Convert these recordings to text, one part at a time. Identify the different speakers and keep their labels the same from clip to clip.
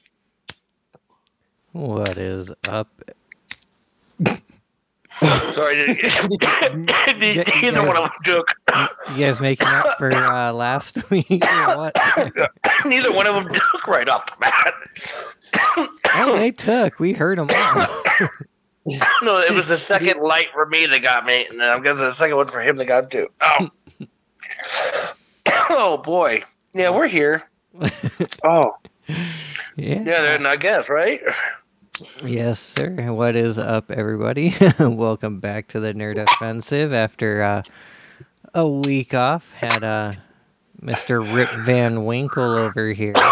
Speaker 1: Sorry, neither one of them took.
Speaker 2: You guys making up for uh, last week or what?
Speaker 1: neither one of them took right off the bat.
Speaker 2: Oh, they took. We heard them.
Speaker 1: no, it was the second light for me that got me, and I'm guessing the second one for him that got him too. Oh, oh boy. Yeah, we're here. Oh,
Speaker 2: yeah.
Speaker 1: yeah, then I guess right.
Speaker 2: Yes, sir. What is up, everybody? Welcome back to the Nerd Offensive after uh, a week off. Had uh, Mr. Rip Van Winkle over here.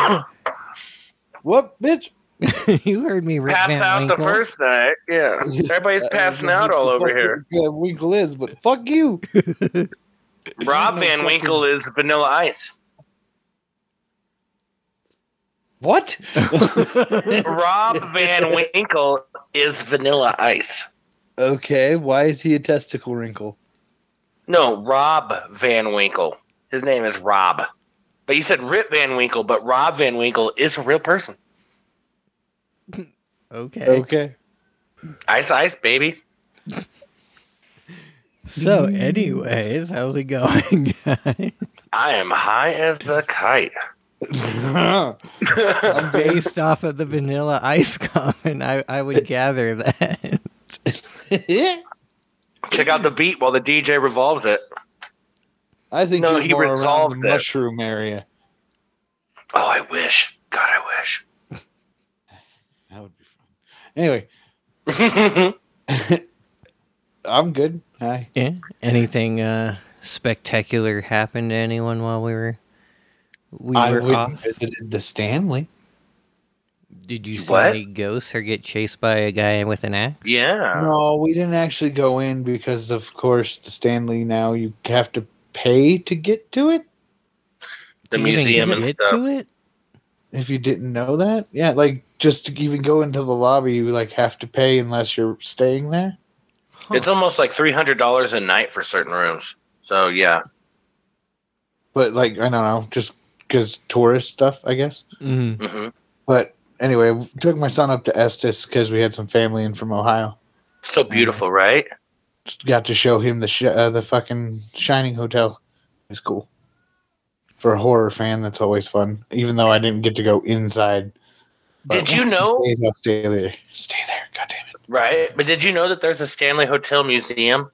Speaker 3: What, bitch?
Speaker 2: you heard me, Rip
Speaker 1: Pass
Speaker 2: Van
Speaker 1: out
Speaker 2: Winkle. Uh,
Speaker 1: the first night. Yeah, everybody's
Speaker 3: That
Speaker 1: passing
Speaker 3: was-
Speaker 1: out all over
Speaker 3: fuck
Speaker 1: here.
Speaker 3: That Winkle is, uh, but fuck you.
Speaker 1: Rob Van Winkle is Vanilla Ice.
Speaker 3: What?
Speaker 1: Rob Van Winkle is Vanilla Ice.
Speaker 3: okay, why is he a testicle wrinkle?
Speaker 1: No, Rob Van Winkle. His name is Rob. But you said Rip Van Winkle, but Rob Van Winkle is a real person.
Speaker 2: okay.
Speaker 3: Okay.
Speaker 1: Ice Ice, baby.
Speaker 2: So, anyways, how's it going, guys?
Speaker 1: I am high as the kite.
Speaker 2: Based off of the Vanilla Ice comment, I, I would gather that.
Speaker 1: Check out the beat while the DJ revolves it.
Speaker 3: I think
Speaker 1: No,
Speaker 3: you're
Speaker 1: he
Speaker 3: more around
Speaker 1: resolved
Speaker 3: the
Speaker 1: it.
Speaker 3: mushroom area.
Speaker 1: Oh, I wish. God, I wish.
Speaker 3: That would be fun. Anyway,
Speaker 1: I
Speaker 3: I'm good. Hi.
Speaker 2: Yeah. Anything uh, spectacular happened to anyone while we were we
Speaker 3: I
Speaker 2: were
Speaker 3: went and
Speaker 2: off?
Speaker 3: visited the Stanley.
Speaker 2: Did you
Speaker 1: What?
Speaker 2: see any ghosts or get chased by a guy with an axe?
Speaker 1: Yeah.
Speaker 3: No, we didn't actually go in because, of course, the Stanley now you have to pay to get to it.
Speaker 1: The
Speaker 2: To even
Speaker 1: museum and
Speaker 2: get
Speaker 1: stuff.
Speaker 2: to it.
Speaker 3: If you didn't know that, yeah, like just to even go into the lobby, you like have to pay unless you're staying there.
Speaker 2: Huh.
Speaker 1: It's almost like $300 a night for certain rooms. So, yeah.
Speaker 3: But like, I don't know, just because tourist stuff, I guess.
Speaker 2: Mhm.
Speaker 1: hmm
Speaker 3: But anyway, took my son up to Estes because we had some family in from Ohio.
Speaker 1: So beautiful, right?
Speaker 3: Just got to show him the sh- uh, the fucking Shining Hotel. It was cool. For a horror fan, that's always fun. Even though I didn't get to go inside.
Speaker 1: Did you know?
Speaker 3: Days I'll stay there. Stay there. God damn it.
Speaker 1: Right, but did you know that there's a Stanley Hotel Museum,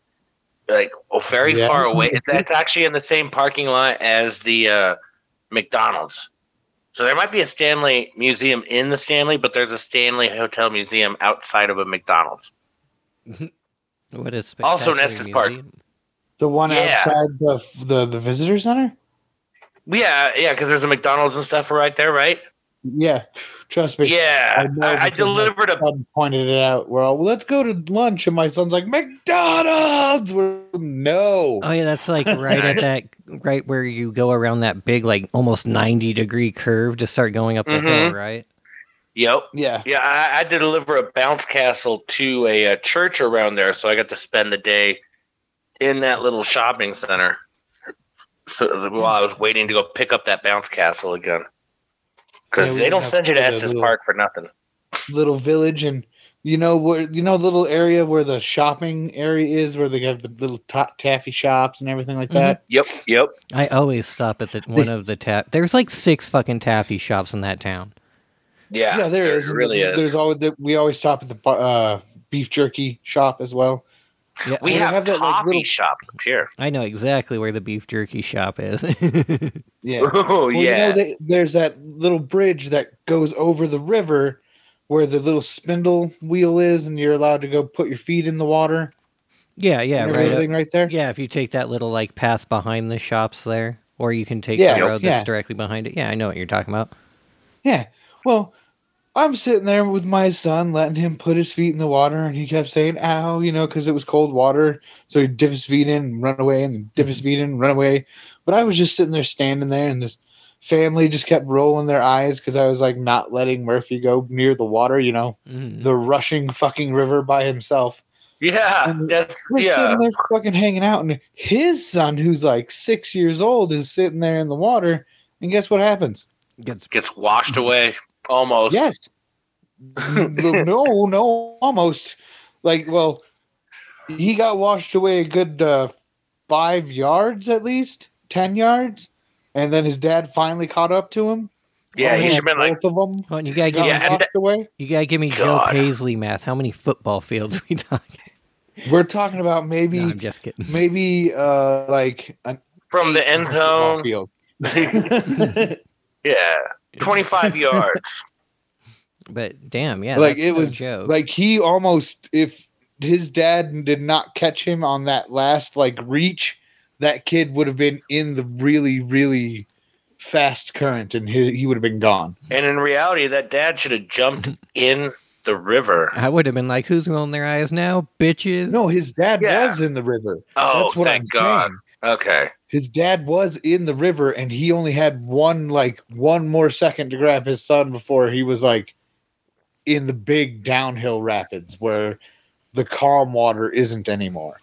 Speaker 1: like oh, very
Speaker 3: Yeah.
Speaker 1: far away? It's, it's actually in the same parking lot as the uh, McDonald's. So there might be a Stanley Museum in the Stanley, but there's a Stanley Hotel Museum outside of a McDonald's.
Speaker 2: What a
Speaker 1: Also
Speaker 2: spectacular
Speaker 1: in Estes Park.
Speaker 2: museum.
Speaker 3: The one
Speaker 1: Yeah.
Speaker 3: outside the, the the visitor center.
Speaker 1: Yeah, yeah, because there's a McDonald's and stuff right there, right?
Speaker 3: Yeah, trust me.
Speaker 1: Yeah,
Speaker 3: know
Speaker 1: I, I
Speaker 3: because my
Speaker 1: delivered a
Speaker 3: son pointed it out. We're all let's go to lunch, and my son's like McDonald's. We're no.
Speaker 2: Oh yeah, that's like right at that right where you go around that big like almost ninety degree curve to start going up the hill,
Speaker 1: Mhm.
Speaker 2: right?
Speaker 1: yep.
Speaker 3: Yeah,
Speaker 1: Yeah, I, I had to deliver a bounce castle to a, uh church around there, so I got to spend the day in that little shopping center. So, while I was waiting to go pick up that bounce castle again, because
Speaker 3: Yeah, we
Speaker 1: they don't
Speaker 3: have
Speaker 1: send you to
Speaker 3: the
Speaker 1: Estes
Speaker 3: little-
Speaker 1: Park for nothing.
Speaker 3: little village, and you know where you know the little area where the shopping area is, where they have the little ta- taffy shops and everything
Speaker 1: Mm-hmm.
Speaker 3: like that.
Speaker 1: Yep, yep.
Speaker 2: I always stop at the, one of the tap. There's like six fucking taffy shops in that town.
Speaker 1: Yeah,
Speaker 3: yeah, there is.
Speaker 1: It
Speaker 3: and
Speaker 1: really
Speaker 3: th-
Speaker 1: is.
Speaker 3: There's always the, we always stop at the bu- uh, beef jerky shop as well.
Speaker 2: Yeah,
Speaker 1: we
Speaker 3: they
Speaker 1: have,
Speaker 3: have that, like,
Speaker 1: coffee
Speaker 3: little-
Speaker 1: shop up here.
Speaker 2: I know exactly where the beef jerky shop is.
Speaker 3: Yeah.
Speaker 1: Oh
Speaker 3: Well,
Speaker 1: yeah,
Speaker 3: You know, they, there's that little bridge that goes over the river where the little spindle wheel is, and you're allowed to go put your feet in the water.
Speaker 2: yeah, yeah,
Speaker 3: and
Speaker 2: right. up-
Speaker 3: everything right there.
Speaker 2: Yeah, if you take that little like path behind the shops there, or you can take
Speaker 3: Yeah,
Speaker 2: the road
Speaker 3: yeah.
Speaker 2: that's directly behind it. Yeah, I know what you're talking about.
Speaker 3: Yeah. Well, I'm sitting there with my son, letting him put his feet in the water, and he kept saying, ow, you know, because it was cold water. So he'd dip his feet in and run away, and then dip his feet in and run away. But I was just sitting there standing there, and this family just kept rolling their eyes because I was like not letting Murphy go near the water, you know,
Speaker 2: Mm.
Speaker 3: the rushing fucking river by himself.
Speaker 1: yeah,
Speaker 3: and
Speaker 1: that's
Speaker 3: We're
Speaker 1: yeah.
Speaker 3: sitting there fucking hanging out, and his son, who's like six years old, is sitting there in the water. And guess what happens?
Speaker 2: Gets-
Speaker 1: Gets washed away almost.
Speaker 3: Yes. no, no, almost. Like, well, he got washed away a good uh, five yards at least, ten yards, and then his dad finally caught up to him.
Speaker 1: Yeah,
Speaker 3: Oh,
Speaker 1: he
Speaker 3: yeah,
Speaker 1: should have been like,
Speaker 3: both of them
Speaker 2: Come on, you gotta give
Speaker 3: got
Speaker 1: Yeah,
Speaker 2: me,
Speaker 1: and
Speaker 3: washed away.
Speaker 2: you gotta give me Joe
Speaker 1: God.
Speaker 2: Paisley math. How many football fields we talking?
Speaker 3: We're talking about maybe
Speaker 2: No, I'm just kidding.
Speaker 3: maybe uh, like an
Speaker 1: from the end
Speaker 3: football
Speaker 1: zone.
Speaker 3: field.
Speaker 1: yeah, twenty-five yards.
Speaker 2: But damn, yeah,
Speaker 3: like
Speaker 2: that's
Speaker 3: it
Speaker 2: no
Speaker 3: was
Speaker 2: joke.
Speaker 3: like he almost if his dad did not catch him on that last like reach that kid would have been in the really really fast current and he, he would have been gone
Speaker 1: And in reality, that dad should have jumped in the river.
Speaker 2: I would have been like, "Who's rolling their eyes now, bitches?"
Speaker 3: no his dad
Speaker 1: Yeah.
Speaker 3: was in the river
Speaker 1: Oh,
Speaker 3: that's what
Speaker 1: thank
Speaker 3: i'm
Speaker 1: God.
Speaker 3: saying
Speaker 1: Okay.
Speaker 3: his dad was in the river and he only had one like one more second to grab his son before he was like in the big downhill rapids where the calm water isn't anymore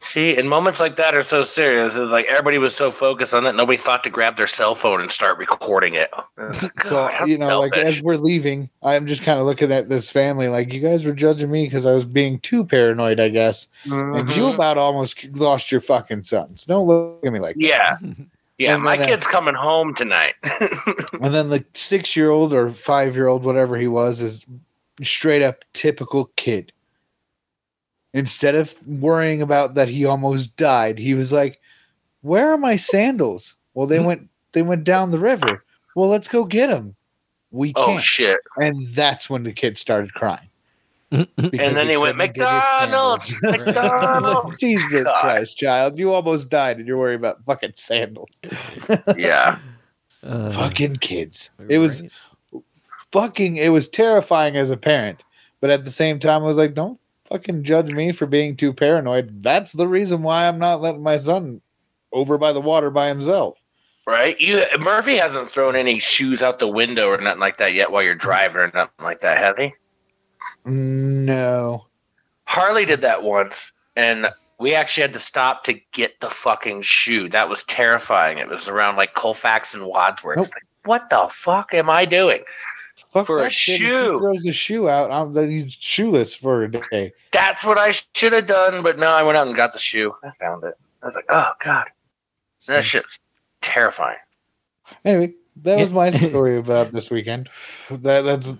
Speaker 1: See, and moments like that are so serious. It's like everybody was so focused on that, nobody thought to grab their cell phone and start recording it.
Speaker 3: So
Speaker 1: God, how
Speaker 3: you know, like
Speaker 1: selfish.
Speaker 3: as we're leaving, I'm just kind of looking at this family. Like you guys were judging me because I was being too paranoid, I guess. And you
Speaker 1: Mhm.
Speaker 3: about almost lost your fucking sons. Don't look at me like.
Speaker 1: yeah, yeah.
Speaker 3: And
Speaker 1: My
Speaker 3: then, uh,
Speaker 1: kid's coming home tonight.
Speaker 3: That. And then the six year old or five year old, whatever he was, is straight up typical kid. Instead of worrying about that he almost died, he was like, "Where are my sandals?" Well, they went. They went down the river. Well, let's go get them. We
Speaker 1: oh
Speaker 3: can't.
Speaker 1: shit!
Speaker 3: and that's when the kid started crying.
Speaker 2: Uh,
Speaker 3: Because
Speaker 1: And then he went
Speaker 3: couldn't get his
Speaker 1: McDonald's,
Speaker 3: sandals.
Speaker 1: McDonald's.
Speaker 3: Oh, Jesus
Speaker 1: God.
Speaker 3: Christ, child! You almost died, and you're worried about fucking sandals.
Speaker 1: yeah,
Speaker 2: Uh,
Speaker 3: fucking kids. It was fucking. It was terrifying as a parent, but at the same time, I was like, don't fucking judge me for being too paranoid. That's the reason why I'm not letting my son over by the water by himself.
Speaker 1: right. You Murphy hasn't thrown any shoes out the window or nothing like that yet while
Speaker 3: Mm-hmm.
Speaker 1: you're driving or nothing like that, has he?
Speaker 3: No.
Speaker 1: Harley did that once, and we actually had to stop to get the fucking shoe. That was terrifying. It was around like Colfax and Wadsworth.
Speaker 3: Nope.
Speaker 1: Like, what the fuck am I doing?
Speaker 3: Fuck
Speaker 1: For a
Speaker 3: that kid. If he
Speaker 1: shoe.
Speaker 3: throws a shoe out. I'm, then he's shoeless for a day.
Speaker 1: That's what I should have done, but no, I went out and got the shoe. I found it. I was like, oh god, that shit's terrifying.
Speaker 3: Anyway, that
Speaker 2: Yeah.
Speaker 3: was my story about this weekend. That that's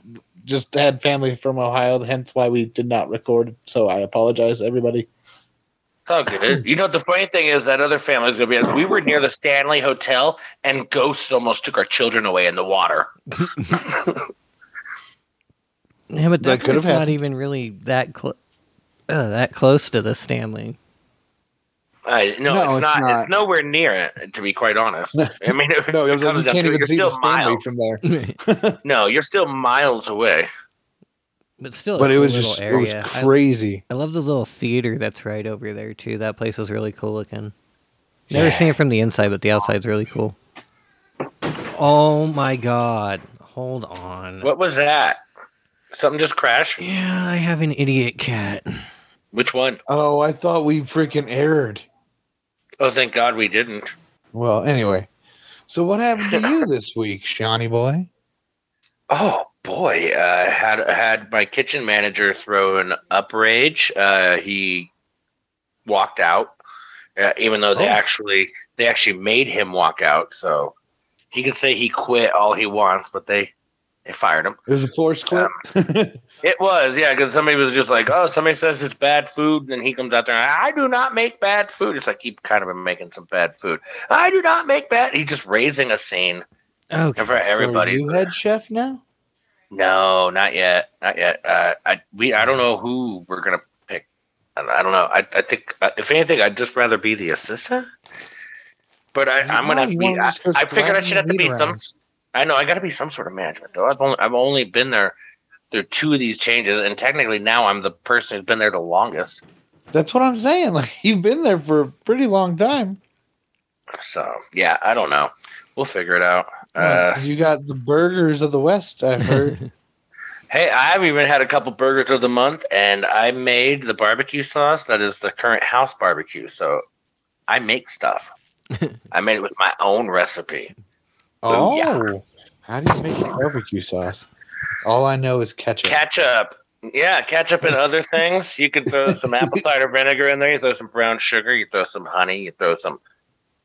Speaker 3: just had family from Ohio, hence why we did not record. So I apologize, everybody.
Speaker 1: It's all good. you know what the funny thing is? That other family's gonna be. Like, we were near the Stanley Hotel, and ghosts almost took our children away in the water.
Speaker 2: Yeah, but
Speaker 3: That
Speaker 2: that
Speaker 3: could have
Speaker 2: it's not
Speaker 3: happened.
Speaker 2: even really that close. Uh, that close to the Stanley.
Speaker 1: I, no,
Speaker 3: No,
Speaker 1: it's,
Speaker 3: it's
Speaker 1: not,
Speaker 3: not.
Speaker 1: It's nowhere near it, to be quite honest. I mean, if
Speaker 3: No, it was like, you
Speaker 1: comes up
Speaker 3: can't
Speaker 1: to it,
Speaker 3: even
Speaker 1: you're
Speaker 3: see
Speaker 1: still
Speaker 3: the Stanley
Speaker 1: miles.
Speaker 3: from there.
Speaker 2: but
Speaker 1: No, you're still miles away.
Speaker 2: still, a
Speaker 3: But it
Speaker 2: cool
Speaker 3: was
Speaker 2: little
Speaker 3: just
Speaker 2: area.
Speaker 3: it was
Speaker 2: I-
Speaker 3: crazy.
Speaker 2: I love the little theater that's right over there too. That place is really cool looking. Never
Speaker 3: Yeah.
Speaker 2: seen it from the inside, but the outside's really cool. Oh my god. Hold on.
Speaker 1: What was that? Something just crashed?
Speaker 2: Yeah, I have an idiot cat.
Speaker 1: Which one?
Speaker 3: Oh, I thought we freaking erred.
Speaker 1: Oh, thank God we didn't.
Speaker 3: Well, anyway. So what happened to you this week, Shawnee boy?
Speaker 1: Oh boy, uh, had had my kitchen manager throw an uprage. Uh, he walked out, uh, even though they
Speaker 3: Oh.
Speaker 1: actually they actually made him walk out. So he could say he quit all he wants, but they they fired him.
Speaker 3: It was a force
Speaker 1: Um,
Speaker 3: clip.
Speaker 1: It was, yeah, because somebody was just like, "Oh, somebody says it's bad food," and he comes out there, and "I do not make bad food." It's like he kind of been making some bad food. I do not make bad. He's just raising a scene
Speaker 2: Okay.
Speaker 1: and for
Speaker 3: So
Speaker 1: everybody.
Speaker 3: you head chef now?
Speaker 1: no, not yet, not yet. Uh, I we I don't know who we're gonna pick. I, I don't know. I I think uh, if anything, I'd just rather be the assistant. But I, I'm
Speaker 3: No,
Speaker 1: gonna have to
Speaker 3: you
Speaker 1: be.
Speaker 3: wanna
Speaker 1: I,
Speaker 3: just go
Speaker 1: I figured I
Speaker 3: slapping
Speaker 1: should have to
Speaker 3: meat
Speaker 1: be some.
Speaker 3: around.
Speaker 1: I know I got to be some sort of management though. I've only I've only been there through two of these changes, and technically now I'm the person who's been there the longest.
Speaker 3: That's what I'm saying. Like you've been there for a pretty long time.
Speaker 1: So yeah, I don't know. We'll figure it out.
Speaker 3: Well,
Speaker 1: Uh,
Speaker 3: you got the burgers of the West, I've heard.
Speaker 1: hey, I've even had a couple burgers of the month, and I made the barbecue sauce that is the current house barbecue. So I make stuff. I made it with my own recipe.
Speaker 3: oh,
Speaker 1: yeah.
Speaker 3: how do you make barbecue sauce? All I know is ketchup.
Speaker 1: Ketchup. Yeah, ketchup and other things. You could throw some apple cider vinegar in there. You throw some brown sugar. You throw some honey. You throw some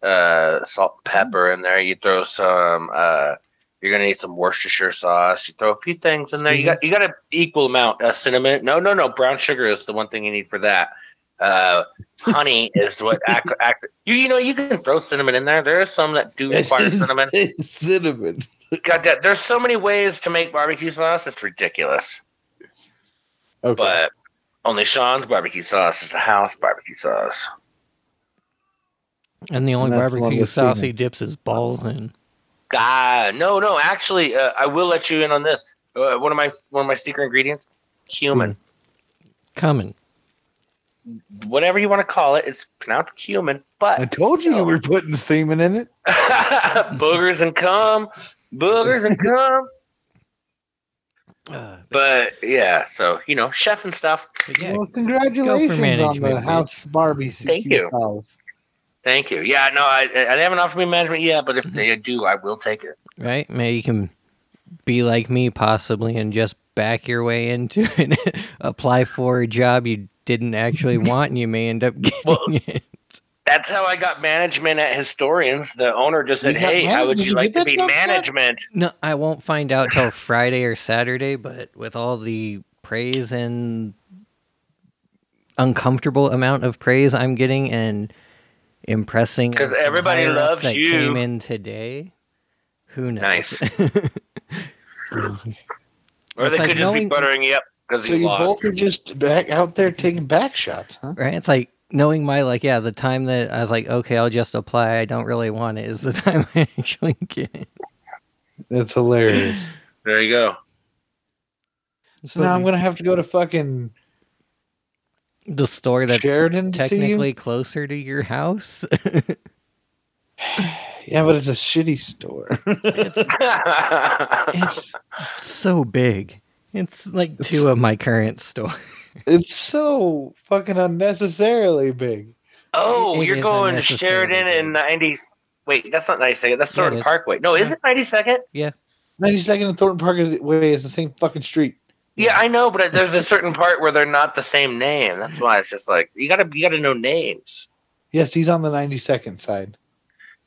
Speaker 1: uh, salt and pepper in there. You throw some. Uh, you're gonna need some Worcestershire sauce. You throw a few things in there. You got you got an equal amount of cinnamon. No, no, no. Brown sugar is the one thing you need for that. Uh, honey is what act, act, you you know you can throw cinnamon in there. There are some that do require cinnamon.
Speaker 3: cinnamon.
Speaker 1: God, damn, there's so many ways to make barbecue sauce. It's ridiculous.
Speaker 3: Okay.
Speaker 1: But only Sean's barbecue sauce is the house barbecue sauce.
Speaker 2: And the only
Speaker 3: that's the one
Speaker 2: barbecue
Speaker 3: with
Speaker 2: sauce
Speaker 3: seasoning.
Speaker 2: he dips his balls in.
Speaker 1: Ah, no, no. Actually, uh, I will let you in on this. Uh, one of my one of my secret ingredients, cumin.
Speaker 2: Coming.
Speaker 1: Whatever you want to call it, it's pronounced cumin. But
Speaker 4: I told you we were putting semen in it.
Speaker 1: boogers and cum, boogers and cum.
Speaker 2: Uh,
Speaker 1: But yeah, so you know, chef and stuff.
Speaker 2: but yeah,
Speaker 3: Well, congratulations on
Speaker 2: management,
Speaker 3: the
Speaker 2: please.
Speaker 3: house Barbie.
Speaker 1: Thank you.
Speaker 3: House.
Speaker 1: Thank you. Yeah, no, I, I they haven't offered me management yet, but if they do, I will take it.
Speaker 2: right? Maybe you can be like me, possibly, and just back your way into it. Apply for a job you didn't actually want, and you may end up getting
Speaker 1: Well,
Speaker 2: it.
Speaker 1: That's how I got management at Historians. The owner just said,
Speaker 3: You got
Speaker 1: "Hey, how would
Speaker 3: management?
Speaker 1: you
Speaker 3: Did you
Speaker 1: like
Speaker 3: get
Speaker 1: to
Speaker 3: that
Speaker 1: be
Speaker 3: job, Scott?
Speaker 1: management?"
Speaker 2: No, I won't find out till Friday or Saturday, but with all the praise and uncomfortable amount of praise I'm getting and impressing
Speaker 1: 'Cause
Speaker 2: of some
Speaker 1: everybody
Speaker 2: higher-ups
Speaker 1: loves
Speaker 2: that
Speaker 1: you.
Speaker 2: came in today. Who knows?
Speaker 1: Nice. Or
Speaker 2: It's like
Speaker 1: they could just be
Speaker 2: knowing-
Speaker 1: buttering you up because
Speaker 4: So
Speaker 1: you
Speaker 4: you
Speaker 1: lost.
Speaker 4: both are just back out there taking back shots, huh?
Speaker 2: right? It's like knowing my like, yeah, the time that I was like, okay, I'll just apply. I don't really want it. Is the time I actually get. It.
Speaker 4: That's hilarious.
Speaker 1: There you go.
Speaker 3: So now I'm gonna have to go to fucking
Speaker 2: The store that's
Speaker 3: Sheridan to see you.
Speaker 2: technically closer to your house.
Speaker 3: Yeah, but it's a shitty store.
Speaker 2: it's so big. It's like two of my current stores.
Speaker 3: it's so fucking unnecessarily big.
Speaker 1: oh,
Speaker 2: It- it
Speaker 1: you're
Speaker 2: is
Speaker 1: going to
Speaker 2: unnecessary,
Speaker 1: Sheridan
Speaker 2: dude.
Speaker 1: and 90. Wait, that's not 92nd. That's
Speaker 2: Yeah, it
Speaker 1: Thornton
Speaker 2: is.
Speaker 1: Parkway. No, is
Speaker 2: Yeah.
Speaker 1: it 92nd?
Speaker 3: 92nd and Thornton Park is- Way is the same fucking street.
Speaker 1: Yeah, I know, but there's a certain part where they're not the same name. That's why it's just like you gotta you gotta know names.
Speaker 3: Yes, he's on the 92nd side.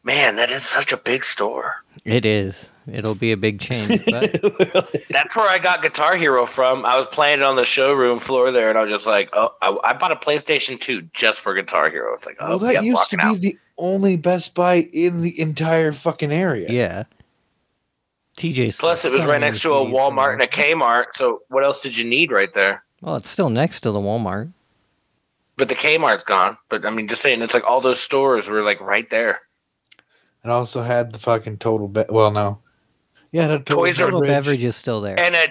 Speaker 1: Man, that is such a big store.
Speaker 2: It is. It'll be a big change, but
Speaker 1: Oh, That's where I got Guitar Hero from. I was playing it on the showroom floor there, and I was just like, "Oh, I, I bought a PlayStation 2 just for Guitar Hero." It's like, "Oh,
Speaker 3: well,
Speaker 1: yeah,
Speaker 3: that
Speaker 1: I'm
Speaker 3: used to
Speaker 1: walking
Speaker 3: be
Speaker 1: out.
Speaker 3: the only Best Buy in the entire fucking area.
Speaker 2: yeah. TJ's.
Speaker 1: Plus, it was right next to a Walmart and a Kmart. So, what else did you need right there?
Speaker 2: Well, it's still next to the Walmart.
Speaker 1: But the Kmart's gone. But I mean, just saying, it's like all those stores were like right there.
Speaker 3: It also had the fucking total. Be- well, no. Yeah, the total
Speaker 1: Toys R
Speaker 2: Total
Speaker 3: beverage.
Speaker 2: beverage is still there.
Speaker 1: And a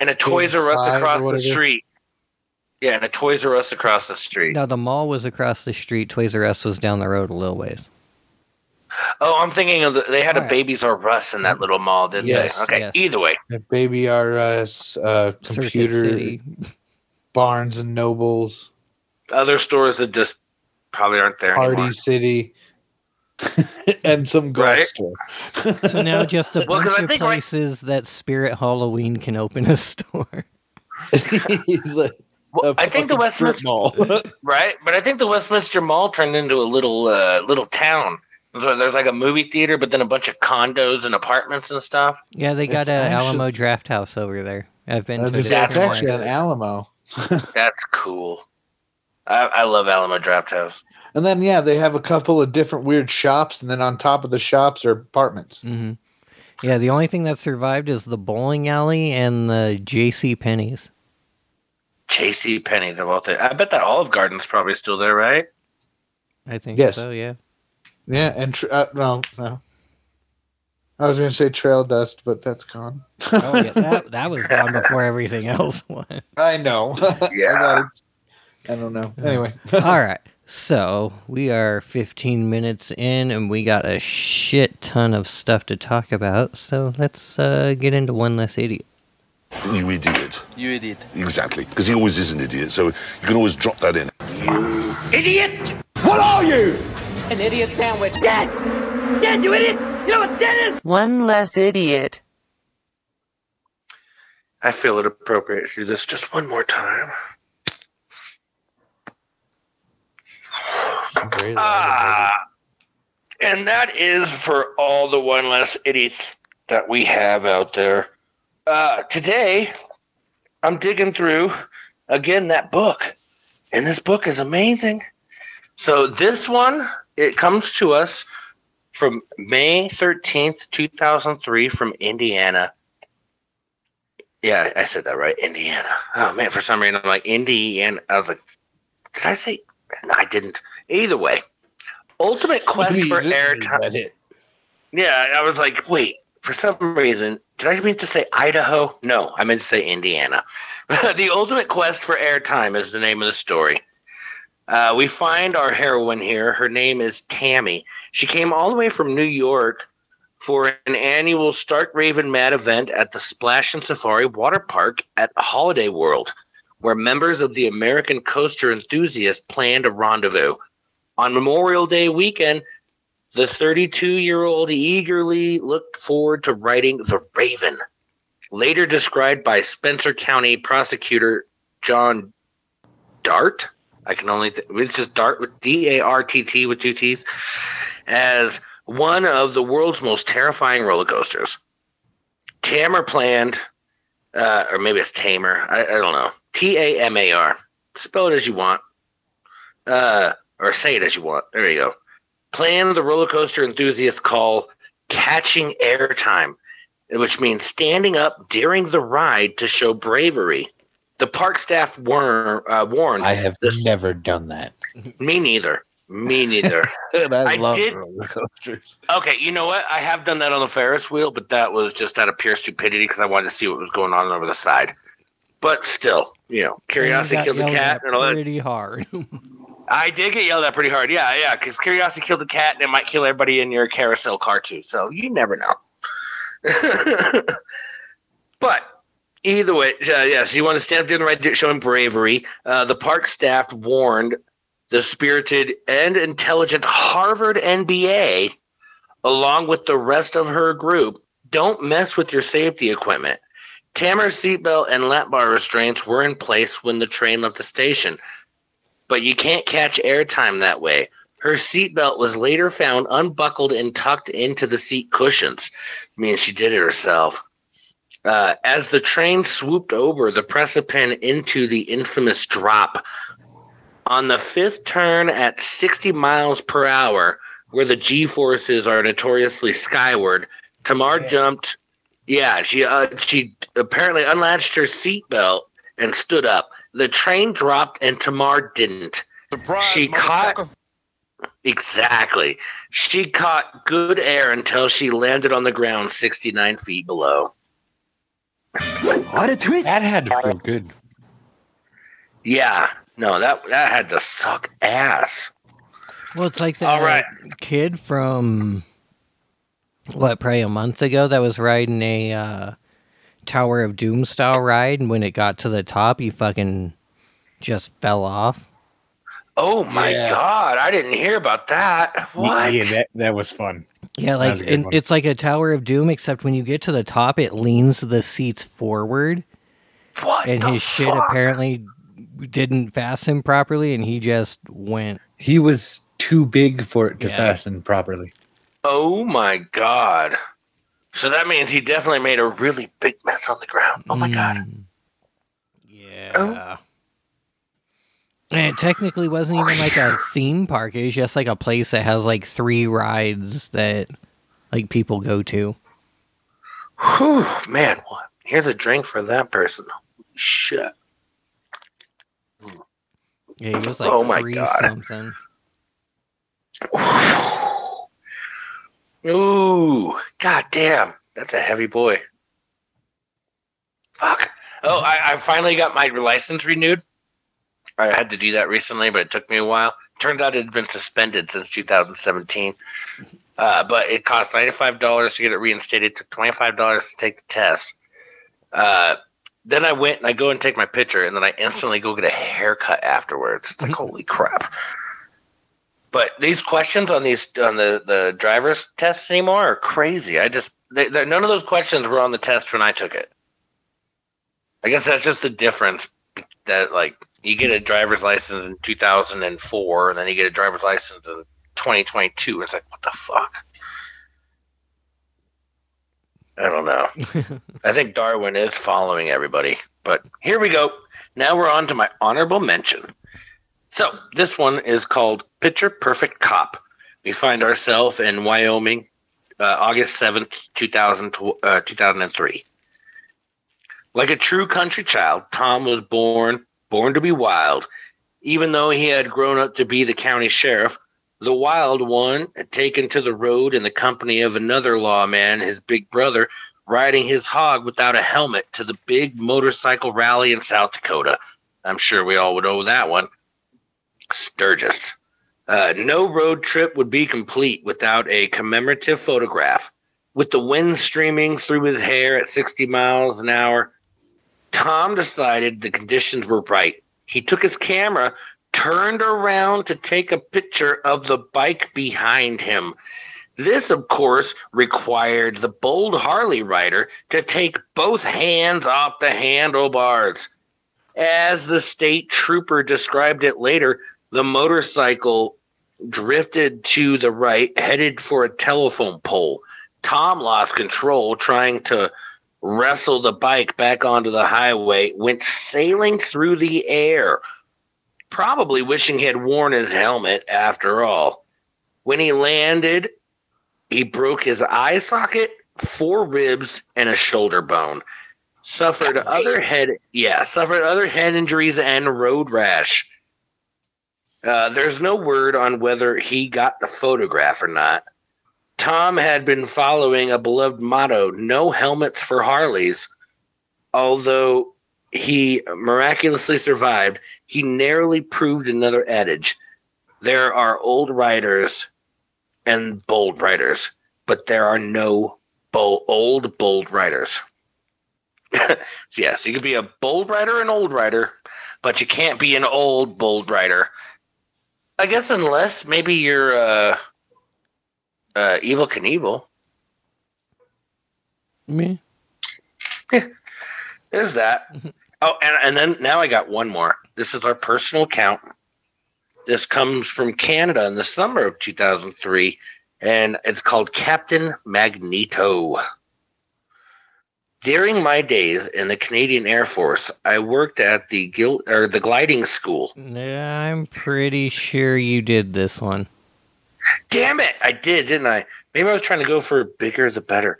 Speaker 1: and a Toys R Us
Speaker 3: five or
Speaker 1: across the
Speaker 3: whatever.
Speaker 1: street. Yeah, and a Toys R Us across the street.
Speaker 2: Now the mall was across the street. Toys R Us was down the road a little ways.
Speaker 1: Oh, I'm thinking of the, they had a
Speaker 2: Alright.
Speaker 1: Babies R Us in that little mall, didn't
Speaker 3: Yes,
Speaker 1: they? Okay,
Speaker 2: yes.
Speaker 1: either way,
Speaker 3: At Baby R Us, uh,
Speaker 2: Circuit
Speaker 3: computer,
Speaker 2: City.
Speaker 3: Barnes and Nobles,
Speaker 1: other stores that just probably aren't there anymore.
Speaker 3: Party City, and some golf
Speaker 1: Right.
Speaker 3: store.
Speaker 2: So now just a
Speaker 1: Well, 'cause
Speaker 2: bunch
Speaker 1: I
Speaker 2: of
Speaker 1: think, like-
Speaker 2: places that Spirit Halloween can open a store.
Speaker 1: Well, I think the Westminster
Speaker 3: Mall.
Speaker 1: right, but I think the Westminster Mall turned into a little uh, little town. So there's like a movie theater, but then a bunch of condos and apartments and stuff.
Speaker 2: Yeah, they got
Speaker 3: It's
Speaker 2: a
Speaker 3: actually-
Speaker 2: Alamo Draft House over there. I've been to
Speaker 3: That's
Speaker 2: it.
Speaker 1: That's
Speaker 3: actually
Speaker 2: twice.
Speaker 3: an Alamo.
Speaker 1: That's cool. I, I love Alamo Draft House.
Speaker 3: And then yeah, they have a couple of different weird shops, and then on top of the shops are apartments.
Speaker 2: hmm Yeah, the only thing that survived is the bowling alley and the J.C. Penney's.
Speaker 1: J.C. Penney's of all things. I bet that Olive Garden's probably still there, right?
Speaker 2: I think
Speaker 3: Yes.
Speaker 2: so. Yeah.
Speaker 4: Hmm.
Speaker 3: Yeah, and tr uh, no, no. I was gonna say Trail Dust, but that's gone.
Speaker 2: Oh, yeah. That, that was gone before everything else was.
Speaker 3: I know. I,
Speaker 1: Yeah.
Speaker 3: got it. I don't know. Anyway,
Speaker 2: All right. So we are 15 minutes in, and we got a shit ton of stuff to talk about. So let's uh, get into one less idiot.
Speaker 5: You idiot.
Speaker 6: You idiot.
Speaker 5: Exactly. Because he always is an idiot, so you can always drop that in.
Speaker 7: An idiot sandwich.
Speaker 8: Dead! Dead, you idiot! You know what dead is? One less idiot.
Speaker 1: I feel it appropriate to do this just one more time.
Speaker 3: Very loud.
Speaker 1: Ah, and that is for all the one less idiots that we have out there. Uh, today, I'm digging through again that book, and this book is amazing. So this one, it comes to us from May thirteenth, two thousand three, from Indiana. Yeah, I said that right, Indiana. Oh man, for some reason I'm like Indiana. I was like, did I say? No, I didn't. Either way, Ultimate Quest
Speaker 3: Maybe
Speaker 1: for
Speaker 3: you didn't
Speaker 1: Airtime.
Speaker 3: read it.
Speaker 1: Yeah, I was like, wait, for some reason, did I mean to say Idaho? No, I meant to say Indiana. the ultimate quest for airtime is the name of the story. Uh, we find our heroine here. Her name is Tammy. She came all the way from New York for an annual Stark Raven Mad event at the Splash and Safari Water Park at Holiday World, where members of the American Coaster Enthusiasts planned a rendezvous. On Memorial Day weekend, the 32 year old eagerly looked forward to writing The Raven, later described by Spencer County prosecutor John Dart. I can only, th- it's just Dart with D A R T T with two T's, as one of the world's most terrifying roller coasters. Tamer planned, uh, or maybe it's Tamer, I, I don't know. T A M A R. Spell it as you want, uh, or say it as you want. There you go plan the roller coaster enthusiast call catching airtime, which means standing up during the ride to show bravery. The park staff warn, uh, warned.
Speaker 3: I have
Speaker 1: this.
Speaker 3: never done that.
Speaker 1: me neither. Me neither.
Speaker 3: And I,
Speaker 1: I
Speaker 3: love
Speaker 1: did-
Speaker 3: roller coasters.
Speaker 1: okay, you know what? I have done that on the Ferris wheel, but that was just out of pure stupidity because I wanted to see what was going on over the side. But still, you know, curiosity
Speaker 2: Got
Speaker 1: killed the
Speaker 2: yelled
Speaker 1: cat
Speaker 2: at
Speaker 1: and all that.
Speaker 2: Pretty hard.
Speaker 1: I did get yelled at pretty hard. Yeah, yeah, because curiosity killed the cat, and it might kill everybody in your carousel car too. So you never know. but either way, uh, yeah. So you want to stand up doing the right, do- showing bravery. Uh, the park staff warned the spirited and intelligent Harvard NBA, along with the rest of her group, don't mess with your safety equipment. Tamer's seatbelt and lap bar restraints were in place when the train left the station but you can't catch airtime that way. Her seatbelt was later found unbuckled and tucked into the seat cushions. I mean, she did it herself. Uh, as the train swooped over the precipice into the infamous drop, on the fifth turn at 60 miles per hour, where the G forces are notoriously skyward, Tamar jumped. Yeah, she uh, she apparently unlatched her seatbelt and stood up. The train dropped, and Tamar didn't.
Speaker 6: Surprise,
Speaker 1: She caught- Exactly. She caught good air until she landed on the ground 69 feet below.
Speaker 6: What a twist!
Speaker 4: That had to feel good.
Speaker 1: Yeah. No, that that had to suck ass.
Speaker 2: Well, it's like that
Speaker 1: All right.
Speaker 2: kid from what, probably a month ago that was riding a uh, Tower of Doom style ride, and when it got to the top, he fucking just fell off.
Speaker 1: Oh my
Speaker 3: Yeah.
Speaker 1: god, I didn't hear about that. What?
Speaker 3: Yeah, that, that was fun.
Speaker 2: Yeah,
Speaker 3: was
Speaker 2: like
Speaker 3: a good
Speaker 2: and
Speaker 3: one.
Speaker 2: it's like a Tower of Doom, except when you get to the top, it leans the seats forward,
Speaker 1: what
Speaker 2: and
Speaker 1: the
Speaker 2: his shit
Speaker 1: fuck?
Speaker 2: apparently didn't fasten properly, and he just went.
Speaker 4: He was too big for it to
Speaker 2: Yeah.
Speaker 4: fasten properly.
Speaker 1: Oh my god. So that means he definitely made a really big mess on the ground. Oh my god.
Speaker 2: Mm. Yeah. And it technically wasn't even like a theme park. It was just like a place that has like three rides that like people go to.
Speaker 1: Whew, man, what? Here's a drink for that person. Shit.
Speaker 2: Yeah, it was like
Speaker 1: Oh my
Speaker 2: three
Speaker 1: God.
Speaker 2: something.
Speaker 1: Ooh, god damn. That's a heavy boy. Fuck. Oh, I, I finally got my license renewed. I had to do that recently, but it took me a while. Turns out it had been suspended since 2017. Uh, but it cost $95 to get it reinstated, took $25 to take the test. Uh, then I went and I go and take my picture, and then I instantly go get a haircut afterwards. It's like, holy crap but these questions on these on the the driver's tests anymore are crazy. I just they, they, none of those questions were on the test when I took it. I guess that's just the difference that like you get a driver's license in 2004 and then you get a driver's license in 2022. It's like what the fuck? I don't know. I think Darwin is following everybody. But here we go. Now we're on to my honorable mention. So this one is called Picture Perfect Cop. We find ourselves in Wyoming, uh, August 7th, 2000, uh, 2003. Like a true country child, Tom was born, born to be wild. Even though he had grown up to be the county sheriff, the wild one had taken to the road in the company of another lawman, his big brother, riding his hog without a helmet to the big motorcycle rally in South Dakota. I'm sure we all would owe that one. Sturgis. Uh, no road trip would be complete without a commemorative photograph. With the wind streaming through his hair at 60 miles an hour, Tom decided the conditions were right. He took his camera, turned around to take a picture of the bike behind him. This, of course, required the bold Harley rider to take both hands off the handlebars. As the state trooper described it later, the motorcycle drifted to the right, headed for a telephone pole. Tom lost control, trying to wrestle the bike back onto the highway, went sailing through the air, probably wishing he had worn his helmet after all. When he landed, he broke his eye socket, four ribs, and a shoulder bone. Suffered other head, yeah, suffered other head injuries and road rash. Uh, there's no word on whether he got the photograph or not. Tom had been following a beloved motto no helmets for Harleys. Although he miraculously survived, he narrowly proved another adage there are old riders and bold riders, but there are no bo- old bold riders. so yes, you can be a bold rider and old rider, but you can't be an old bold rider. I guess unless maybe you're uh, uh, evil Knievel.
Speaker 2: Me?
Speaker 1: There's that. Oh, and, and then now I got one more. This is our personal account. This comes from Canada in the summer of 2003, and it's called Captain Magneto. During my days in the Canadian Air Force, I worked at the gil- or the gliding school.
Speaker 2: Nah, I'm pretty sure you did this one.
Speaker 1: Damn it! I did, didn't I? Maybe I was trying to go for bigger the better.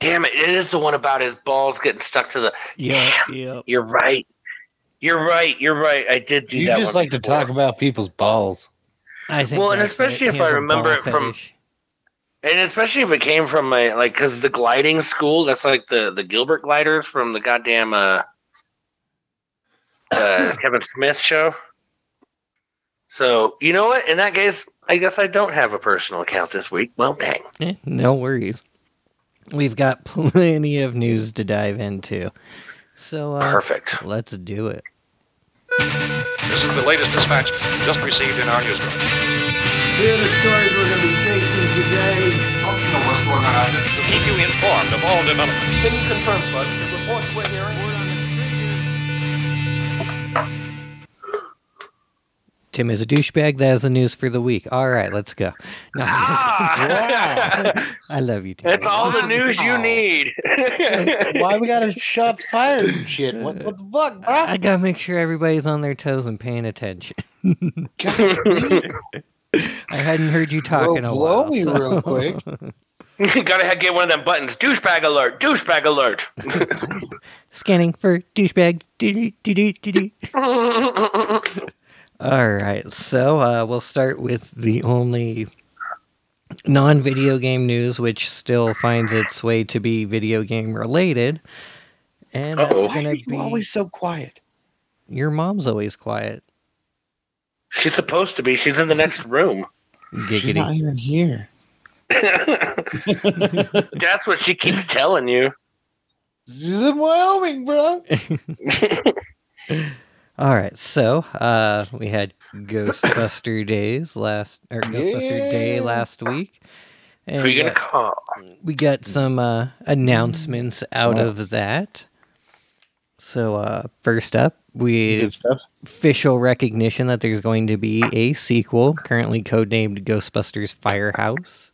Speaker 1: Damn it! It is the one about his balls getting stuck to the.
Speaker 2: Yeah, yeah.
Speaker 1: You're right. You're right. You're right. I did do
Speaker 4: you
Speaker 1: that.
Speaker 4: just
Speaker 1: one
Speaker 4: like to
Speaker 1: before.
Speaker 4: talk about people's balls.
Speaker 2: I think
Speaker 1: Well, and
Speaker 2: that's
Speaker 1: especially
Speaker 2: it. He
Speaker 1: if I
Speaker 2: has a
Speaker 1: remember
Speaker 2: ball
Speaker 1: it from-
Speaker 2: fetish.
Speaker 1: and especially if it came from my like because the gliding school that's like the the gilbert gliders from the goddamn uh, uh kevin smith show so you know what in that case i guess i don't have a personal account this week well dang
Speaker 2: Eh, no worries. We've got plenty of news to dive into. So uh,
Speaker 1: perfect
Speaker 2: let's do it.
Speaker 8: This is the latest dispatch just received in our newsroom.
Speaker 9: Here are the stories we're going to be chasing today.
Speaker 8: To keep you informed of all developments.
Speaker 6: Can you confirm to us the reports we're hearing?
Speaker 2: Tim is a douchebag. That is the news for the week. All right, let's go. No, I'm just
Speaker 1: ah!
Speaker 2: kidding. I love you, Tim.
Speaker 1: it's all the news you need
Speaker 3: Why we got a shots fired and shit? What, what the fuck, bro?
Speaker 2: I gotta make sure everybody's on their toes and paying attention. I hadn't heard you talk
Speaker 3: Blow,
Speaker 2: in a
Speaker 3: blow
Speaker 2: while.
Speaker 3: me
Speaker 2: so-
Speaker 3: real quick.
Speaker 1: gotta get one of them buttons douchebag alert douchebag alert
Speaker 2: Scanning for douchebag. Doo-doo, doo-doo, doo-doo. All right, so uh, we'll start with the only non video game news, which still finds its way to be video game related. And that's
Speaker 1: Uh-oh.
Speaker 2: going to be.
Speaker 4: Always so quiet.
Speaker 2: Your mom's always quiet.
Speaker 1: she's supposed to be she's in the next room
Speaker 3: She's
Speaker 2: Giggity.
Speaker 3: not even here.
Speaker 1: that's what she keeps telling you
Speaker 3: She's in Wyoming, bro.
Speaker 2: All right, so uh, we had Ghostbuster Days last, or Ghostbuster Day
Speaker 3: Yeah.
Speaker 2: last week, and
Speaker 1: Who
Speaker 2: uh,
Speaker 1: you gonna call?
Speaker 3: Mm.
Speaker 2: we got some uh, announcements out of that. So, uh, first up, we
Speaker 3: Good stuff.
Speaker 2: official recognition that there's going to be a sequel, currently codenamed Ghostbusters Firehouse.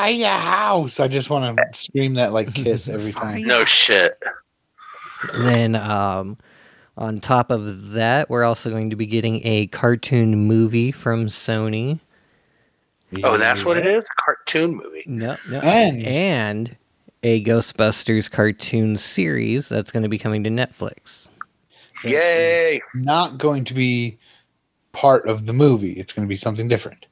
Speaker 3: Firehouse. I just want to scream that like kiss every time.
Speaker 1: No shit.
Speaker 2: And then, um, on top of that, we're also going to be getting a cartoon movie from Sony.
Speaker 1: Oh, that's what it is? A cartoon movie.
Speaker 2: No, no,
Speaker 3: And-
Speaker 2: and a Ghostbusters cartoon series that's going to be coming to Netflix.
Speaker 1: Yay.
Speaker 3: Not going to be part of the movie. It's going to be something different.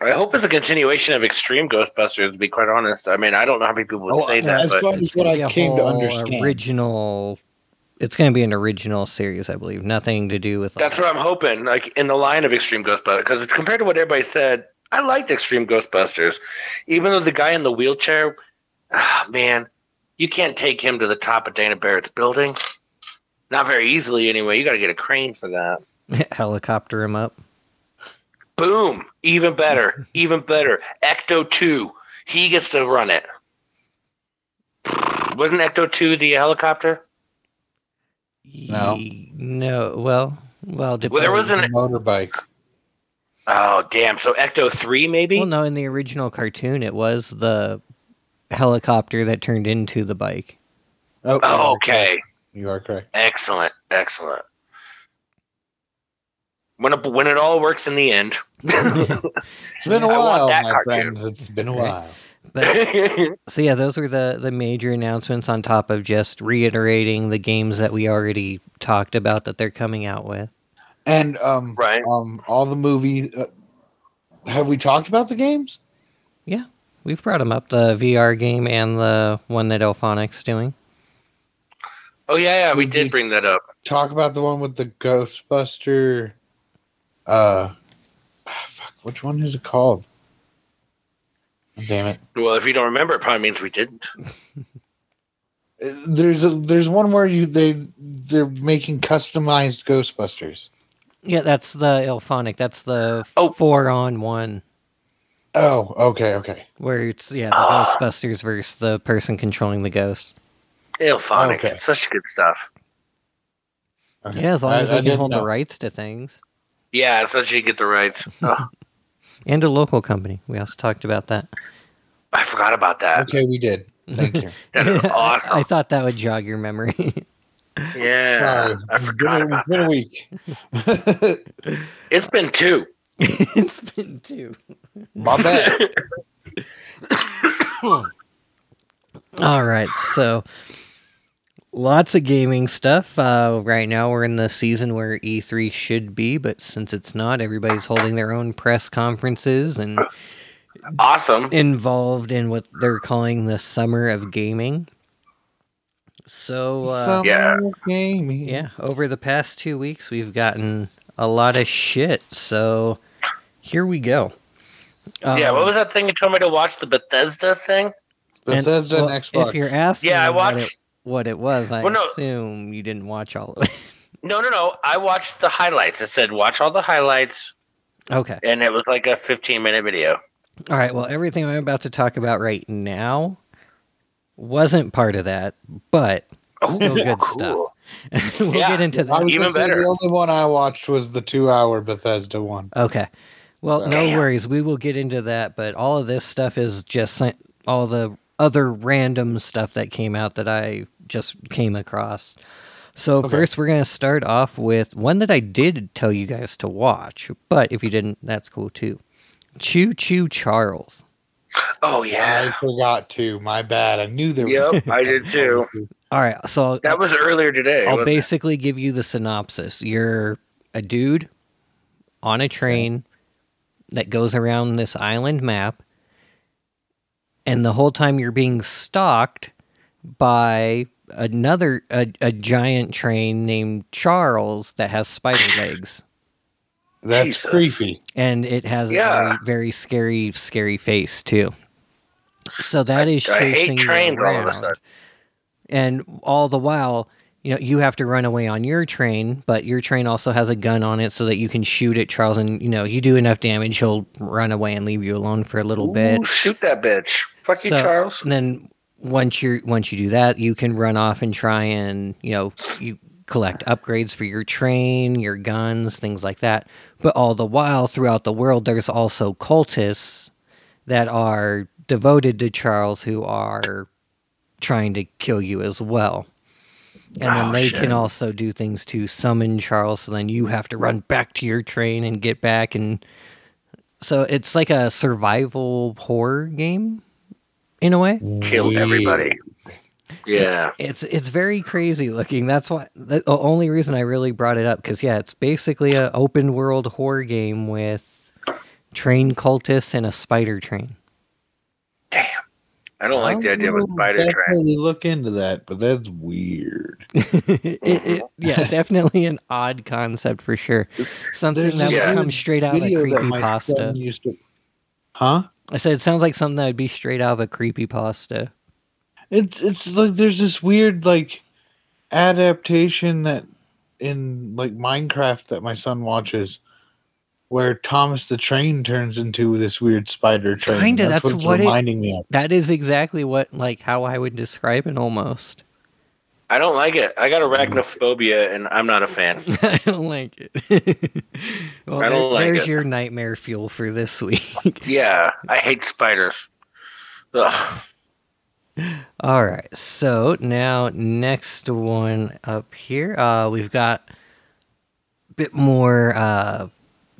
Speaker 1: I hope it's a continuation of Extreme Ghostbusters, to be quite honest. I mean, I don't know how many people would
Speaker 3: Oh,
Speaker 1: say that,
Speaker 3: as
Speaker 1: but
Speaker 3: far as
Speaker 2: It's
Speaker 3: what
Speaker 2: gonna be
Speaker 3: I
Speaker 2: a
Speaker 3: came to
Speaker 2: whole
Speaker 3: understand.
Speaker 2: Original. It's going to be an original series, I believe. Nothing to do with. like,
Speaker 1: that's what I'm hoping. Like in the line of Extreme Ghostbusters, because compared to what everybody said, I liked Extreme Ghostbusters, even though the guy in the wheelchair, ah, man, you can't take him to the top of Dana Barrett's building. Not very easily, anyway. You got to get a crane for that.
Speaker 2: helicopter him up.
Speaker 1: Boom! Even better. Even better. Ecto 2. He gets to run it. Wasn't Ecto 2 the helicopter?
Speaker 3: No.
Speaker 2: Ye- No. Well. Well.
Speaker 1: Well, there was
Speaker 2: depends.
Speaker 1: an
Speaker 3: motorbike.
Speaker 1: Oh damn! So Ecto three maybe?
Speaker 2: Well, no. In the original cartoon, it was the helicopter that turned into the bike.
Speaker 3: Oh,
Speaker 1: Oh, okay,
Speaker 3: You are correct.
Speaker 1: excellent, excellent. When it, when it all works in the end.
Speaker 3: It's been a
Speaker 1: I want
Speaker 3: while,
Speaker 1: that
Speaker 3: my
Speaker 1: cartoon.
Speaker 3: friends. It's been a
Speaker 2: Right.
Speaker 3: while.
Speaker 2: But so yeah, those were the the major announcements. On top of just reiterating the games that we already talked about that they're coming out with.
Speaker 3: And um,
Speaker 1: Right.
Speaker 3: um, all the movie. Uh, have we talked about the games?
Speaker 2: We've brought them up the VR game and the one that Elphonic's doing.
Speaker 1: oh yeah, yeah, we did bring that up.
Speaker 3: Talk about the one with the Ghostbuster. Uh, ah, fuck. Which one is it called? Damn it.
Speaker 1: Well, if you don't remember, it probably means we didn't.
Speaker 3: There's a there's one where you they they're making customized Ghostbusters.
Speaker 2: Yeah, that's the Elphonic. That's the f-
Speaker 1: Oh.
Speaker 2: four on one
Speaker 3: Oh, okay, okay,
Speaker 2: where it's yeah the
Speaker 1: Ah.
Speaker 2: Ghostbusters versus the person controlling the ghost.
Speaker 1: Ilphonic,
Speaker 3: Okay.
Speaker 1: such good stuff.
Speaker 3: okay.
Speaker 2: Yeah, as long
Speaker 3: I-
Speaker 2: as
Speaker 3: I
Speaker 2: we can
Speaker 3: didn't
Speaker 2: hold the
Speaker 3: know.
Speaker 2: rights to things.
Speaker 1: Yeah, such you get the rights. Oh,
Speaker 2: And a local company. We also talked about that.
Speaker 1: I forgot about that.
Speaker 3: Okay, we did. Thank you.
Speaker 1: That is awesome.
Speaker 2: I thought that would jog your memory.
Speaker 1: Yeah,
Speaker 3: Sorry.
Speaker 1: I
Speaker 3: It's been,
Speaker 1: forgot
Speaker 3: a-
Speaker 1: about
Speaker 3: it's been a
Speaker 1: that.
Speaker 3: week.
Speaker 1: It's been two.
Speaker 2: it's been two.
Speaker 3: My bad.
Speaker 2: All right, so lots of gaming stuff. Uh, right now, we're in the season where E3 should be, but since it's not, everybody's holding their own press conferences and
Speaker 1: Awesome.
Speaker 2: involved in what they're calling the summer of gaming. So, uh,
Speaker 1: Yeah.
Speaker 3: Summer gaming.
Speaker 2: yeah, over the past two weeks, we've gotten a lot of shit. So, here we go.
Speaker 1: yeah,
Speaker 2: Um,
Speaker 1: what was that thing you told me to watch? The Bethesda thing?
Speaker 2: and-
Speaker 3: Bethesda and,
Speaker 2: well,
Speaker 3: Xbox.
Speaker 2: If you're asking,
Speaker 1: Yeah, I
Speaker 2: what it-
Speaker 1: watched-
Speaker 2: what it, was. I
Speaker 1: Well, no.
Speaker 2: assume you didn't watch all of it.
Speaker 1: No, no, no. I watched the highlights. It said watch all the highlights,
Speaker 2: okay.
Speaker 1: and it was like a 15 minute video.
Speaker 2: All right. Well, everything I'm about to talk about right now wasn't part of that, but still good
Speaker 1: Oh, Cool.
Speaker 2: stuff. we'll
Speaker 1: Yeah.
Speaker 2: get into
Speaker 3: I
Speaker 2: that.
Speaker 3: was
Speaker 1: Even
Speaker 3: gonna say
Speaker 1: better.
Speaker 3: The only one I watched was the two-hour Bethesda one.
Speaker 2: Okay. Well, no
Speaker 1: Damn.
Speaker 2: worries. We will get into that, but all of this stuff is just si- all the other random stuff that came out that I just came across. So, first, we're going to start off with one that I did tell you guys to watch, but if you didn't, that's cool too. Choo Choo Charles.
Speaker 1: Oh
Speaker 3: I
Speaker 1: yeah.
Speaker 3: forgot to. My bad. I knew there was.
Speaker 1: Yep, I did too.
Speaker 2: All right. So, I'll-
Speaker 1: That was earlier today.
Speaker 2: I'll
Speaker 1: wasn't it?
Speaker 2: basically give you the synopsis. You're a dude on a train that goes around this island map, and the whole time you're being stalked by another a, a giant train named Charles that has spider legs,
Speaker 3: That's
Speaker 1: Jesus.
Speaker 3: creepy.
Speaker 2: and it has a
Speaker 1: Yeah.
Speaker 2: very, very scary, scary face too. So that is
Speaker 1: I
Speaker 2: chasing
Speaker 1: hate
Speaker 2: you
Speaker 1: trains all of a
Speaker 2: around
Speaker 1: sudden.
Speaker 2: and all the while you know you have to run away on your train but your train also has a gun on it so that you can shoot at charles and you know you do enough damage he'll run away and leave you alone for a little bit
Speaker 1: Ooh, shoot that bitch. Fuck you,
Speaker 2: So-
Speaker 1: Charles.
Speaker 2: and then once you're once you do that, you can run off and try and you know you collect upgrades for your train, your guns, things like that. But all the while, throughout the world, there's also cultists that are devoted to Charles who are trying to kill you as well. And then
Speaker 1: Oh,
Speaker 2: they
Speaker 1: shit.
Speaker 2: can also do things to summon Charles, so then you have to run back to your train and get back and so it's like a survival horror game in a way.
Speaker 1: Kill everybody. Yeah.
Speaker 2: It's it's very crazy looking. That's why the o- only reason I really brought it up because yeah, it's basically an open world horror game with train cultists and a spider train.
Speaker 1: I don't like the idea of a
Speaker 2: Oh,
Speaker 3: I'll
Speaker 1: spider train.
Speaker 3: definitely look into that, but that's weird.
Speaker 2: it, it, yeah, definitely an odd concept for sure. Something
Speaker 3: There's
Speaker 2: that
Speaker 1: this
Speaker 2: would
Speaker 1: weird
Speaker 2: come straight out of creepy pasta.
Speaker 3: used to. Huh?
Speaker 2: I said it sounds like something that would be straight out of a creepy pasta.
Speaker 3: It's it's like there's this weird like adaptation that in like Minecraft that my son watches, where Thomas the Train turns into this weird spider train.
Speaker 2: Kinda, that's
Speaker 3: it's
Speaker 2: what it-
Speaker 3: reminding me of.
Speaker 2: That is exactly what like how I would describe it almost.
Speaker 1: I don't like it. I got arachnophobia, and I'm not a fan.
Speaker 2: I don't like it. well, there-
Speaker 1: I don't like
Speaker 2: there's
Speaker 1: it.
Speaker 2: your nightmare fuel for this week.
Speaker 1: Yeah, I hate spiders. Ugh.
Speaker 2: All right. So now next one up here, uh, we've got a bit more uh,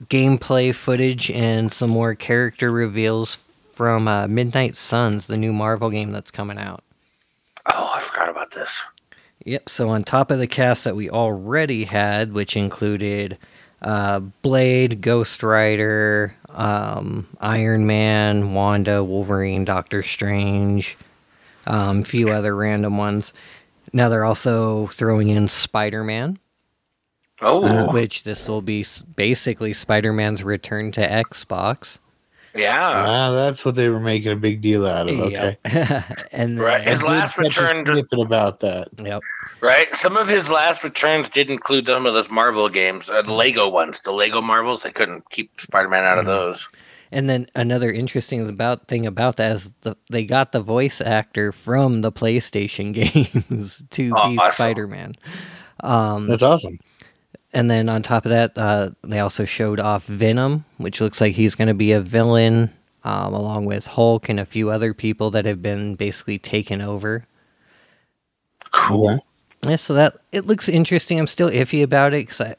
Speaker 2: gameplay footage and some more character reveals from uh, Midnight Suns, the new Marvel game that's coming out.
Speaker 1: Oh, I forgot about this.
Speaker 2: Yep. So on top of the cast that we already had, which included uh, Blade, Ghost Rider, um, Iron Man, Wanda, Wolverine, Doctor Strange, um, a few other random ones. Now they're also throwing in Spider Man,
Speaker 1: Oh,
Speaker 2: which this will be s- basically Spider Man's return to Xbox.
Speaker 1: yeah.
Speaker 3: Ah, that's what they were making a big deal out of. Oh, Okay,
Speaker 2: Yep. and
Speaker 1: Right.
Speaker 2: then-
Speaker 1: His last
Speaker 3: I did catch a
Speaker 1: return to-
Speaker 3: snippet about that.
Speaker 2: yep.
Speaker 1: Right? Some of his last returns did include some of those Marvel games, uh, the Lego ones, the Lego Marvels. They couldn't keep Spider Man out of those.
Speaker 2: And then another interesting about thing about that is the, they got the voice actor from the PlayStation games to
Speaker 1: Oh,
Speaker 2: be
Speaker 1: awesome.
Speaker 2: Spider Man. Um,
Speaker 3: That's awesome.
Speaker 2: and then on top of that, uh, they also showed off Venom, which looks like he's going to be a villain, um, along with Hulk and a few other people that have been basically taken over.
Speaker 3: Cool.
Speaker 2: Yeah, so that it looks interesting. I'm still iffy about it because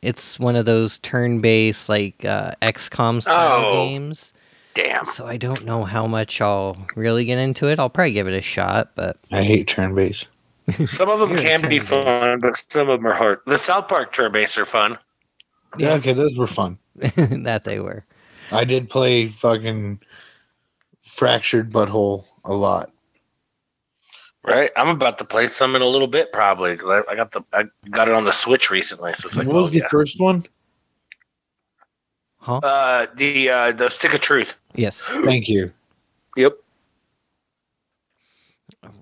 Speaker 2: it's one of those turn-based like uh, XCOM style
Speaker 1: Oh.
Speaker 2: games.
Speaker 1: Damn.
Speaker 2: So I don't know how much I'll really get into it. I'll probably give it a shot, but
Speaker 3: I hate turn based.
Speaker 1: Some of them
Speaker 2: You're a
Speaker 1: can be
Speaker 2: turn-based.
Speaker 1: fun, but some of them are hard. The South Park turn based are fun.
Speaker 3: Yeah. Okay, those were fun.
Speaker 2: that they were.
Speaker 3: I did play fucking fractured butthole a lot.
Speaker 1: Right, I'm about to play some in a little bit, probably. 'cause I, I got the I got it on the Switch recently, so it's like,
Speaker 3: what was
Speaker 1: oh,
Speaker 3: the
Speaker 1: yeah.
Speaker 3: first one?
Speaker 2: Huh?
Speaker 1: uh, the uh, the Stick of Truth.
Speaker 2: yes.
Speaker 3: Thank you.
Speaker 1: Yep.
Speaker 2: Alright,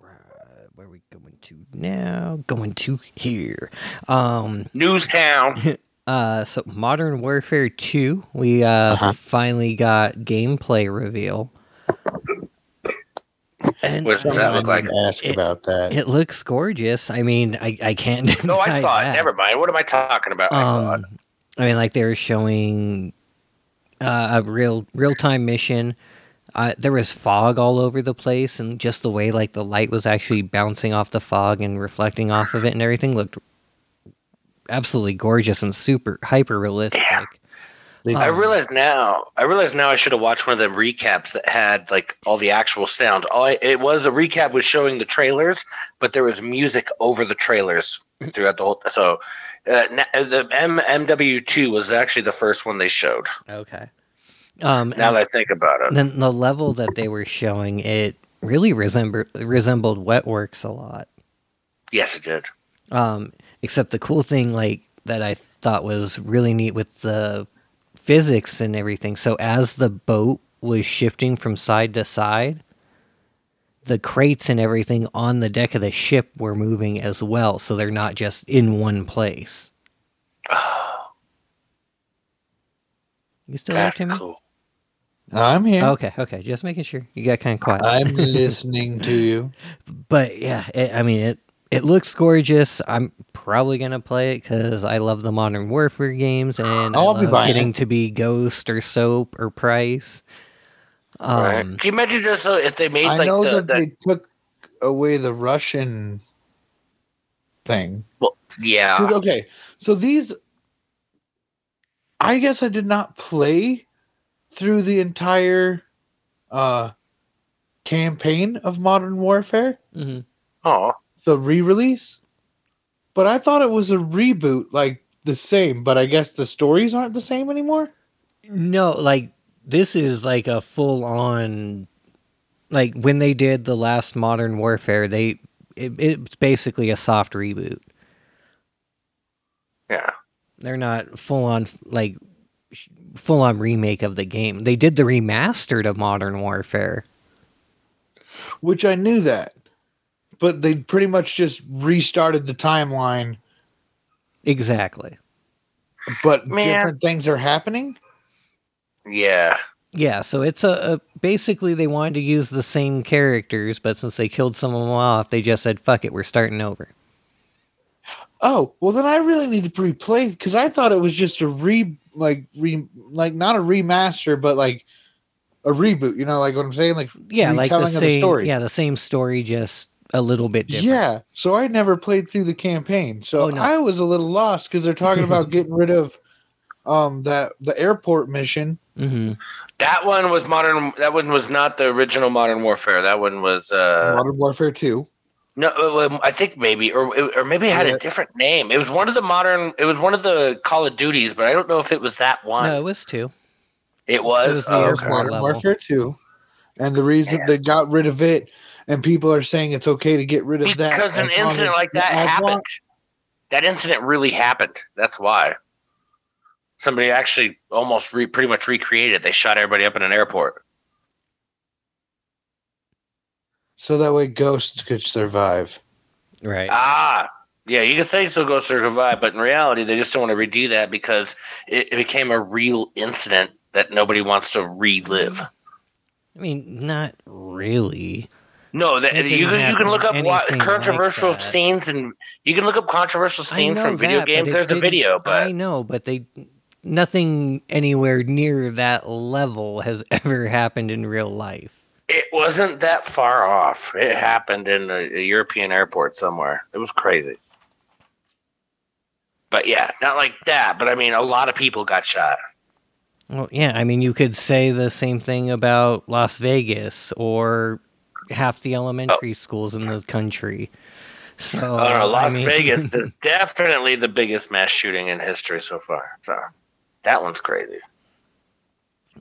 Speaker 2: Where are we going to now? Going to here. Um
Speaker 1: Newstown.
Speaker 2: uh so Modern Warfare 2, we uh
Speaker 3: Uh-huh.
Speaker 2: finally got gameplay reveal. And
Speaker 1: Was-
Speaker 3: Someone
Speaker 1: that look
Speaker 3: I
Speaker 1: like-
Speaker 3: need to ask
Speaker 2: It-
Speaker 3: about that.
Speaker 2: it looks gorgeous. I mean, I I can't
Speaker 1: No, I
Speaker 2: deny
Speaker 1: saw it.
Speaker 2: that.
Speaker 1: Never mind. What am I talking about? I saw it.
Speaker 2: Um, I mean, like they were showing uh, a real real time mission. Uh, there was fog all over the place, and just the way like the light was actually bouncing off the fog and reflecting off of it, and everything looked absolutely gorgeous and super hyper realistic.
Speaker 3: They-
Speaker 1: I
Speaker 2: um,
Speaker 1: realize now. I realize now. I should have watched one of the recaps that had like all the actual sound. All I, it was a recap was showing the trailers, but there was music over the trailers throughout the whole. So, uh, na- the M MW two was actually the first one they showed.
Speaker 2: Okay. Um,
Speaker 1: Now that I think about it,
Speaker 2: then the level that they were showing it really resembled resembled Wetworks a lot.
Speaker 1: yes, it did.
Speaker 2: Um, except the cool thing, like that, I thought was really neat with the physics and everything. So as the boat was shifting from side to side, the crates and everything on the deck of the ship were moving as well. So they're not just in one place.
Speaker 1: Ah,
Speaker 2: You still there,
Speaker 1: That's
Speaker 2: Timmy? Oh,
Speaker 1: cool.
Speaker 3: I'm here.
Speaker 1: Oh.
Speaker 2: Okay, okay, just making sure. You got kind of quiet.
Speaker 3: I'm listening to you.
Speaker 2: but yeah, it, I mean it. It looks gorgeous. I'm probably gonna play it because I love the modern warfare games, and
Speaker 3: Oh,
Speaker 2: I
Speaker 3: I'll be
Speaker 2: love
Speaker 3: buying
Speaker 2: getting to be Ghost or Soap or Price. Um,
Speaker 1: Right. Can you imagine just uh, if they made
Speaker 3: I
Speaker 1: like
Speaker 3: know
Speaker 1: the,
Speaker 3: that
Speaker 1: the-
Speaker 3: they took away the Russian thing.
Speaker 1: yeah,
Speaker 3: 'Cause, okay, so these, I guess I did not play through the entire uh, campaign of Modern Warfare,
Speaker 2: mhm.
Speaker 1: oh,
Speaker 3: the re-release, but I thought it was a reboot, like the same. But I guess the stories aren't the same anymore.
Speaker 2: No, like this is like a full on, like when they did the last Modern Warfare, they it, it's basically a soft reboot.
Speaker 1: yeah.
Speaker 2: They're not full on like full on remake of the game. They did the remastered of Modern Warfare.
Speaker 3: which I knew that, but they pretty much just restarted the timeline,
Speaker 2: Exactly.
Speaker 3: but
Speaker 1: Man.
Speaker 3: different things are happening.
Speaker 1: Yeah.
Speaker 2: Yeah, so it's a, a basically they wanted to use the same characters, but since they killed some of them off, they just said fuck it, we're starting over.
Speaker 3: Oh, well then I really need to replay because I thought it was just a re like re like not a remaster, but like a reboot. You know, like what I'm saying, like
Speaker 2: Yeah, like the
Speaker 3: Retelling of the
Speaker 2: same
Speaker 3: story.
Speaker 2: yeah, the same story just a little bit different.
Speaker 3: yeah. So I never played through the campaign, so
Speaker 2: Oh, no.
Speaker 3: I was a little lost because they're talking about getting rid of um that the airport mission.
Speaker 2: hmm
Speaker 1: That one was modern. That one was not the original Modern Warfare. That one was uh,
Speaker 3: Modern Warfare Two.
Speaker 1: no. uh, I think maybe, or or maybe it had
Speaker 3: Yeah.
Speaker 1: a different name. It was one of the modern. It was one of the Call of Duties, but I don't know if it was that one.
Speaker 2: No, it was two.
Speaker 1: it was.
Speaker 2: was the
Speaker 1: oh,
Speaker 2: airport.
Speaker 1: okay.
Speaker 3: Modern
Speaker 2: level.
Speaker 3: Warfare 2. And the reason
Speaker 1: Man.
Speaker 3: they got rid of it, and people are saying it's okay to get rid of that.
Speaker 1: because an
Speaker 3: as long
Speaker 1: incident
Speaker 3: as-
Speaker 1: like that
Speaker 3: as
Speaker 1: happened.
Speaker 3: long-
Speaker 1: that incident really happened. That's why somebody actually almost re- pretty much recreated. They shot everybody up in an airport.
Speaker 3: so that way ghosts could survive.
Speaker 2: Right.
Speaker 1: Ah, yeah, you can say so Ghost Circle Vibe, but in reality, they just don't want to redo that because it, it became a real incident that nobody wants to relive.
Speaker 2: I mean, not really.
Speaker 1: No, that,
Speaker 2: It didn't
Speaker 1: you, can- you
Speaker 2: happen
Speaker 1: can look up what,
Speaker 2: anything like
Speaker 1: controversial
Speaker 2: that.
Speaker 1: scenes and you can look up controversial
Speaker 2: I
Speaker 1: scenes
Speaker 2: know
Speaker 1: from video
Speaker 2: that, but
Speaker 1: games.
Speaker 2: it
Speaker 1: There's a
Speaker 2: didn't-
Speaker 1: video, but
Speaker 2: I know, but they nothing anywhere near that level has ever happened in real life.
Speaker 1: it wasn't that far off. It happened in a, a European airport somewhere. It was crazy. But yeah, not like that. But I mean, a lot of people got shot.
Speaker 2: Well, yeah, I mean, you could say the same thing about Las Vegas or half the
Speaker 3: Oh.
Speaker 2: elementary schools in the country. So,
Speaker 1: Oh, no, Las
Speaker 2: I mean,
Speaker 1: Vegas is definitely the biggest mass shooting in history so far. So that one's crazy.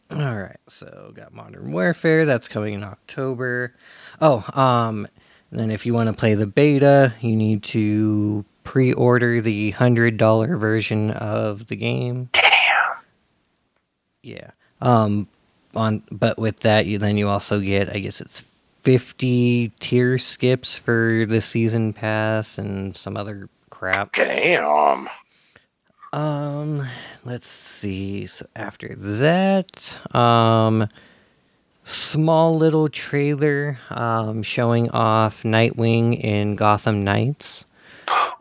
Speaker 2: All right, so got Modern Warfare that's coming in October. Oh, um, and then if you want to play the beta, you need to pre-order the hundred dollar version of the game. Damn. Yeah. Um, on but with that, you then you also get I guess it's fifty tier skips for the season pass and some other crap.
Speaker 1: Damn.
Speaker 2: Um, let's see. So after that, um, small little trailer um, showing off Nightwing in Gotham Knights.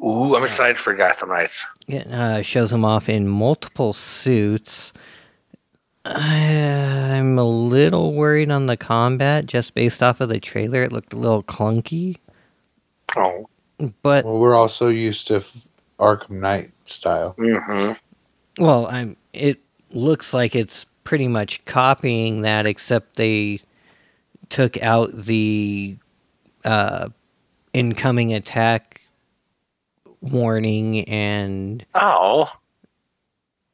Speaker 1: Ooh, I'm excited for Gotham Knights.
Speaker 2: It uh, shows him off in multiple suits. I'm a little worried on the combat just based off of the trailer. It looked a little clunky,
Speaker 1: Oh.
Speaker 2: but
Speaker 3: Well, we're also used to f- Arkham Knight style.
Speaker 1: Mm-hmm.
Speaker 2: Well, I'm. It looks like it's pretty much copying that, except they took out the uh, incoming attack warning, and
Speaker 1: Oh.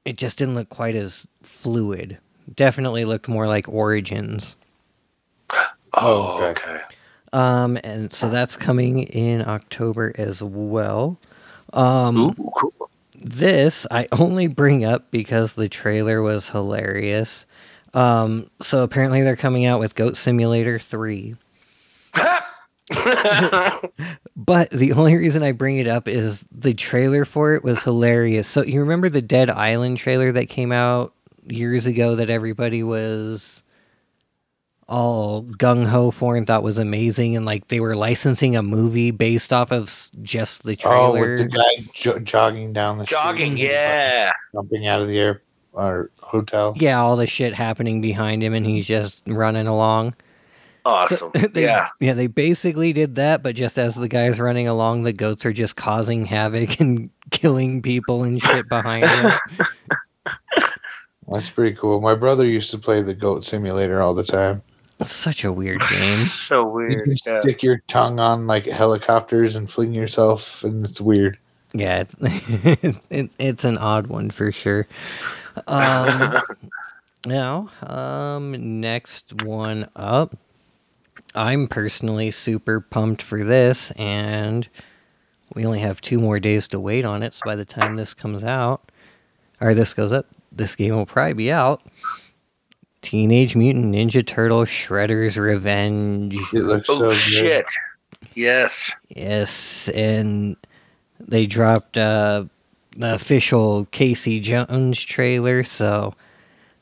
Speaker 2: it just didn't look quite as fluid. Definitely looked more like Origins.
Speaker 1: Oh,
Speaker 3: okay.
Speaker 1: okay.
Speaker 2: Um, and so that's coming in October as well. Um,
Speaker 1: Ooh, cool.
Speaker 2: this I only bring up because the trailer was hilarious. Um, so apparently they're coming out with Goat Simulator 3. But the only reason I bring it up is the trailer for it was hilarious. So you remember the Dead Island trailer that came out years ago that everybody was all gung ho for and thought was amazing, and like they were licensing a movie based off of s- just the
Speaker 3: Oh,
Speaker 2: trailer.
Speaker 3: with the guy jo- jogging down the street
Speaker 1: Jogging,
Speaker 3: and
Speaker 1: yeah.
Speaker 3: jumping out of the air or hotel.
Speaker 2: yeah, all the shit happening behind him, and he's just running along.
Speaker 1: Awesome.
Speaker 2: they,
Speaker 1: yeah.
Speaker 2: yeah, they basically did that, but just as the guy's running along, the goats are just causing havoc and killing people and shit behind him.
Speaker 3: That's pretty cool. My brother used to play the goat simulator all the time.
Speaker 2: Such a weird game.
Speaker 1: So
Speaker 3: You
Speaker 1: weird.
Speaker 3: can
Speaker 1: yeah.
Speaker 3: Mm-hmm. stick your tongue on like helicopters and fling yourself, and it's weird.
Speaker 2: Yeah, it, it, it's an odd one for sure. Um, now, um, next one up. I'm personally super pumped for this, and we only have two more days to wait on it. So by the time this comes out, or this goes up, this game will probably be out. Teenage Mutant Ninja Turtle Shredder's Revenge.
Speaker 3: It looks
Speaker 1: Oh
Speaker 3: so
Speaker 1: shit. Yes.
Speaker 2: Yes, and they dropped uh, the official Casey Jones trailer, so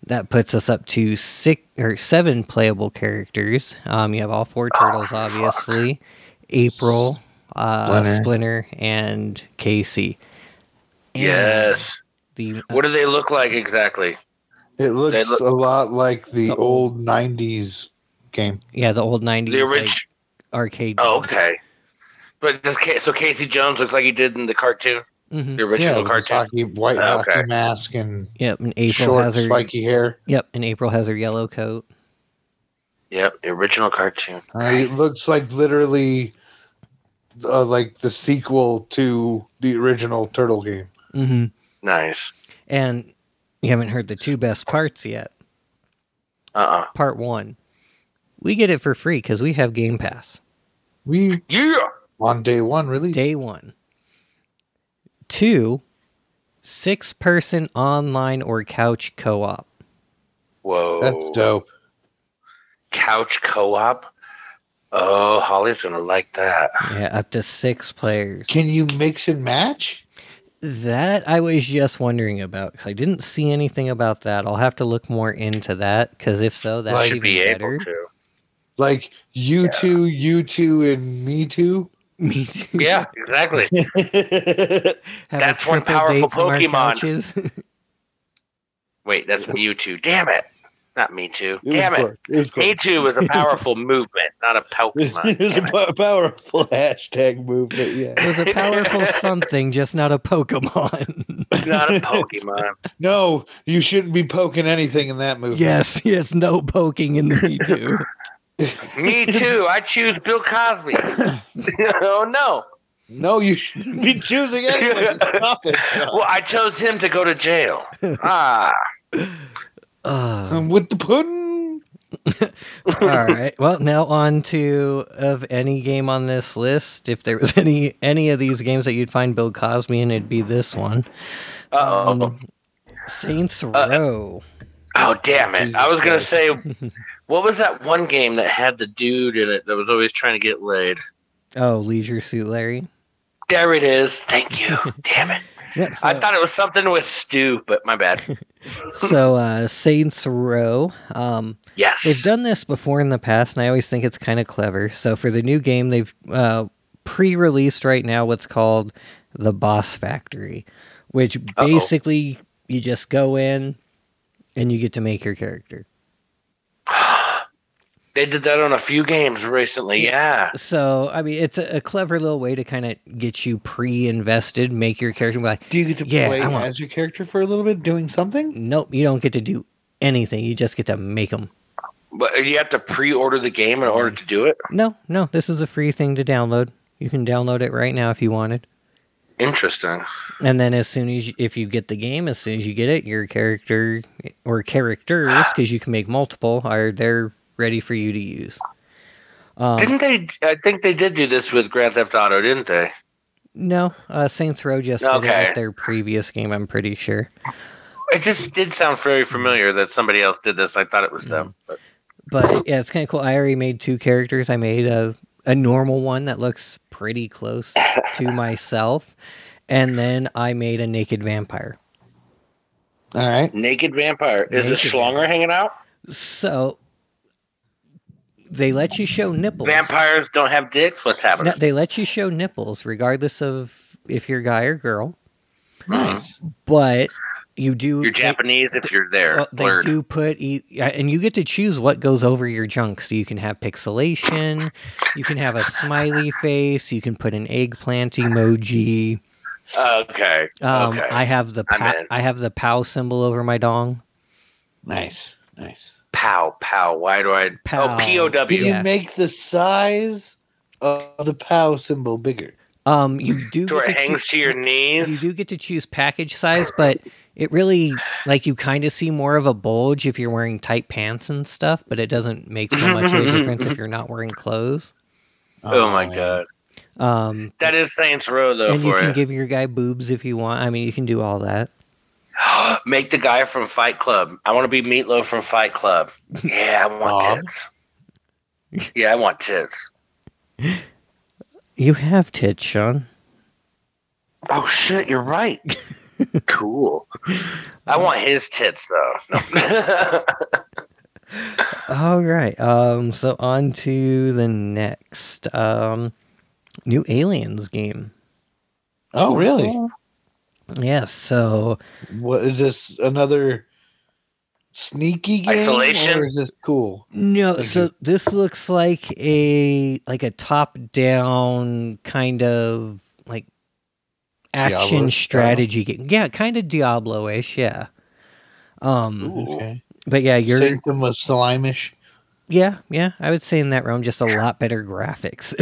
Speaker 2: that puts us up to six or seven playable characters. Um, you have all four turtles, obviously, April, uh,
Speaker 3: Splinter.
Speaker 2: Splinter, and Casey. And
Speaker 1: Yes.
Speaker 2: The uh,
Speaker 1: What do they look like exactly?
Speaker 3: good. It looks
Speaker 1: look-
Speaker 3: a lot like the
Speaker 2: The
Speaker 3: old '90s game.
Speaker 2: yeah, the old nineties
Speaker 1: The original.
Speaker 2: arcade.
Speaker 1: Oh, okay. But does Ca- so Casey Jones looks like he did in the cartoon,
Speaker 2: hmm
Speaker 1: the original
Speaker 3: with this
Speaker 1: cartoon.
Speaker 3: hockey, white
Speaker 1: Ah, okay.
Speaker 3: hockey mask and
Speaker 2: Yep, and April
Speaker 3: short,
Speaker 2: has her.
Speaker 3: spiky hair.
Speaker 2: Yep, and April has her yellow coat.
Speaker 1: Yep, the original cartoon.
Speaker 3: Uh, it looks like literally uh, like the sequel to the original Turtle game.
Speaker 2: Mm-hmm.
Speaker 1: Nice.
Speaker 2: And you haven't heard the two best parts yet.
Speaker 1: Uh uh
Speaker 2: Part one, we get it for free because we have Game Pass
Speaker 3: We
Speaker 1: Yeah.
Speaker 3: on day one release.
Speaker 2: day one. Two, six person online or couch co op.
Speaker 1: Whoa.
Speaker 3: That's dope.
Speaker 1: Couch co-op. Oh, Holly's gonna like that.
Speaker 2: Yeah, up to six players.
Speaker 3: Can you mix and match?
Speaker 2: That I was just wondering about because I didn't see anything about that. I'll have to look more into that because if so, that's
Speaker 3: Like,
Speaker 1: Should
Speaker 2: even
Speaker 1: be
Speaker 2: better.
Speaker 1: able to.
Speaker 3: Like you two, you two, and me too.
Speaker 2: Me too.
Speaker 1: Yeah, exactly.
Speaker 2: Have a
Speaker 1: That's one
Speaker 2: triple
Speaker 1: powerful
Speaker 2: date from our
Speaker 1: Pokemon.
Speaker 2: couches.
Speaker 1: Wait, that's Mewtwo. Damn it. Not Me Too.
Speaker 3: It
Speaker 1: Damn
Speaker 3: was
Speaker 1: it.
Speaker 3: close. It was close.
Speaker 1: Me Too was a powerful movement, not a Pokemon.
Speaker 3: It was a
Speaker 1: Damn it.
Speaker 3: po- powerful hashtag movement. Yeah.
Speaker 2: It was a powerful something, just not a Pokemon.
Speaker 1: not a Pokemon.
Speaker 3: No, you shouldn't be poking anything in that movement.
Speaker 2: yes, yes, no poking in the Me Too.
Speaker 1: Me Too. I choose Bill Cosby. oh, no.
Speaker 3: No, you shouldn't be choosing anything. Stop it. John.
Speaker 1: Well, I chose him to go to jail. Ah.
Speaker 2: Uh,
Speaker 3: I'm Um, with the pudding.
Speaker 2: all right. Well, now on to of any game on this list. If there was any any of these games that you'd find Bill Cosby in, it'd be this one.
Speaker 1: Uh-oh. Uh,
Speaker 2: Um, Saints Row.
Speaker 1: oh, damn it.
Speaker 3: Jesus
Speaker 1: I was going to
Speaker 3: Christ.
Speaker 1: say, what was that one game that had the dude in it that was always trying to get laid?
Speaker 2: Oh, Leisure Suit Larry.
Speaker 1: There it is. Thank you. Damn it.
Speaker 2: Yeah, so-
Speaker 1: I thought it was something with Stu, but my bad.
Speaker 2: so uh, Saints Row. Um,
Speaker 1: Yes.
Speaker 2: They've done this before in the past, and I always think it's kind of clever. So for the new game, they've uh, pre-released right now what's called the Boss Factory, which basically you just go in and you get to make your character.
Speaker 1: They did that on a few games recently. Yeah.
Speaker 2: So I mean, it's a, a clever little way to kind of get you pre-invested, make your character. Be like,
Speaker 3: Do you get to
Speaker 2: Yeah,
Speaker 3: play
Speaker 2: I want-
Speaker 3: as your character for a little bit, doing something?
Speaker 2: nope, you don't get to do anything. You just get to make them.
Speaker 1: But you have to pre-order the game in
Speaker 2: Mm-hmm.
Speaker 1: order to do it.
Speaker 2: No, no, this is a free thing to download. You can download it right now if you wanted.
Speaker 1: Interesting.
Speaker 2: And then as soon as you, if you get the game, as soon as you get it, your character or characters, because you can make multiple, are they're ready for you to use. Um,
Speaker 1: didn't they? I think they did do this with Grand Theft Auto, didn't they?
Speaker 2: no, uh, Saints Row just did it
Speaker 1: Okay.
Speaker 2: with their previous game. I'm pretty sure.
Speaker 1: It just did sound very familiar that somebody else did this. I thought it was them. But
Speaker 2: But yeah, it's kind of cool. I already made two characters. I made a a normal one that looks pretty close to myself, and then I made a naked vampire.
Speaker 3: All right.
Speaker 2: Mm.
Speaker 1: Naked Vampire is this
Speaker 2: Naked
Speaker 1: Schlonger hanging out?
Speaker 2: So they let you show nipples.
Speaker 1: Oh. Vampires don't have dicks. What's
Speaker 2: No,
Speaker 1: happening?
Speaker 2: they let you show nipples regardless of if you're guy or girl,
Speaker 3: Nice.
Speaker 2: but you do
Speaker 1: You're
Speaker 2: they-
Speaker 1: Japanese if you're there.
Speaker 2: well, they
Speaker 1: Blurred.
Speaker 2: do put e- yeah, and you get to choose what goes over your junk so you can have pixelation, you can have a smiley face, you can put an eggplant emoji.
Speaker 1: Okay.
Speaker 2: Um,
Speaker 1: okay.
Speaker 2: I have the
Speaker 1: I'm
Speaker 2: pow,
Speaker 1: in.
Speaker 2: I have the pow symbol over my dong.
Speaker 3: Nice. Nice.
Speaker 1: pow pow. Why do I?
Speaker 2: Pow.
Speaker 1: Oh, P O
Speaker 3: Did
Speaker 1: W.
Speaker 2: Yeah.
Speaker 3: you make the size of the POW symbol bigger?
Speaker 2: Um, you do
Speaker 1: To where
Speaker 2: get
Speaker 1: it
Speaker 2: to choose,
Speaker 1: hangs to your
Speaker 2: you
Speaker 1: knees.
Speaker 2: do get to choose package size, but it really like you kind of see more of a bulge if you're wearing tight pants and stuff, but it doesn't make so much of a difference if you're not wearing clothes.
Speaker 1: Oh my
Speaker 3: man.
Speaker 1: god.
Speaker 2: Um,
Speaker 1: That is Saints Row though.
Speaker 2: and you
Speaker 1: for
Speaker 2: can
Speaker 1: it.
Speaker 2: give your guy boobs if you want. I mean, you can do all that.
Speaker 1: Make the guy from Fight Club. I want to be Meatloaf from Fight Club. Yeah, I want
Speaker 3: Bob?
Speaker 1: tits. Yeah, I want tits.
Speaker 2: You have tits, Sean.
Speaker 1: Oh shit, you're right. cool. I want his tits though. No.
Speaker 2: All right. Um, so on to the next um, new aliens game.
Speaker 3: Oh really?
Speaker 2: Yes. So
Speaker 3: What is this? Another sneaky game?
Speaker 1: Isolation?
Speaker 3: Or is this cool?
Speaker 2: no. So this looks like a like a top down kind of like action
Speaker 4: Diablo style?
Speaker 2: strategy game. Yeah, kind of Diablo ish. Yeah. Um,
Speaker 3: Okay.
Speaker 2: but yeah, you're
Speaker 3: Sanctum was slimish.
Speaker 2: yeah, yeah. I would say in that realm, just a lot better graphics.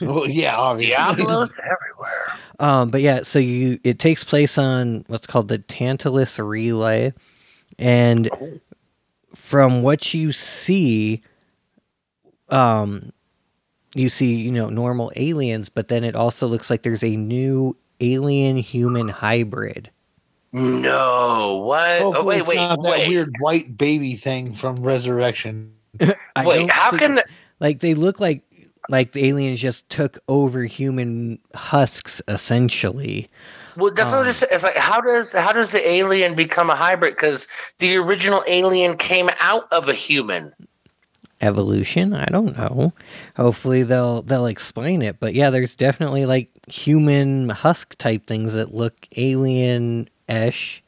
Speaker 3: well, Oh, yeah, obviously.
Speaker 1: Diablo's everywhere.
Speaker 2: Um, but yeah, so you it takes place on what's called the Tantalus Relay, and from what you see, um, you see you know normal aliens, but then it also looks like there's a new alien human hybrid.
Speaker 1: No, what?
Speaker 3: Hopefully
Speaker 1: Oh, wait,
Speaker 3: it's
Speaker 1: wait,
Speaker 3: not that
Speaker 1: wait.
Speaker 3: weird white baby thing from Resurrection.
Speaker 2: I
Speaker 1: wait,
Speaker 2: don't
Speaker 1: how
Speaker 2: think-
Speaker 1: can the-
Speaker 2: like they look like like the aliens just took over human husks essentially?
Speaker 1: Well, that's what
Speaker 3: Oh.
Speaker 2: Um,
Speaker 1: I'm just, it's like. How does how does the alien become a hybrid? Because the original alien came out of a human.
Speaker 2: evolution i don't know hopefully they'll they'll explain it but yeah there's definitely like human husk type things that look alien-ish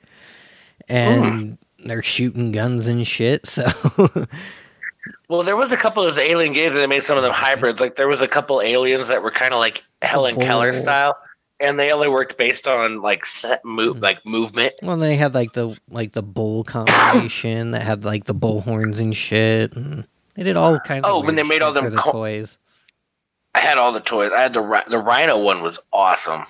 Speaker 2: and
Speaker 1: Hmm.
Speaker 2: they're shooting guns and shit so
Speaker 1: Well, there was a couple of those alien games where they made some of them hybrids. Like there was a couple aliens that were kind of like Helen
Speaker 2: Oh.
Speaker 1: Keller style, and they only worked based on like set move,
Speaker 2: Hmm.
Speaker 1: like movement.
Speaker 2: well they had like the like the bull combination that had like the bull horns and shit and they did all kinds of
Speaker 1: Oh, when
Speaker 2: weird
Speaker 1: they made all
Speaker 2: shit
Speaker 1: them
Speaker 2: for the
Speaker 1: co-
Speaker 2: toys
Speaker 1: I had all the toys. I had the ri- the rhino one was awesome.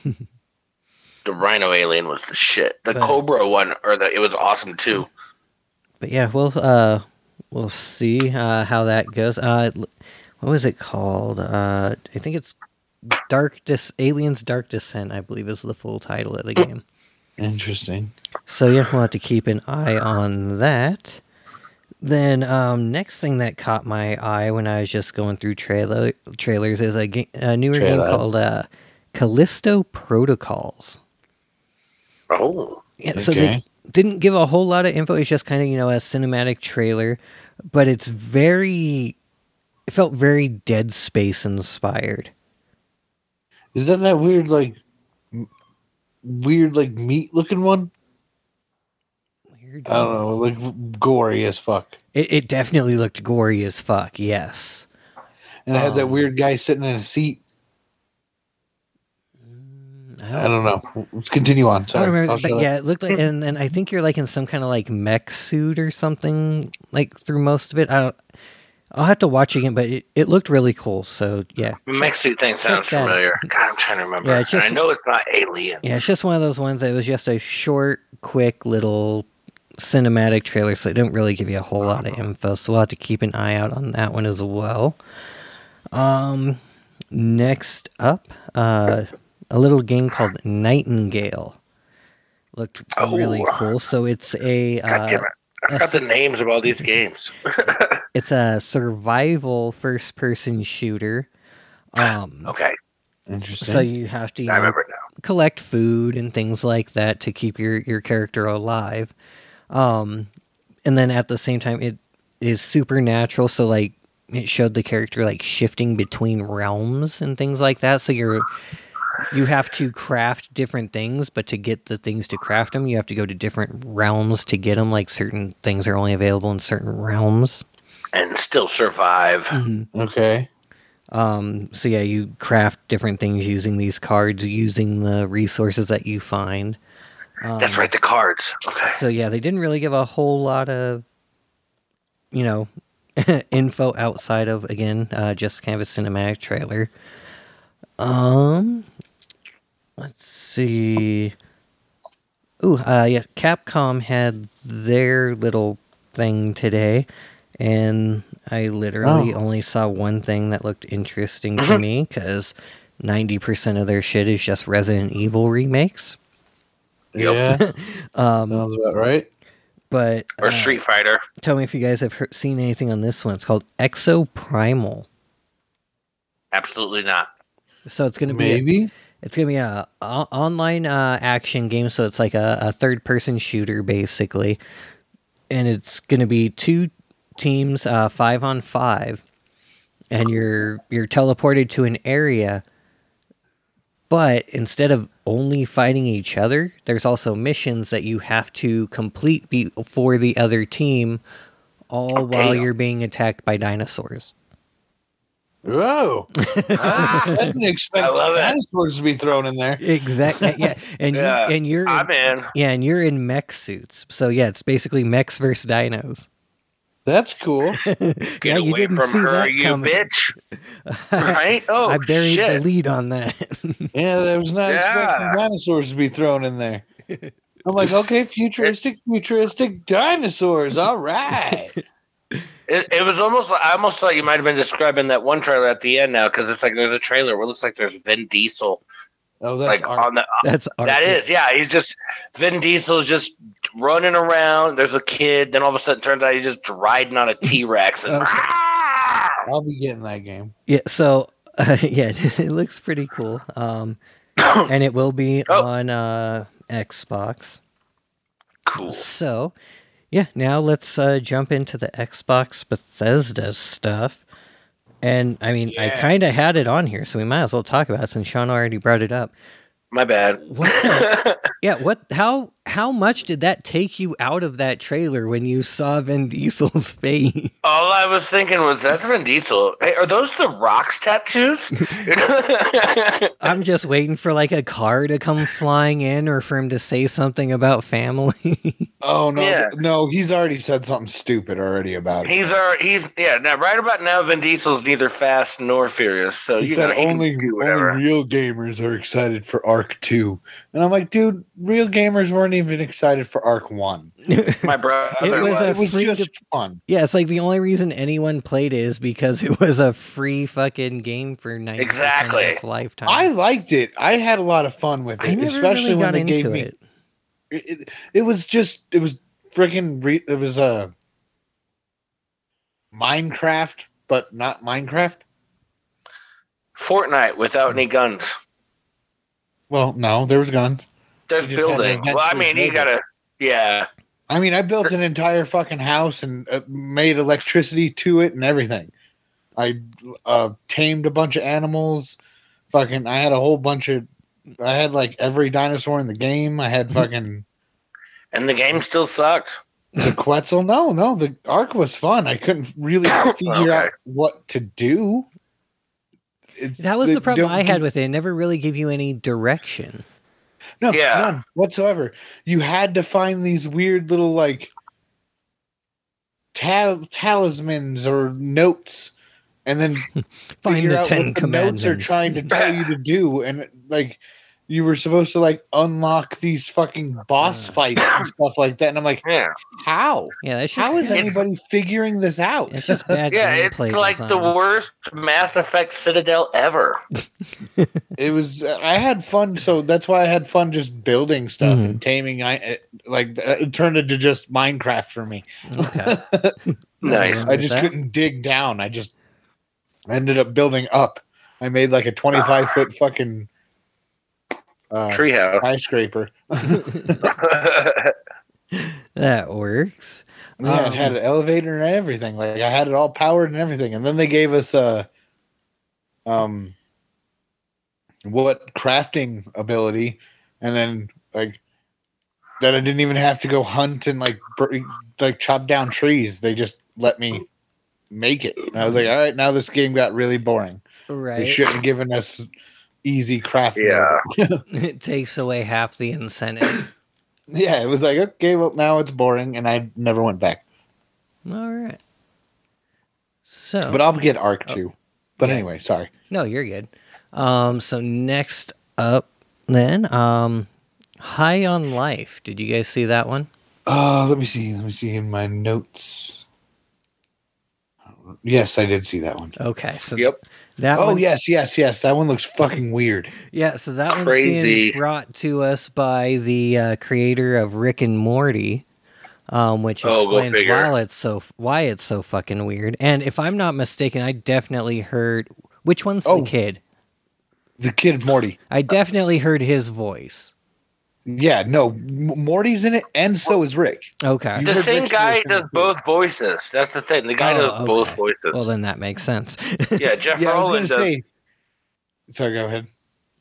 Speaker 1: the rhino alien was the shit. The
Speaker 2: But-
Speaker 1: cobra one or the it was awesome too.
Speaker 2: but yeah, we'll uh, we'll see uh, how that goes. Uh, l- what was it called? Uh, I think it's Dark Des- Aliens Dark Descent. I believe is the full title of the game.
Speaker 3: Interesting.
Speaker 2: So yeah, we'll have to keep an eye on that. Then um, next thing that caught my eye when I was just going through trailer trailers is a, ga- a newer
Speaker 3: Trailer.
Speaker 2: game called uh, Callisto Protocols.
Speaker 1: Oh,
Speaker 2: Yeah, so they
Speaker 3: Okay.
Speaker 2: didn't give a whole lot of info. It's just kind of you know a cinematic trailer, but it's very. It felt very Dead Space inspired.
Speaker 3: Is that that weird like m- weird like meat looking one?
Speaker 2: Weird.
Speaker 3: I don't know, like gory as fuck.
Speaker 2: It, it definitely looked gory as fuck. Yes.
Speaker 3: And I had that
Speaker 2: Um,
Speaker 3: weird guy sitting in a seat.
Speaker 2: Mm,
Speaker 3: I don't know. Continue on.
Speaker 2: I
Speaker 3: Sorry.
Speaker 2: don't remember,
Speaker 3: I'll shut
Speaker 2: but
Speaker 3: up.
Speaker 2: yeah, it looked like, and and I think you're like in some kind of like mech suit or something, like through most of it. I don't. I'll have to watch again, but it, it looked really cool. So yeah,
Speaker 1: Mexican thing sounds
Speaker 2: that.
Speaker 1: familiar. God, I'm trying to remember.
Speaker 2: Yeah, it's
Speaker 1: And
Speaker 2: just-
Speaker 1: I know it's not alien.
Speaker 2: Yeah, it's just one of those ones that was just a short, quick little cinematic trailer, so it didn't really give you a whole lot of info. So we'll have to keep an eye out on that one as well. Um, next up, uh, a little game called Nightingale. Looked
Speaker 1: Oh.
Speaker 2: really cool. So it's a
Speaker 1: God damn
Speaker 2: uh,
Speaker 1: it. I
Speaker 2: a
Speaker 1: forgot the
Speaker 2: sur-
Speaker 1: names of all these games.
Speaker 2: it's a survival first person shooter. Um,
Speaker 1: okay,
Speaker 3: Interesting.
Speaker 2: so you have to you
Speaker 1: Oh, I
Speaker 2: know,
Speaker 1: remember now.
Speaker 2: collect food and things like that to keep your your character alive. Um, and then at the same time, it is supernatural. So like it showed the character like shifting between realms and things like that. So you're you have to craft different things, but to get the things to craft them, you have to go to different realms to get them. Like certain things are only available in certain realms.
Speaker 1: and still survive.
Speaker 3: Okay.
Speaker 2: Um, so yeah, you craft different things using these cards, using the resources that you find.
Speaker 1: That's right, the cards. Okay.
Speaker 2: So yeah, they didn't really give a whole lot of, you know, info outside of again uh, just kind of a cinematic trailer. Um, let's see. Ooh, uh, yeah, Capcom had their little thing today, and I literally only saw one thing that looked interesting to me because ninety percent of their shit is just Resident Evil remakes. Um,
Speaker 3: Yeah. Sounds about right.
Speaker 2: But
Speaker 1: Or
Speaker 2: uh,
Speaker 1: Street Fighter.
Speaker 2: tell me if you guys have heard, seen anything on this one. It's called Exo Primal.
Speaker 1: Absolutely not.
Speaker 2: So it's gonna be
Speaker 3: Maybe.
Speaker 2: it's gonna be a, o- online uh, action game. So it's like a, a third person shooter basically, and it's gonna be two teams, uh, five on five, and you're you're teleported to an area. But instead of only fighting each other, there's also missions that you have to complete before the other team, all while
Speaker 1: Oh, damn.
Speaker 2: you're being attacked by dinosaurs.
Speaker 3: Whoa. Ah, I didn't expect
Speaker 1: I love it.
Speaker 3: dinosaurs to be thrown in there.
Speaker 2: Exactly. Yeah, and
Speaker 1: Yeah,
Speaker 2: You, and you're in,
Speaker 1: I'm in.
Speaker 2: yeah, and you're in mech suits. So yeah, it's basically mechs versus dinos.
Speaker 3: That's cool.
Speaker 1: Get
Speaker 2: Yeah, you
Speaker 1: away
Speaker 2: didn't
Speaker 1: from
Speaker 2: see
Speaker 1: her,
Speaker 2: that
Speaker 1: you
Speaker 2: coming.
Speaker 1: bitch. right? Oh,
Speaker 2: I buried
Speaker 1: shit.
Speaker 2: the lead on that.
Speaker 3: Yeah, I was not
Speaker 1: Yeah.
Speaker 3: expecting dinosaurs to be thrown in there. I'm like, okay, futuristic, futuristic dinosaurs. All right.
Speaker 1: It, it was almost. I almost thought you might have been describing that one trailer at the end now, because it's like there's a trailer where it looks like there's Vin Diesel,
Speaker 3: Oh, that's
Speaker 1: like
Speaker 3: art.
Speaker 1: on the.
Speaker 2: That's art.
Speaker 1: Ah, That is, yeah. He's just Vin Diesel's just running around. There's a kid. Then all of a sudden, it turns out he's just riding on a T Rex. and Ah!
Speaker 2: Okay.
Speaker 1: uh,
Speaker 3: I'll be getting that game.
Speaker 2: Yeah. So yeah, it looks pretty cool. Um, and it will be
Speaker 1: Oh.
Speaker 2: on uh Xbox.
Speaker 1: Cool.
Speaker 2: So, yeah, now let's uh, jump into the Xbox Bethesda stuff. And I mean, I kind of had it on here, so we might as well talk about it since Sean already brought it up.
Speaker 1: My bad.
Speaker 2: What? The, yeah. What? How? How much did that take you out of that trailer when you saw Vin Diesel's face?
Speaker 1: All I was thinking was that's Vin Diesel. Hey, are those the Rocks tattoos?
Speaker 2: I'm just waiting for like a car to come flying in, or for him to say something about family.
Speaker 3: Oh no,
Speaker 1: Yeah.
Speaker 3: no, he's already said something stupid already about it.
Speaker 1: He's our he's yeah now right about now Vin Diesel's neither fast nor furious so
Speaker 3: He
Speaker 1: you
Speaker 3: said
Speaker 1: know, he can
Speaker 3: only,
Speaker 1: do whatever.
Speaker 3: only real gamers are excited for Arc Two, and I'm like, dude, real gamers weren't even excited for Arc One.
Speaker 1: my brother
Speaker 2: It was
Speaker 1: was
Speaker 2: a
Speaker 3: It was
Speaker 2: free
Speaker 3: just
Speaker 2: to-
Speaker 3: fun.
Speaker 2: yeah, it's like the only reason anyone played it is because it was a free fucking game for ninety
Speaker 1: Exactly.
Speaker 2: of its lifetime.
Speaker 3: I liked it. I had a lot of fun with
Speaker 2: I
Speaker 3: it,
Speaker 2: never
Speaker 3: especially
Speaker 2: really
Speaker 3: when
Speaker 2: got
Speaker 3: they gave
Speaker 2: into
Speaker 3: me.
Speaker 2: it.
Speaker 3: It, it, it was just. It was freaking. Re- it was uh, Minecraft, but not Minecraft.
Speaker 1: Fortnite without any guns
Speaker 3: Well, no, there was guns.
Speaker 1: there's
Speaker 3: You just had
Speaker 1: building
Speaker 3: to
Speaker 1: well I
Speaker 3: eventually
Speaker 1: mean you
Speaker 3: build
Speaker 1: gotta yeah
Speaker 3: I mean, I built an entire fucking house and uh, made electricity to it and everything. I uh, tamed a bunch of animals. Fucking, I had a whole bunch of. I had like every dinosaur in the game. I had fucking
Speaker 1: and the game still sucked
Speaker 3: the Quetzal. No, no, the Ark was fun. I couldn't really figure out
Speaker 1: Okay.
Speaker 3: what to do. It-
Speaker 2: That was
Speaker 3: they
Speaker 2: the problem
Speaker 3: don't
Speaker 2: I
Speaker 3: give-
Speaker 2: had with it. It never really give you any direction.
Speaker 3: No,
Speaker 1: Yeah.
Speaker 3: none whatsoever. You had to find these weird little like tal- talismans or notes, and then
Speaker 2: Find
Speaker 3: figure
Speaker 2: the
Speaker 3: out
Speaker 2: Ten
Speaker 3: what the notes
Speaker 2: Commandments.
Speaker 3: are trying to tell you to do. And like, you were supposed to like unlock these fucking boss
Speaker 2: Uh.
Speaker 3: fights and stuff like that. And I'm like,
Speaker 1: yeah
Speaker 3: how?
Speaker 2: yeah, that's just
Speaker 3: How is
Speaker 2: bad-
Speaker 1: It's-
Speaker 3: anybody figuring this out?
Speaker 2: It's just bad
Speaker 1: yeah it's
Speaker 2: gameplay
Speaker 1: like the
Speaker 2: design.
Speaker 1: worst Mass Effect Citadel ever
Speaker 3: it was i had fun so that's why i had fun just building stuff
Speaker 2: Mhm.
Speaker 3: and taming i it- like uh, it turned into just minecraft for me
Speaker 2: Okay.
Speaker 1: nice
Speaker 3: i
Speaker 2: With
Speaker 3: just
Speaker 2: that?
Speaker 3: couldn't dig down i just ended up building up i made like a 25 foot fucking uh,
Speaker 1: treehouse
Speaker 3: skyscraper
Speaker 2: that works.
Speaker 3: Yeah, it had
Speaker 2: Um,
Speaker 3: an elevator and everything. Like I had it all powered and everything. And then they gave us uh um what crafting ability and then like that I didn't even have to go hunt and like br- like chop down trees. They just let me make it. And I was like, all right, now this game got really boring. They
Speaker 2: Right.
Speaker 3: shouldn't have given us easy crafting.
Speaker 2: It takes away half the incentive.
Speaker 3: Yeah, it was like, okay, well now it's boring and I never went back.
Speaker 2: All right. So,
Speaker 3: But I'll get Arc 2.
Speaker 2: Oh.
Speaker 3: But
Speaker 2: Yeah.
Speaker 3: anyway, sorry.
Speaker 2: no, you're good. Um, so next up, then, um, High on Life. Did you guys see that one?
Speaker 3: Oh, let me see. Let me see in my notes. Yes, I did see that one.
Speaker 2: Okay, so
Speaker 1: Yep.
Speaker 2: that
Speaker 3: Oh
Speaker 2: one
Speaker 3: yes, yes, yes. That one looks fucking weird.
Speaker 2: Yeah, so that one's
Speaker 1: Crazy.
Speaker 2: being brought to us by the uh, creator of Rick and Morty, um, which
Speaker 1: Oh, go
Speaker 2: explains
Speaker 1: figure.
Speaker 2: why it's so why it's so fucking weird. And if I'm not mistaken, I definitely heard which one's
Speaker 3: Oh.
Speaker 2: the kid.
Speaker 3: The kid Morty.
Speaker 2: I definitely heard his voice.
Speaker 3: Yeah, no, M- Morty's in it, and so is Rick.
Speaker 2: Okay,
Speaker 3: You
Speaker 1: The
Speaker 3: heard
Speaker 1: same
Speaker 3: Rick's
Speaker 1: guy
Speaker 3: voice in
Speaker 1: does
Speaker 3: it, too.
Speaker 1: both voices. That's the thing. The guy
Speaker 2: Oh,
Speaker 1: does
Speaker 2: okay.
Speaker 1: both voices.
Speaker 2: well then that makes sense.
Speaker 1: yeah, Jeff
Speaker 3: Yeah, I was
Speaker 1: Rollins
Speaker 3: gonna
Speaker 1: does.
Speaker 3: say. Sorry, go ahead.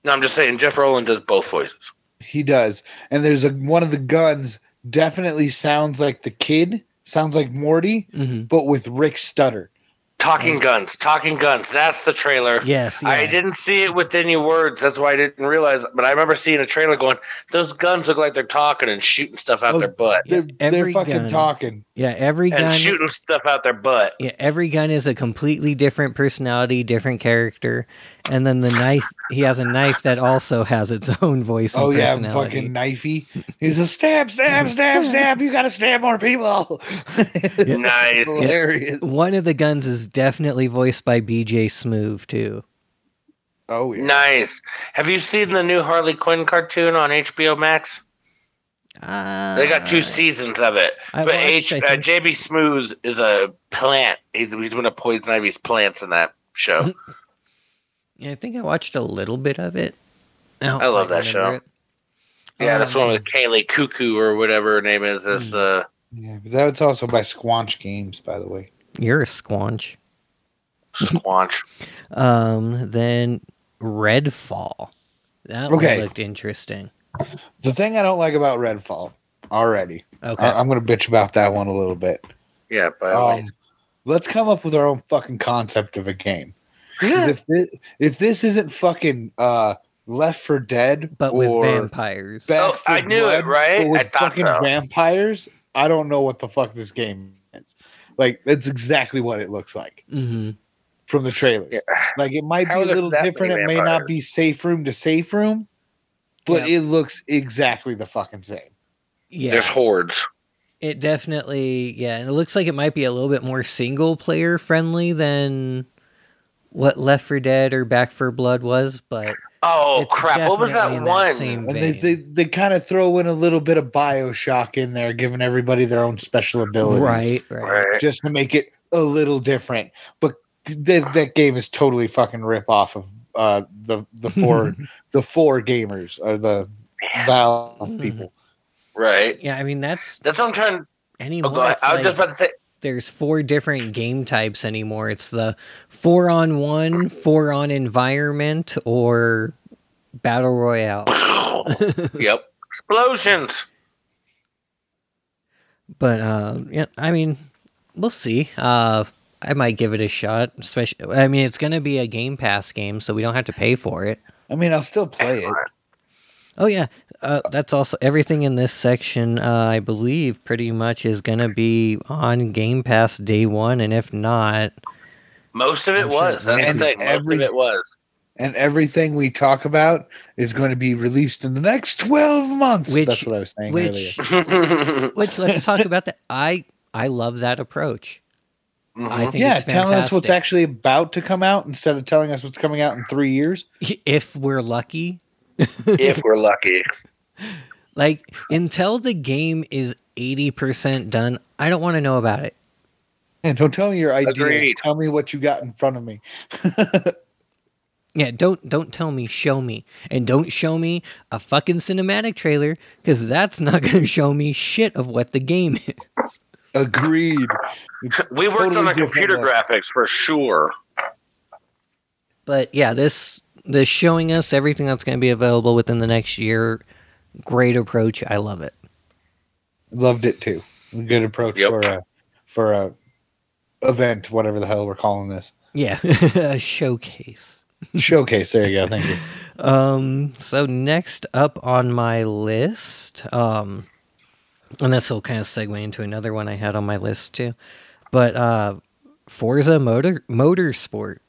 Speaker 1: no, I'm just saying Jeff Roland does both voices.
Speaker 3: He does, and there's a one of the guns definitely sounds like the kid, sounds like Morty,
Speaker 2: Mhm.
Speaker 3: but with Rick stutter.
Speaker 1: Talking
Speaker 3: Mm.
Speaker 1: guns, talking guns. That's the trailer.
Speaker 2: Yes,
Speaker 1: I
Speaker 2: yeah.
Speaker 1: didn't see it with any words. That's why I didn't realize. But I remember seeing a trailer going, "Those guns look like they're talking and shooting stuff out
Speaker 3: Oh,
Speaker 1: their butt
Speaker 3: They're, they're
Speaker 2: every
Speaker 3: fucking
Speaker 2: gun-
Speaker 3: talking.
Speaker 2: Yeah, every
Speaker 1: and
Speaker 2: gun.
Speaker 1: shooting stuff out their butt."
Speaker 2: Yeah, every gun is a completely different personality, different character, and then the knife. He has a knife that also has its own voice. And
Speaker 3: Oh yeah,
Speaker 2: personality.
Speaker 3: fucking knifey. He's a stab, stab, stab, stab. You gotta stab more people.
Speaker 1: Nice.
Speaker 3: Hilarious.
Speaker 2: One of the guns is definitely voiced by BJ Smoove too.
Speaker 3: Oh yeah.
Speaker 1: Nice. Have you seen the new Harley Quinn cartoon on HBO Max?
Speaker 2: Uh,
Speaker 1: They got two seasons of it.
Speaker 2: Ah, I
Speaker 1: but
Speaker 2: watched,
Speaker 1: H,
Speaker 2: I
Speaker 1: uh,
Speaker 2: think.
Speaker 1: JB Smooth is a plant. He's he's one of Poison Ivy's plants in that show.
Speaker 2: I think I watched a little bit of it. don't
Speaker 1: I love
Speaker 2: quite
Speaker 1: that
Speaker 2: remember
Speaker 1: show.
Speaker 2: it.
Speaker 1: yeah, that's one with Kaylee Cuckoo or whatever her name is. This uh,
Speaker 3: Yeah, but that was also by Squanch Games, by the way.
Speaker 2: You're a squanch.
Speaker 1: squanch.
Speaker 2: Um, then Redfall. That
Speaker 3: Okay.
Speaker 2: one looked interesting.
Speaker 3: The thing I don't like about Redfall already.
Speaker 2: Okay.
Speaker 3: I- I'm gonna bitch about that one a little bit.
Speaker 1: Yeah, by all
Speaker 3: Um,
Speaker 1: means.
Speaker 3: let's come up with our own fucking concept of a game. 'Cause if this, if this isn't fucking uh, Left for Dead,
Speaker 2: but with
Speaker 3: or
Speaker 2: vampires.
Speaker 3: Back
Speaker 1: Oh,
Speaker 3: for
Speaker 1: I knew it,
Speaker 3: Blood,
Speaker 1: right?
Speaker 3: but
Speaker 1: I
Speaker 3: with
Speaker 1: thought
Speaker 3: fucking
Speaker 1: so.
Speaker 3: vampires, I don't know what the fuck this game is. Like that's exactly what it looks like
Speaker 2: hmm
Speaker 3: from the trailer.
Speaker 1: Yeah.
Speaker 3: Like it might
Speaker 1: How
Speaker 3: be
Speaker 1: are
Speaker 3: a
Speaker 1: there
Speaker 3: little
Speaker 1: that many
Speaker 3: different. It may not
Speaker 1: vampires?
Speaker 3: be safe room to safe room, but
Speaker 2: Yeah.
Speaker 3: it looks exactly the fucking same.
Speaker 2: Yeah.
Speaker 1: There's hordes.
Speaker 2: It definitely, yeah, and it looks like it might be a little bit more single player friendly than what Left for Dead or Back for Blood was, but
Speaker 1: Oh
Speaker 2: It's
Speaker 1: crap! What was that
Speaker 2: definitely in that
Speaker 1: one?
Speaker 2: same-
Speaker 3: And they
Speaker 2: Vain.
Speaker 3: they, they kind of throw in a little bit of Bioshock in there, giving everybody their own special abilities,
Speaker 2: right, right,
Speaker 1: Right.
Speaker 3: Just to make it a little different. But that that game is totally fucking rip off of uh, the the four the four gamers or the Valve
Speaker 2: Mm-hmm.
Speaker 3: people.
Speaker 1: right.
Speaker 2: Yeah, I mean that's
Speaker 1: That's what I'm trying. Oh,
Speaker 2: anymore.
Speaker 1: go ahead.
Speaker 2: it's
Speaker 1: I was
Speaker 2: like
Speaker 1: just about to say.
Speaker 2: there's four different game types anymore. It's the four on one, four on environment, or battle royale.
Speaker 1: yep. Explosions.
Speaker 2: But uh, yeah, I mean, we'll see. Uh, I might give it a shot. Especially, I mean, it's gonna be a Game Pass game, so we don't have to pay for it.
Speaker 3: I mean, I'll still play it.
Speaker 2: Oh yeah, uh, that's also everything in this section. Uh, I believe pretty much is gonna be on Game Pass day one, and if not,
Speaker 1: Most of it
Speaker 2: I'm sure
Speaker 1: was. That's
Speaker 3: and
Speaker 1: the thing. Most
Speaker 3: every-
Speaker 1: of it was.
Speaker 3: And everything we talk about is going to be released in the next twelve months.
Speaker 2: Which-
Speaker 3: That's what I was saying earlier.
Speaker 2: which
Speaker 1: Mm-hmm.
Speaker 2: which let's talk about that. I I love that approach. I think
Speaker 3: Yeah,
Speaker 2: it's
Speaker 3: telling us what's
Speaker 2: fantastic.
Speaker 3: actually about to come out instead of telling us what's coming out in three years.
Speaker 2: if we're lucky.
Speaker 1: if we're lucky.
Speaker 2: Like until the game is eighty percent done, I don't want to know about it.
Speaker 3: And don't tell me your ideas.
Speaker 1: Agreed.
Speaker 3: Tell me what you got in front of me.
Speaker 2: Yeah, don't don't tell me show me and don't show me a fucking cinematic trailer cuz that's not going to show me shit of what the game is.
Speaker 3: Agreed.
Speaker 1: We worked
Speaker 3: Totally
Speaker 1: on the
Speaker 3: different
Speaker 1: computer
Speaker 3: level.
Speaker 1: graphics for sure.
Speaker 2: But yeah, this this showing us everything that's going to be available within the next year. Great approach. I love it.
Speaker 3: Loved it too. Good approach
Speaker 1: Yep.
Speaker 3: for a for a event, whatever the hell we're calling this.
Speaker 2: Yeah, a showcase.
Speaker 3: Showcase. There you go. Thank you.
Speaker 2: Um, so next up on my list, um, and this will kind of segue into another one I had on my list too, but uh, Forza Motor Motorsport.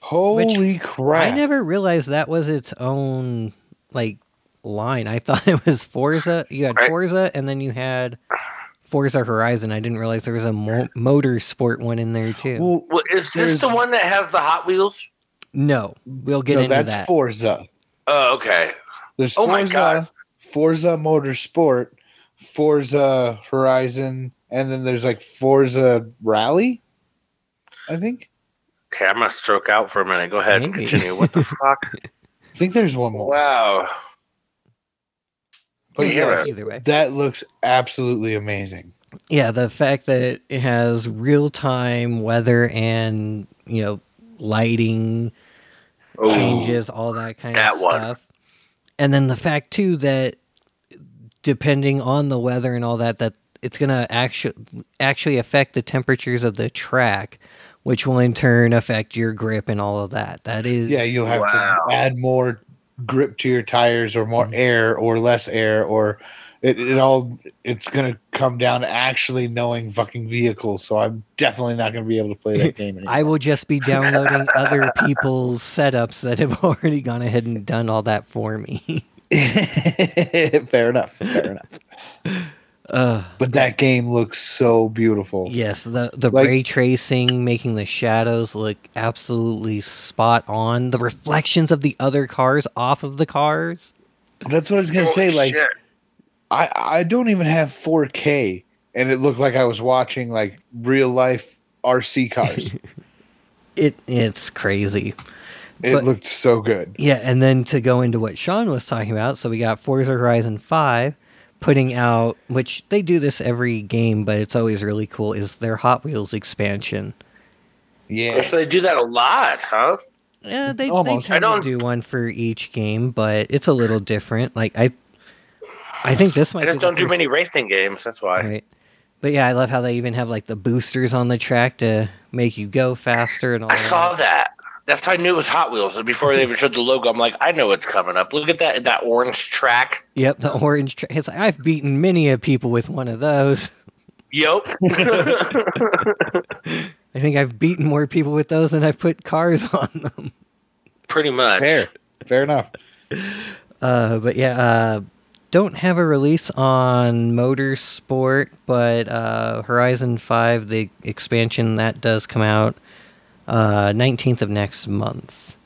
Speaker 3: Holy crap!
Speaker 2: I never realized that was its own like line. I thought it was Forza. You had
Speaker 1: Right.
Speaker 2: Forza, and then you had Forza Horizon. I didn't realize there was a mo- motorsport one in there too.
Speaker 3: Well,
Speaker 1: Well, is this
Speaker 3: There's-
Speaker 1: the one that has the Hot Wheels?
Speaker 2: no, we'll get
Speaker 3: no,
Speaker 2: into
Speaker 3: that's
Speaker 2: that.
Speaker 3: Forza.
Speaker 1: Oh, okay.
Speaker 3: There's
Speaker 1: Oh my
Speaker 3: Forza,
Speaker 1: God.
Speaker 3: Forza Motorsport, Forza Horizon, and then there's like Forza Rally. I think.
Speaker 1: Okay, I'm gonna stroke out for a minute. Go ahead, and
Speaker 2: Maybe.
Speaker 1: continue. What the fuck?
Speaker 3: I think there's one more.
Speaker 1: Wow.
Speaker 3: But
Speaker 1: Yeah.
Speaker 3: yes,
Speaker 2: Either way,
Speaker 3: that looks absolutely amazing.
Speaker 2: yeah, the fact that it has real time weather and you know lighting
Speaker 1: Oh,
Speaker 2: changes, all that kind
Speaker 1: that
Speaker 2: of
Speaker 1: one.
Speaker 2: stuff. And then the fact too that depending on the weather and all that, that it's gonna actually actually affect the temperatures of the track, which will in turn affect your grip and all of that. That is
Speaker 3: Yeah, you'll have
Speaker 1: Wow.
Speaker 3: to add more grip to your tires or
Speaker 2: Mm-hmm.
Speaker 3: more air or less air or it, it all it's gonna come down to actually knowing fucking vehicles. So I'm definitely not gonna be able to play that game anymore.
Speaker 2: I will just be downloading other people's setups that have already gone ahead and done all that for me.
Speaker 3: fair enough. Fair enough.
Speaker 2: Uh,
Speaker 3: But that game looks so beautiful.
Speaker 2: yes, the the
Speaker 3: Like-
Speaker 2: ray tracing making the shadows look absolutely spot on. The reflections of the other cars off of the cars.
Speaker 3: That's what I was gonna say.
Speaker 1: Holy
Speaker 3: Like
Speaker 1: shit.
Speaker 3: I I don't even have 4K, and it looked like I was watching like real life RC cars.
Speaker 2: it it's crazy.
Speaker 3: it
Speaker 2: But-
Speaker 3: looked so good.
Speaker 2: Yeah, and then to go into what Sean was talking about, so we got Forza Horizon 5 putting out which they do this every game, but it's always really cool is their Hot Wheels expansion.
Speaker 3: Yeah.
Speaker 1: so they do that a lot, huh?
Speaker 2: Yeah, they, they
Speaker 3: Almost.
Speaker 1: I
Speaker 2: tend to
Speaker 1: don't-
Speaker 2: do one for each game, but it's a little different. Like I I think this might
Speaker 1: I
Speaker 2: be
Speaker 1: just
Speaker 2: the
Speaker 1: don't do
Speaker 2: first-
Speaker 1: many racing games. That's why.
Speaker 2: right. But yeah, I love how they even have like the boosters on the track to make you go faster and all
Speaker 1: I
Speaker 2: that.
Speaker 1: saw that. That's how I knew it was Hot Wheels. Before they even showed the logo, I'm like, I know it's coming up. Look at that that orange track.
Speaker 2: Yep, the orange track. It's like I've beaten many a people with one of those.
Speaker 1: Yep.
Speaker 2: I think I've beaten more people with those than I've put cars on them.
Speaker 1: Pretty much.
Speaker 3: Fair. Fair enough.
Speaker 2: Uh, but yeah, uh, don't have a release on Motorsport, but uh, Horizon 5, the expansion, that does come out uh, 19th of next month.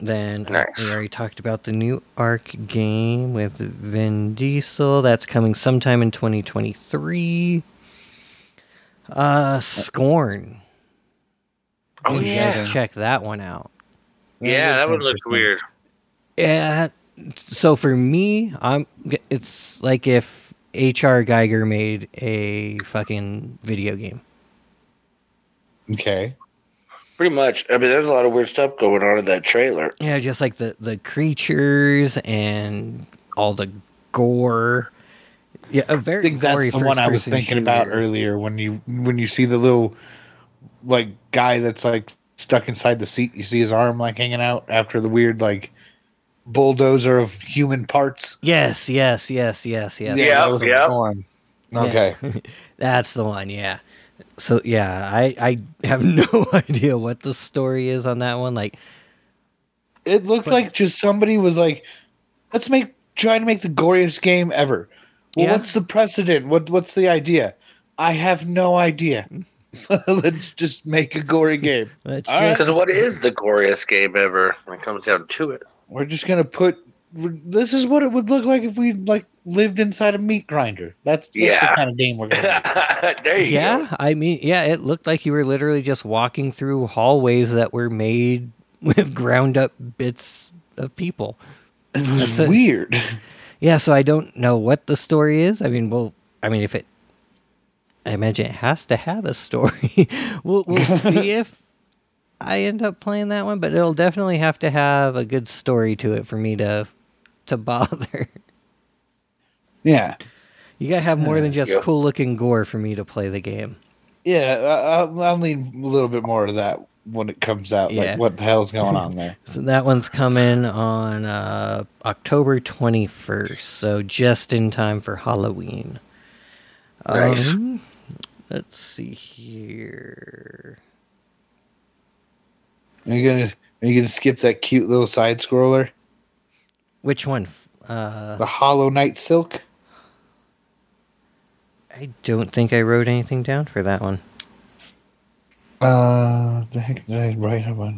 Speaker 2: Then uh, we
Speaker 1: Nice.
Speaker 2: already talked about the new Arc game with Vin Diesel. That's coming sometime in 2023. Uh, Scorn.
Speaker 1: Oh
Speaker 2: You should
Speaker 1: yeah.
Speaker 2: check that one out.
Speaker 1: Yeah, that one looks weird.
Speaker 2: Yeah. Eh, So for me, I'm. It's like if H.R. Geiger made a fucking video game.
Speaker 3: Okay.
Speaker 1: Pretty much. I mean, there's a lot of weird stuff going on in that trailer.
Speaker 2: Yeah, just like the the creatures and all the gore. Yeah, a very.
Speaker 3: I think that's
Speaker 2: gory
Speaker 3: the one I was
Speaker 2: first-person
Speaker 3: thinking about
Speaker 2: shooter.
Speaker 3: earlier when you when you see the little like guy that's like stuck inside the seat, you see his arm like hanging out after the weird like bulldozer of human parts.
Speaker 2: Yes, yes, yes, yes, yes.
Speaker 1: Yeah,
Speaker 3: that was the
Speaker 1: yeah.
Speaker 3: one. Okay.
Speaker 2: That's the one. Yeah. So yeah, I I have no idea what the story is on that one. Like
Speaker 3: It looked
Speaker 2: But-
Speaker 3: like just somebody was like, let's make try to make the goriest game ever. Well,
Speaker 2: Yeah.
Speaker 3: what's the precedent? What what's the idea? I have no idea. let's just make a gory game.
Speaker 2: let's
Speaker 3: All right.
Speaker 2: just-
Speaker 1: Because what is the goriest game ever when it comes down to it?
Speaker 3: We're just gonna put. we're- This is what it would look like if we like lived inside a meat grinder. That's, that's the
Speaker 1: Yeah.
Speaker 3: kind of game we're gonna.
Speaker 1: there you
Speaker 2: Yeah, I mean, yeah, it looked like you were literally just walking through hallways that were made with ground up bits of people.
Speaker 3: It was
Speaker 2: That's it.
Speaker 3: weird.
Speaker 2: Yeah, so I don't know what the story is. I mean, well, I mean, if it, I imagine it has to have a story. we'll we'll see if I end up playing that one, but it'll definitely have to have a good story to it for me to to bother.
Speaker 3: Yeah.
Speaker 2: You gotta have more than just
Speaker 1: Yeah.
Speaker 2: cool looking gore for me to play the game.
Speaker 3: Yeah, I, I- I'll lean a little bit more to that when it comes out.
Speaker 2: Yeah.
Speaker 3: Like, what the hell's going on there?
Speaker 2: So that one's coming on uh, October 21st, so just in time for Halloween.
Speaker 1: Nice.
Speaker 2: Um, let's see here.
Speaker 3: Are you gonna Are you gonna skip that cute little side scroller,
Speaker 2: Which one? Uh,
Speaker 3: the Hollow Knight Silk?
Speaker 2: I don't think I wrote anything down for that one.
Speaker 3: Uh, the heck did I write about?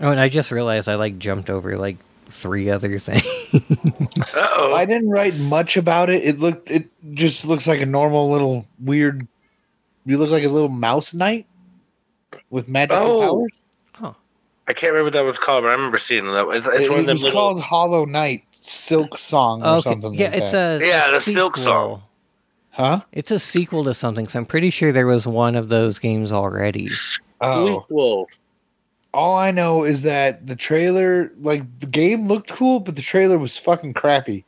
Speaker 2: Oh, and I just realized I like jumped over like three other things.
Speaker 1: Uh
Speaker 3: I
Speaker 1: oh.
Speaker 3: didn't write much about it. It looked. It just looks like a normal little weird. You look like a little mouse knight with magical
Speaker 1: Oh,
Speaker 3: powers.
Speaker 1: I can't remember what that was called, but I remember seeing that. It's, it's
Speaker 3: It,
Speaker 1: one
Speaker 3: it
Speaker 1: of them
Speaker 3: was
Speaker 1: little.
Speaker 3: called Hollow Knight Silk Song or
Speaker 2: okay.
Speaker 3: something.
Speaker 2: Yeah,
Speaker 3: like
Speaker 2: it's
Speaker 3: that.
Speaker 2: a
Speaker 1: Yeah,
Speaker 2: a
Speaker 1: the Silk
Speaker 2: sequel.
Speaker 1: Song.
Speaker 3: huh.
Speaker 2: It's a sequel to something, so I'm pretty sure there was one of those games already.
Speaker 3: Oh,
Speaker 1: Whoa.
Speaker 3: all I know is that the trailer, like the game looked cool, but the trailer was fucking crappy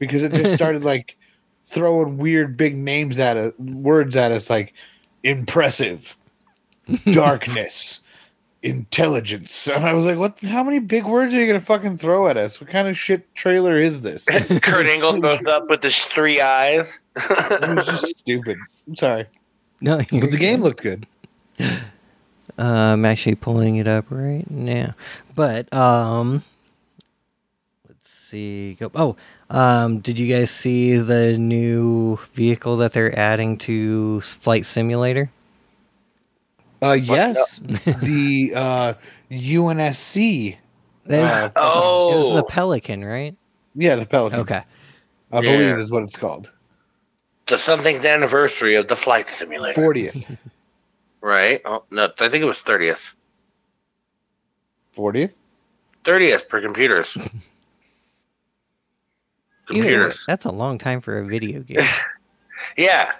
Speaker 3: because it just started like throwing weird big names at us, words at us like impressive, darkness, intelligence. And I was like, what? How many big words are you gonna fucking throw at us? What kind of shit trailer is this? It
Speaker 1: Kurt Angle goes up with his three eyes.
Speaker 3: was just stupid. I'm sorry,
Speaker 2: No,
Speaker 3: but
Speaker 2: you're
Speaker 3: the game looked good.
Speaker 2: Uh, I'm actually pulling it up right now. But um let's see. Go oh, um did you guys see the new vehicle that they're adding to Flight Simulator?
Speaker 3: Uh, yes, the uh, UNSC.
Speaker 2: That is,
Speaker 3: Uh,
Speaker 2: it was the
Speaker 1: oh,
Speaker 2: Pelican, right?
Speaker 3: Yeah, the Pelican.
Speaker 2: Okay.
Speaker 1: Yeah.
Speaker 3: I believe is what it's called.
Speaker 1: the something's anniversary of the flight simulator.
Speaker 3: Fortieth.
Speaker 1: Right? Oh, no, I think it was 30th.
Speaker 3: Fortieth.
Speaker 1: 30th for computers.
Speaker 2: Either way,
Speaker 1: computers.
Speaker 2: that's a long time for a video game.
Speaker 1: Yeah.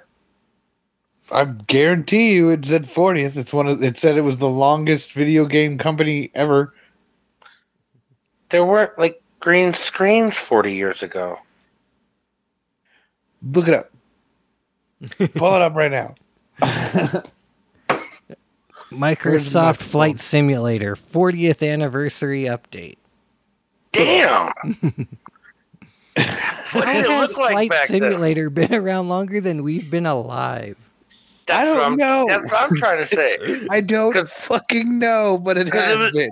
Speaker 3: I guarantee you, it said fortieth. It's one of. It said it was the longest video game company ever.
Speaker 1: There weren't like green screens 40 years ago.
Speaker 3: Look it up. Pull it up right now.
Speaker 2: Microsoft Flight Simulator 40th anniversary update.
Speaker 1: Damn. what
Speaker 2: How
Speaker 1: did it
Speaker 2: has
Speaker 1: look like
Speaker 2: Flight
Speaker 1: back then?
Speaker 2: Simulator been around longer than we've been alive?
Speaker 1: That's
Speaker 3: I
Speaker 1: what
Speaker 3: don't
Speaker 1: I'm,
Speaker 3: know.
Speaker 1: That's what I'm trying to say.
Speaker 3: I don't
Speaker 1: 'Cause-
Speaker 3: fucking know, but it
Speaker 1: 'Cause it
Speaker 3: has
Speaker 1: was-
Speaker 3: been.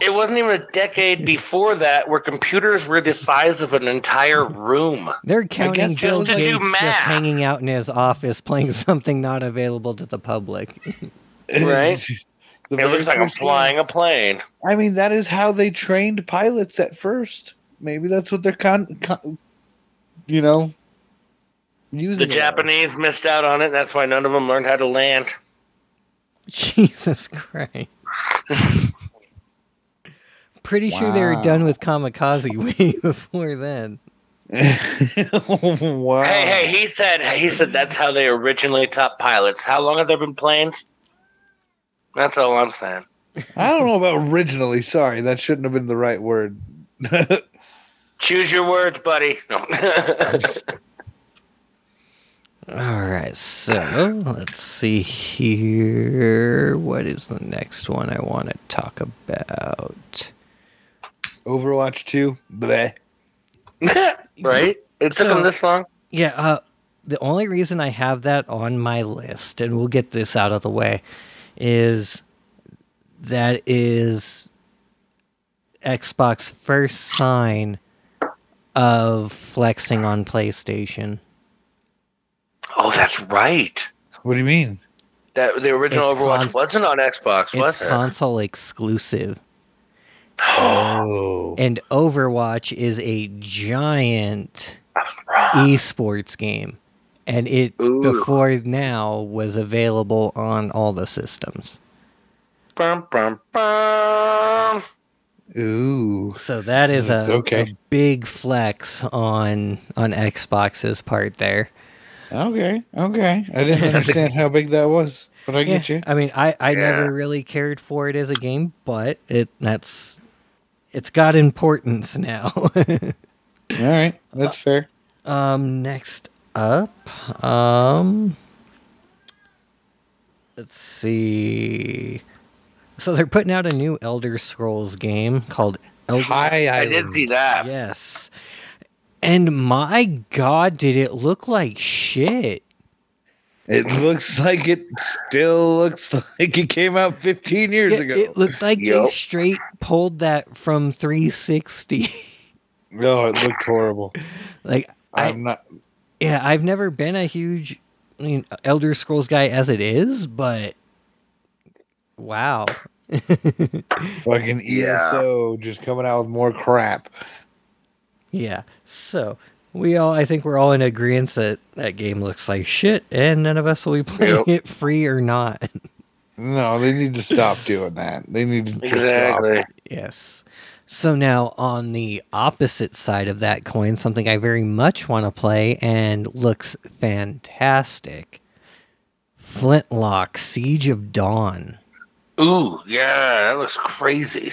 Speaker 1: It wasn't even a decade before that where computers were the size of an entire room.
Speaker 2: They're counting
Speaker 3: guess
Speaker 2: Bill
Speaker 3: just to
Speaker 1: do
Speaker 2: Gates just
Speaker 1: math.
Speaker 2: hanging out in his office playing something not available to the public.
Speaker 1: Right. It
Speaker 3: The very
Speaker 1: looks like I'm
Speaker 3: first game.
Speaker 1: flying a plane.
Speaker 3: I mean, that is how they trained pilots at first. Maybe that's what they're con. con you know. Using
Speaker 1: The
Speaker 3: it as.
Speaker 1: Japanese missed out on it. and That's why none of them learned how to land.
Speaker 2: Jesus Christ. Pretty sure they were done with Kamikaze way before then.
Speaker 3: wow.
Speaker 1: Hey, hey, he said he said that's how they originally taught pilots. How long have there been planes? That's all I'm saying.
Speaker 3: I don't know about originally. Sorry, that shouldn't have been the right word.
Speaker 1: Choose your words, buddy. No.
Speaker 2: All right, so let's see here. What is the next one I want to talk about?
Speaker 3: Overwatch 2, bleh.
Speaker 1: right? It took
Speaker 2: So-
Speaker 1: them this long.
Speaker 2: Yeah, uh, the only reason I have that on my list, and we'll get this out of the way, is that is Xbox first sign of flexing on PlayStation.
Speaker 1: Oh, that's right.
Speaker 3: What do you mean?
Speaker 1: That the original
Speaker 2: It's
Speaker 1: Overwatch
Speaker 2: cons-
Speaker 1: wasn't on Xbox,
Speaker 2: It's
Speaker 1: was it?
Speaker 2: console exclusive,
Speaker 3: Oh.
Speaker 2: and Overwatch is a giant esports game, and it
Speaker 1: Ooh.
Speaker 2: before now was available on all the systems.
Speaker 1: Bum, bum, bum.
Speaker 3: Ooh.
Speaker 2: So that is a,
Speaker 3: Okay.
Speaker 2: a big flex on on Xbox's part there.
Speaker 3: Okay. Okay. I didn't understand how big that was, but I get you.
Speaker 2: I mean, I I
Speaker 1: Yeah.
Speaker 2: never really cared for it as a game, but it that's it's got importance now.
Speaker 3: All right. That's fair.
Speaker 2: um, next up, um, let's see. So they're putting out a new Elder Scrolls game called Elder.
Speaker 3: Hi,
Speaker 1: I
Speaker 3: Island.
Speaker 2: um,
Speaker 1: did see that.
Speaker 2: Yes. And my god, did it look like shit.
Speaker 3: It looks like it still looks like it came out 15 years
Speaker 2: It,
Speaker 3: ago.
Speaker 2: it looked like
Speaker 1: Yup.
Speaker 2: they straight pulled that from 360.
Speaker 3: no, it looked horrible.
Speaker 2: like I,
Speaker 1: Um,
Speaker 3: I'm not.
Speaker 2: yeah, I've never been a huge I mean Elder Scrolls guy as it is, but wow.
Speaker 3: Fucking
Speaker 1: Yeah.
Speaker 3: ESO just coming out with more crap.
Speaker 2: Yeah. So we all I think we're all in agreement that that game looks like shit and none of us will be playing
Speaker 1: Yup.
Speaker 2: it free or not.
Speaker 3: No, they need to stop doing that. They need to just stop.
Speaker 1: Exactly.
Speaker 2: Yes. So now on the opposite side of that coin, something I very much want to play and looks fantastic. Flintlock Siege of Dawn.
Speaker 1: Ooh, yeah, that looks crazy.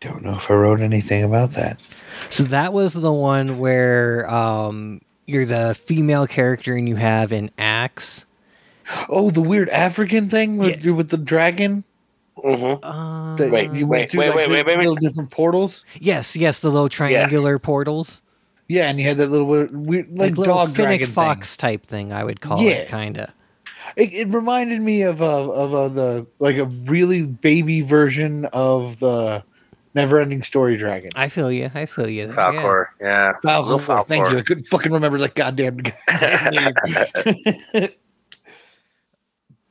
Speaker 3: Don't know if I wrote anything about that.
Speaker 2: So that was the one where um, you're the female character and you have an axe.
Speaker 3: Oh, the weird African thing with with the dragon.
Speaker 1: Mm-hmm.
Speaker 2: Uh,
Speaker 3: That
Speaker 1: Wait,
Speaker 3: you went
Speaker 1: wait,
Speaker 3: through
Speaker 1: wait,
Speaker 3: like
Speaker 1: wait,
Speaker 3: the
Speaker 1: wait, wait, wait.
Speaker 3: little different portals.
Speaker 2: yes, yes, the little triangular portals,
Speaker 3: Yeah, and you had that little weird, weird like,
Speaker 2: little
Speaker 3: dog dragon thing.
Speaker 2: fox type thing. I would call
Speaker 3: Yeah.
Speaker 2: it kinda.
Speaker 3: It, it reminded me of uh, of uh, the like a really baby version of the Neverending Story dragon.
Speaker 2: I feel you. I feel you. there, yeah.
Speaker 1: Falcor, yeah.
Speaker 3: Falcor,
Speaker 1: Little
Speaker 3: Falcor. Thank
Speaker 1: Falcor.
Speaker 3: you. I couldn't fucking remember that goddamn, goddamn name.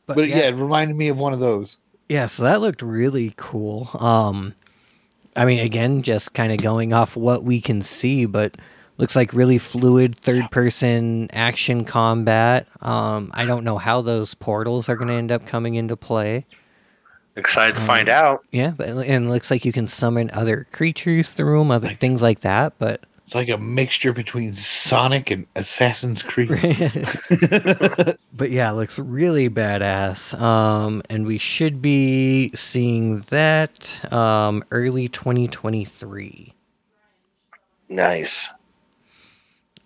Speaker 2: But,
Speaker 3: but
Speaker 2: yeah,
Speaker 3: yeah, it reminded me of one of those.
Speaker 2: Yeah, so that looked really cool. Um I mean again, just kind of going off what we can see, but looks like really fluid third person action combat. Um I don't know how those portals are going to end up coming into play.
Speaker 1: Excited to find
Speaker 2: Um,
Speaker 1: out.
Speaker 2: Yeah, but and it looks like you can summon other creatures through them, other things like that, but
Speaker 3: It's like a mixture between Sonic and Assassin's
Speaker 1: Oh,
Speaker 3: Creed.
Speaker 2: but yeah, it looks really badass. Um and we should be seeing that um early 2023.
Speaker 1: Nice.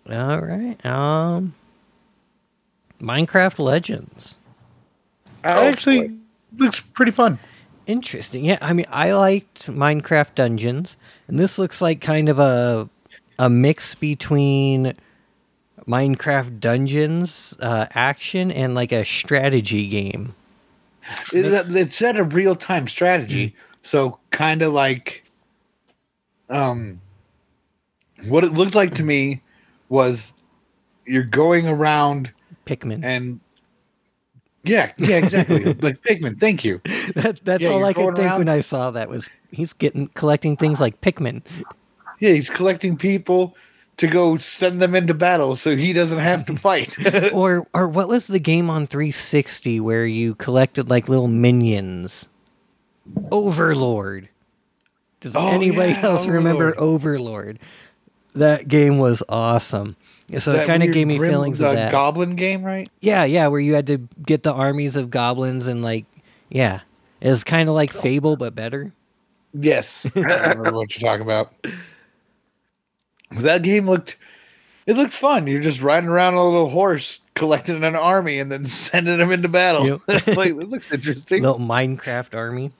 Speaker 2: All right. Um Minecraft Legends.
Speaker 3: I actually looks pretty fun.
Speaker 2: Interesting. Yeah, I mean I liked Minecraft Dungeons, and this looks like kind of a a mix between Minecraft Dungeons uh action and like a strategy game.
Speaker 3: It, that- it said a real time strategy, so kind of like, um, what it looked like to me was you're going around
Speaker 2: Pikmin.
Speaker 3: and yeah, yeah, exactly. like Pigman, thank you.
Speaker 2: that, that's
Speaker 3: yeah,
Speaker 2: all
Speaker 3: you're
Speaker 2: I could
Speaker 3: going
Speaker 2: think
Speaker 3: around- Ah.
Speaker 2: when I saw that was he's getting collecting things like Pikmin.
Speaker 3: Yeah, he's collecting people to go send them into battle, so he doesn't have to fight.
Speaker 2: or or what was the game on 360 where you collected like little minions? Overlord. Does
Speaker 3: Oh,
Speaker 2: anybody
Speaker 3: yeah,
Speaker 2: else remember Overlord? That game was awesome. Yeah, So it
Speaker 3: That
Speaker 2: kind of
Speaker 3: weird
Speaker 2: gave me
Speaker 3: Grim-
Speaker 2: feelings
Speaker 3: the
Speaker 2: of that.
Speaker 3: Goblin game, right?
Speaker 2: yeah, yeah, where you had to get the armies of goblins and like, yeah, it was kind of
Speaker 3: Oh,
Speaker 2: like Fable but better.
Speaker 3: Yes, I remember what you're talking about. That game looked, it looked fun. You're just riding around on a little horse, collecting an army, and then sending them into battle. like it looks interesting.
Speaker 2: Little Minecraft army.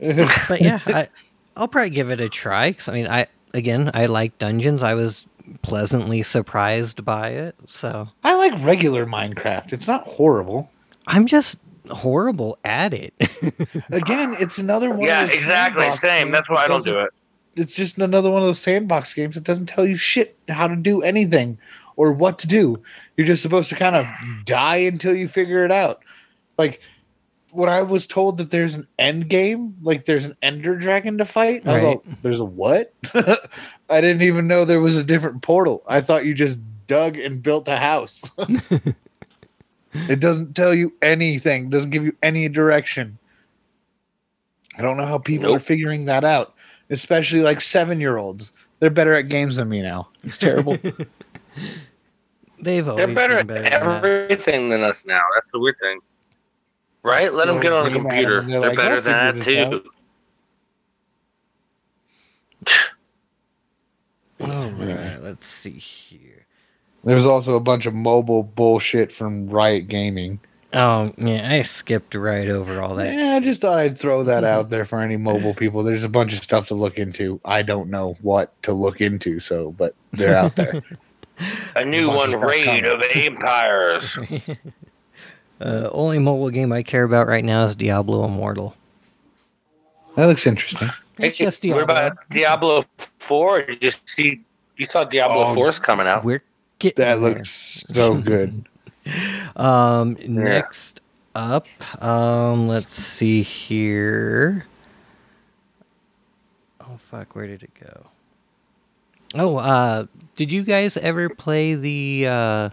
Speaker 2: but yeah, I, I'll probably give it a try. Cause I mean, I again, I like dungeons. I was pleasantly surprised by it. So
Speaker 3: I like regular Minecraft. It's not horrible.
Speaker 2: I'm just horrible at it.
Speaker 3: Again, it's another one.
Speaker 1: yeah,
Speaker 3: of those
Speaker 1: exactly.
Speaker 3: sandbox
Speaker 1: Same.
Speaker 3: games
Speaker 1: That's why
Speaker 3: that
Speaker 1: I don't
Speaker 3: doesn't-
Speaker 1: do it.
Speaker 3: It's just another one of those sandbox games that doesn't tell you shit how to do anything or what to do. You're just supposed to kind of die until you figure it out. Like when I was told that there's an end game, like there's an ender dragon to fight, I was
Speaker 2: Right.
Speaker 3: like, there's a what? I didn't even know there was a different portal. I thought you just dug and built a house. It doesn't tell you anything. Doesn't give you any direction. I don't know how people
Speaker 1: Nope.
Speaker 3: are figuring that out, especially like seven year olds. They're better at games than me now. It's terrible.
Speaker 2: They've always
Speaker 1: They're better
Speaker 2: been better
Speaker 1: at
Speaker 2: than us.
Speaker 1: everything than us now. That's the weird thing. Right? Let them get on a
Speaker 3: Scream at 'em
Speaker 1: computer.
Speaker 3: and
Speaker 1: They're
Speaker 3: they're like,
Speaker 1: better
Speaker 3: "I'll
Speaker 1: than that,
Speaker 3: figure this
Speaker 1: too.
Speaker 2: All right, let's see here.
Speaker 3: there was also a bunch of mobile bullshit from Riot Gaming.
Speaker 2: Oh yeah, I skipped right over all that.
Speaker 3: Yeah, I just thought I'd throw that out there for any mobile people. There's a bunch of stuff to look into. I don't know what to look into, so but they're out there.
Speaker 1: A new
Speaker 3: Bunch of
Speaker 1: one,
Speaker 3: stuff
Speaker 1: Raid
Speaker 3: coming.
Speaker 1: of Empires.
Speaker 2: Uh, only mobile game I care about right now is Diablo Immortal.
Speaker 3: that looks interesting.
Speaker 2: It's
Speaker 1: Hey,
Speaker 2: just Diablo.
Speaker 1: What about Diablo 4? Did you see you saw Diablo
Speaker 3: Oh,
Speaker 1: 4's coming out.
Speaker 2: We're getting
Speaker 3: That
Speaker 2: there.
Speaker 3: looks so good.
Speaker 2: Um, next up, um, let's see here. Oh fuck, where did it go? Oh, uh, did you guys ever play the uh,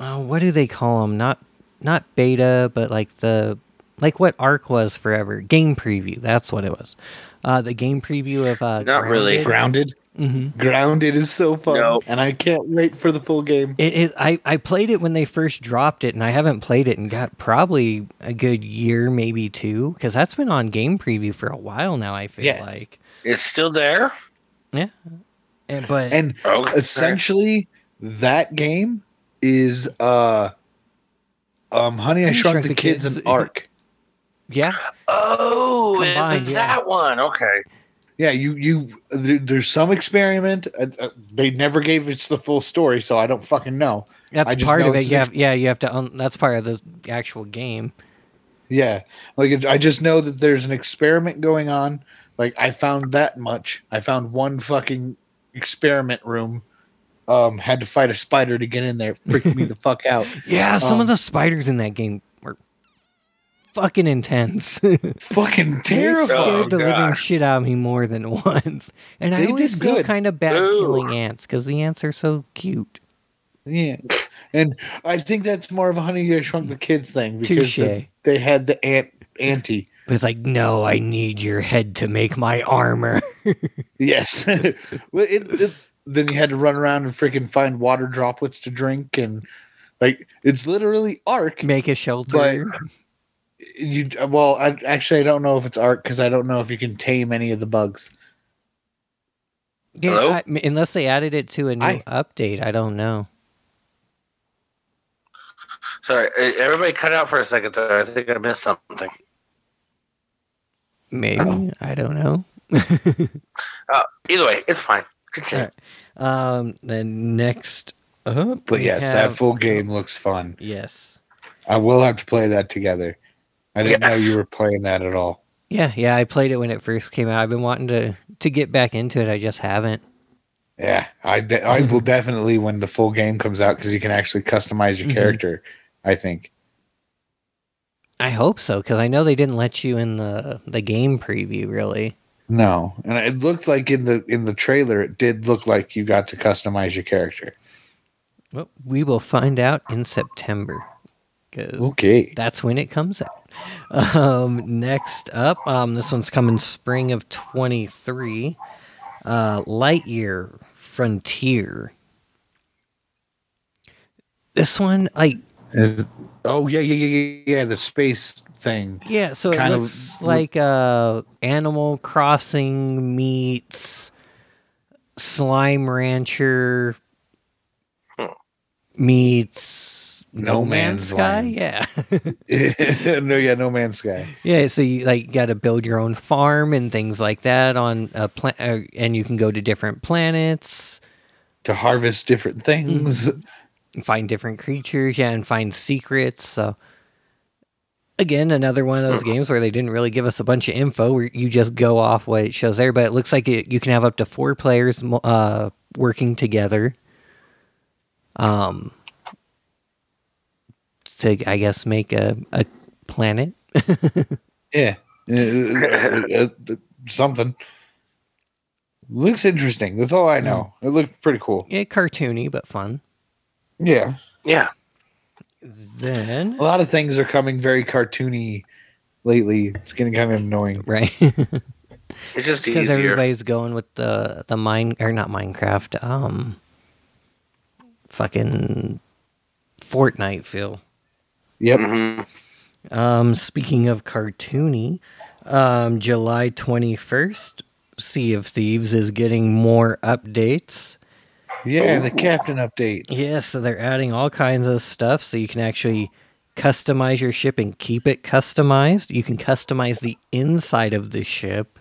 Speaker 2: uh what do they call them? Not not beta, but like the like what Arc was forever. Game preview. That's what it was. Uh, the game preview of uh,
Speaker 1: Not really.
Speaker 3: Grounded.
Speaker 2: hmm
Speaker 3: Grounded is so fun,
Speaker 1: No.
Speaker 3: and I can't wait for the full game.
Speaker 2: It, it, I, I played it when they first dropped it, and I haven't played it in got probably a good year, maybe two, because that's been on game preview for a while now. I feel
Speaker 3: Yes.
Speaker 2: like,
Speaker 1: It's still there?
Speaker 2: and, but
Speaker 3: And
Speaker 1: Okay.
Speaker 3: essentially, that game is uh, um, Honey, I Shrunk, the, Kids, and Ark.
Speaker 2: yeah,
Speaker 1: Oh, it
Speaker 2: Combined,
Speaker 1: was
Speaker 2: yeah.
Speaker 1: that one. Okay.
Speaker 3: Yeah, you you there, there's some experiment. Uh, uh, they never gave us the full story, so I don't fucking know. I
Speaker 2: that's
Speaker 3: just
Speaker 2: part
Speaker 3: know
Speaker 2: of it.
Speaker 3: it's an
Speaker 2: You
Speaker 3: ex-
Speaker 2: have, yeah, you have to. Un- that's part of the actual game.
Speaker 3: Yeah, like it, I just know that there's an experiment going on. Like I found that much. I found one fucking experiment room. Um, had to fight a spider to get in there. Freaked me the fuck out.
Speaker 2: Yeah, some
Speaker 3: Um,
Speaker 2: of the spiders in that game were fucking intense.
Speaker 3: Fucking
Speaker 2: They
Speaker 3: terrible.
Speaker 1: Oh,
Speaker 2: scared the living
Speaker 1: gosh.
Speaker 2: shit out of me more than once, and I
Speaker 3: They
Speaker 2: always
Speaker 3: did
Speaker 2: feel
Speaker 3: good.
Speaker 2: kind of bad
Speaker 1: Ooh.
Speaker 2: killing ants because the ants are so cute.
Speaker 3: Yeah. And I think that's more of a Honey I Shrunk the Kids thing because
Speaker 2: Touche.
Speaker 3: the, they had the ant anti.
Speaker 2: It's like, no, I need your head to make my armor.
Speaker 3: Yes. Well, it, it- then you had to run around and freaking find water droplets to drink and like it's literally Ark.
Speaker 2: make a shelter.
Speaker 3: You well, I actually I don't know if it's Ark because I don't know if you can tame any of the bugs.
Speaker 2: yeah,
Speaker 1: Hello?
Speaker 2: I- unless they added it to a new
Speaker 3: I-
Speaker 2: update, I don't know.
Speaker 1: Sorry, eh, everybody cut out for a second there. I think I missed something.
Speaker 2: Maybe I don't know.
Speaker 1: Either way, it's fine. Continue.
Speaker 2: Alright. Um, then next up,
Speaker 3: But
Speaker 2: we
Speaker 3: yes,
Speaker 2: have- uh,
Speaker 3: that full game looks fun.
Speaker 2: Yes,
Speaker 3: I will have to play that together. I didn't know
Speaker 1: Yes.
Speaker 3: you were playing that at all.
Speaker 2: yeah, yeah. I played it when it first came out. I've been wanting to to get back into it. I just haven't.
Speaker 3: Yeah, I, de- I will definitely when the full game comes out because you can actually customize your
Speaker 2: Mhm.
Speaker 3: character. I think.
Speaker 2: I hope so because I know they didn't let you in the the game preview. Really,
Speaker 3: No, and it looked like in the in the trailer, it did look like you got to customize your character.
Speaker 2: well, we will find out in September because
Speaker 3: Okay,
Speaker 2: that's when it comes out. Um, next up, um, this one's coming spring of 23. Uh, Lightyear Frontier. This one, like,
Speaker 3: Is- oh yeah, yeah, yeah, yeah, yeah. The space thing.
Speaker 2: yeah, so it
Speaker 3: Kind of-
Speaker 2: looks like uh, Animal Crossing meets Slime Rancher meets
Speaker 3: No Man's
Speaker 2: Sky.
Speaker 3: Land.
Speaker 2: Yeah.
Speaker 3: no, yeah, No Man's Sky.
Speaker 2: Yeah, so you like got to build your own farm and things like that on a plan, uh, and you can go to different planets,
Speaker 3: To harvest different things.
Speaker 2: and find different creatures, yeah, and find secrets. So again, another one of those games where they didn't really give us a bunch of info. Where you just go off what it shows there, but it looks like it, you can have up to four players mo- uh, working together. Um, to I guess make a a planet.
Speaker 3: Yeah, Uh, uh, uh, something. Looks interesting. That's all I know. It looked pretty cool.
Speaker 2: Yeah, cartoony but fun.
Speaker 3: Yeah.
Speaker 1: Yeah.
Speaker 2: Then
Speaker 3: A lot of things are coming very cartoony lately. It's getting kind of annoying.
Speaker 2: right,
Speaker 1: It's just
Speaker 2: because
Speaker 1: easier.
Speaker 2: everybody's going with the the mine or not Minecraft, um, fucking Fortnite feel.
Speaker 3: Yep.
Speaker 1: Mhm.
Speaker 2: Um, speaking of cartoony, um, July 21st, Sea of Thieves is getting more updates.
Speaker 3: Yeah, the captain update.
Speaker 2: Yeah, so they're adding all kinds of stuff so you can actually customize your ship and keep it customized. You can customize the inside of the ship.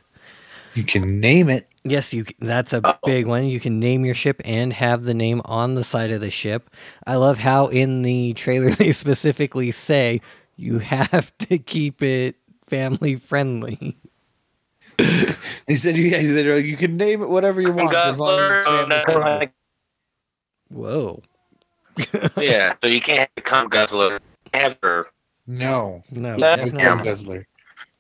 Speaker 3: You can name it.
Speaker 2: Yes, you. c- That's
Speaker 1: Oh.
Speaker 2: a big one. You can name your ship and have the name on the side of the ship. I love how in the trailer they specifically say you have to keep it family friendly.
Speaker 3: He said, "You, he said, "Oh, you can name it whatever you want as long as it's
Speaker 1: uh,
Speaker 3: family friendly."
Speaker 2: Whoa.
Speaker 1: yeah, so you can't have Tom Guzzler ever.
Speaker 3: No,
Speaker 2: No,
Speaker 1: Yeah.
Speaker 2: definitely.
Speaker 3: Tom Guzzler.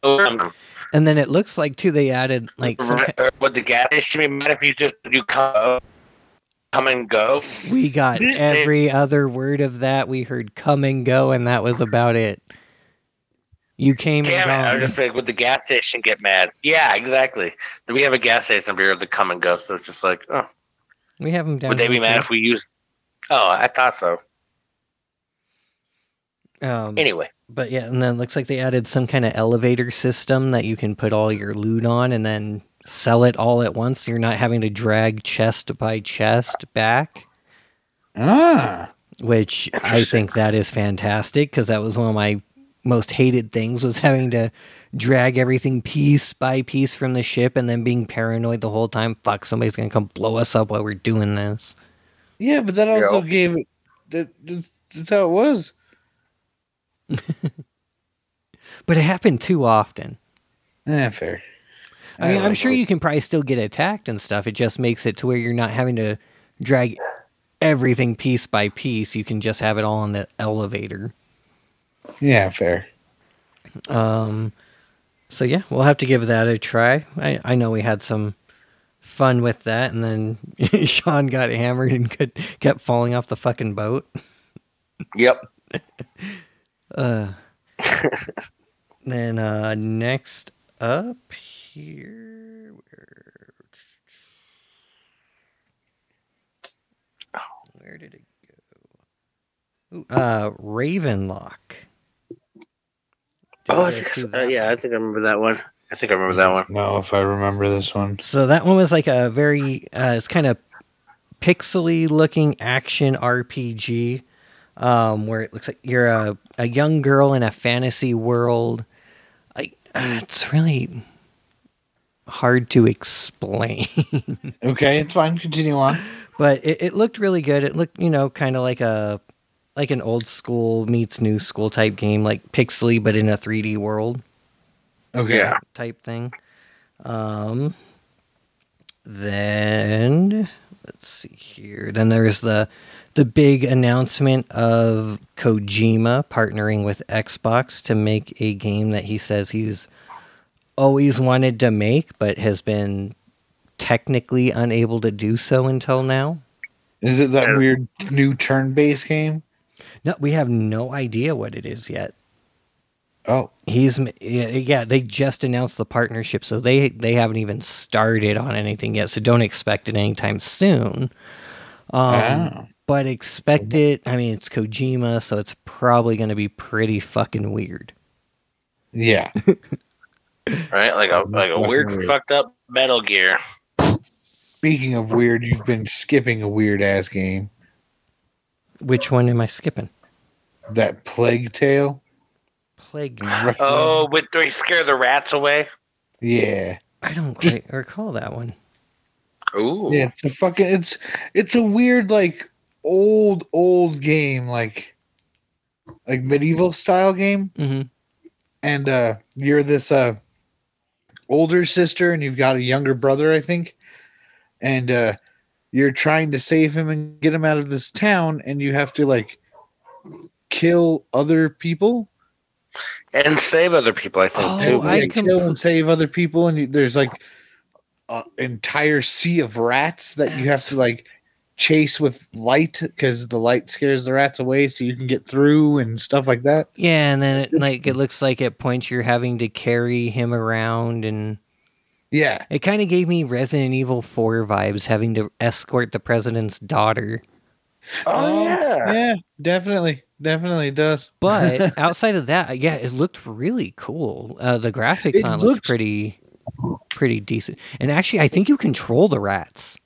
Speaker 1: Um,
Speaker 2: And then it looks like too they added like some ki-
Speaker 1: Would the gas station be mad if you just do come, come and go?
Speaker 2: we got every other word of that. We heard come and go, and that was about it. You came
Speaker 1: Damn it! I
Speaker 2: and
Speaker 1: was
Speaker 2: gone.
Speaker 1: just like, would the gas station get mad? Yeah, exactly. Do we have a gas station over here the come and go? So it's just like, oh,
Speaker 2: We have them down.
Speaker 1: would they be
Speaker 2: here,
Speaker 1: mad
Speaker 2: too.
Speaker 1: if we used? Oh, I thought so.
Speaker 2: Um,
Speaker 1: Anyway,
Speaker 2: But yeah, and then it looks like they added some kind of elevator system that you can put all your loot on and then sell it all at once. You're not having to drag chest by chest back,
Speaker 3: Ah,
Speaker 2: which I think that is fantastic because that was one of my most hated things was having to drag everything piece by piece from the ship and then being paranoid the whole time. Fuck, somebody's gonna come blow us up while we're doing this.
Speaker 3: yeah, but that also
Speaker 1: Yeah.
Speaker 3: gave it. That, that's, that's how it was.
Speaker 2: But it happened too often.
Speaker 3: Eh, fair.
Speaker 2: I mean,
Speaker 3: I
Speaker 2: I'm
Speaker 3: like
Speaker 2: sure
Speaker 3: it.
Speaker 2: you can probably still get attacked and stuff. It just makes it to where you're not having to drag everything piece by piece. You can just have it all on the elevator.
Speaker 3: Yeah, fair.
Speaker 2: Um, so yeah, we'll have to give that a try. I, I know we had some fun with that, and then Sean got hammered and kept, kept falling off the fucking boat.
Speaker 1: yep.
Speaker 2: Uh, then uh, next up here, where, where did it go? Ooh, uh, Ravenlock. Did
Speaker 1: Oh,
Speaker 2: you guys see
Speaker 1: uh,
Speaker 2: that?
Speaker 1: yeah, I think I remember that one. I think I remember that one.
Speaker 3: No, if I remember this one.
Speaker 2: So that one was like a very, uh, it's kind of pixely looking action RPG um, where it looks like you're a, a young girl in a fantasy world. I, uh, it's really hard to explain,
Speaker 3: Okay, it's fine. Continue on.
Speaker 2: but it, it looked really good. It looked, you know, kind of like a like an old school meets new school type game, like pixely but in a 3D world.
Speaker 3: Okay.
Speaker 1: Yeah.
Speaker 2: type thing. Um, then let's see here. Then there's the the big announcement of Kojima partnering with Xbox to make a game that he says he's always wanted to make, but has been technically unable to do so until now.
Speaker 3: Is it that
Speaker 1: Yeah.
Speaker 3: weird new turn-based game?
Speaker 2: No, we have no idea what it is yet.
Speaker 3: Oh,
Speaker 2: He's m- yeah, yeah. They just announced the partnership, so they they haven't even started on anything yet. So don't expect it anytime soon. Um,
Speaker 3: Ah.
Speaker 2: But expect it. I mean, it's Kojima, so it's probably going to be pretty fucking weird.
Speaker 3: yeah.
Speaker 1: Right, like a like a
Speaker 3: Fucking
Speaker 1: weird,
Speaker 3: weird.
Speaker 1: fucked up Metal Gear.
Speaker 3: Speaking of weird, you've been skipping a weird ass game.
Speaker 2: Which one am I skipping?
Speaker 3: That Plague Tale.
Speaker 2: Plague.
Speaker 1: Oh, would they scare the rats away?
Speaker 3: Yeah.
Speaker 2: I don't
Speaker 3: Just-
Speaker 2: quite recall that one.
Speaker 1: Ooh,
Speaker 3: Yeah, it's a fucking it's it's a weird like old old game like like medieval style game
Speaker 2: hmm
Speaker 3: and uh you're this uh older sister and you've got a younger brother I think and uh you're trying to save him and get him out of this town and you have to like kill other people
Speaker 1: and save other people. I think
Speaker 2: Oh,
Speaker 1: too.
Speaker 2: I
Speaker 3: yeah,
Speaker 2: can-
Speaker 3: kill and save other people and you, there's like an entire sea of rats that you have to like chase with light because the light scares the rats away, so you can get through and stuff like that.
Speaker 2: Yeah, and then it, like it looks like at points you're having to carry him around, and
Speaker 3: Yeah,
Speaker 2: it kind of gave me Resident Evil Four vibes, having to escort the president's daughter.
Speaker 1: Oh,
Speaker 3: Um,
Speaker 1: yeah.
Speaker 3: yeah, definitely, definitely it does.
Speaker 2: But outside of that, yeah, it looked really cool. Uh, the graphics
Speaker 3: It
Speaker 2: on it looked
Speaker 3: looks-
Speaker 2: pretty, pretty decent. And actually, I think you control the rats.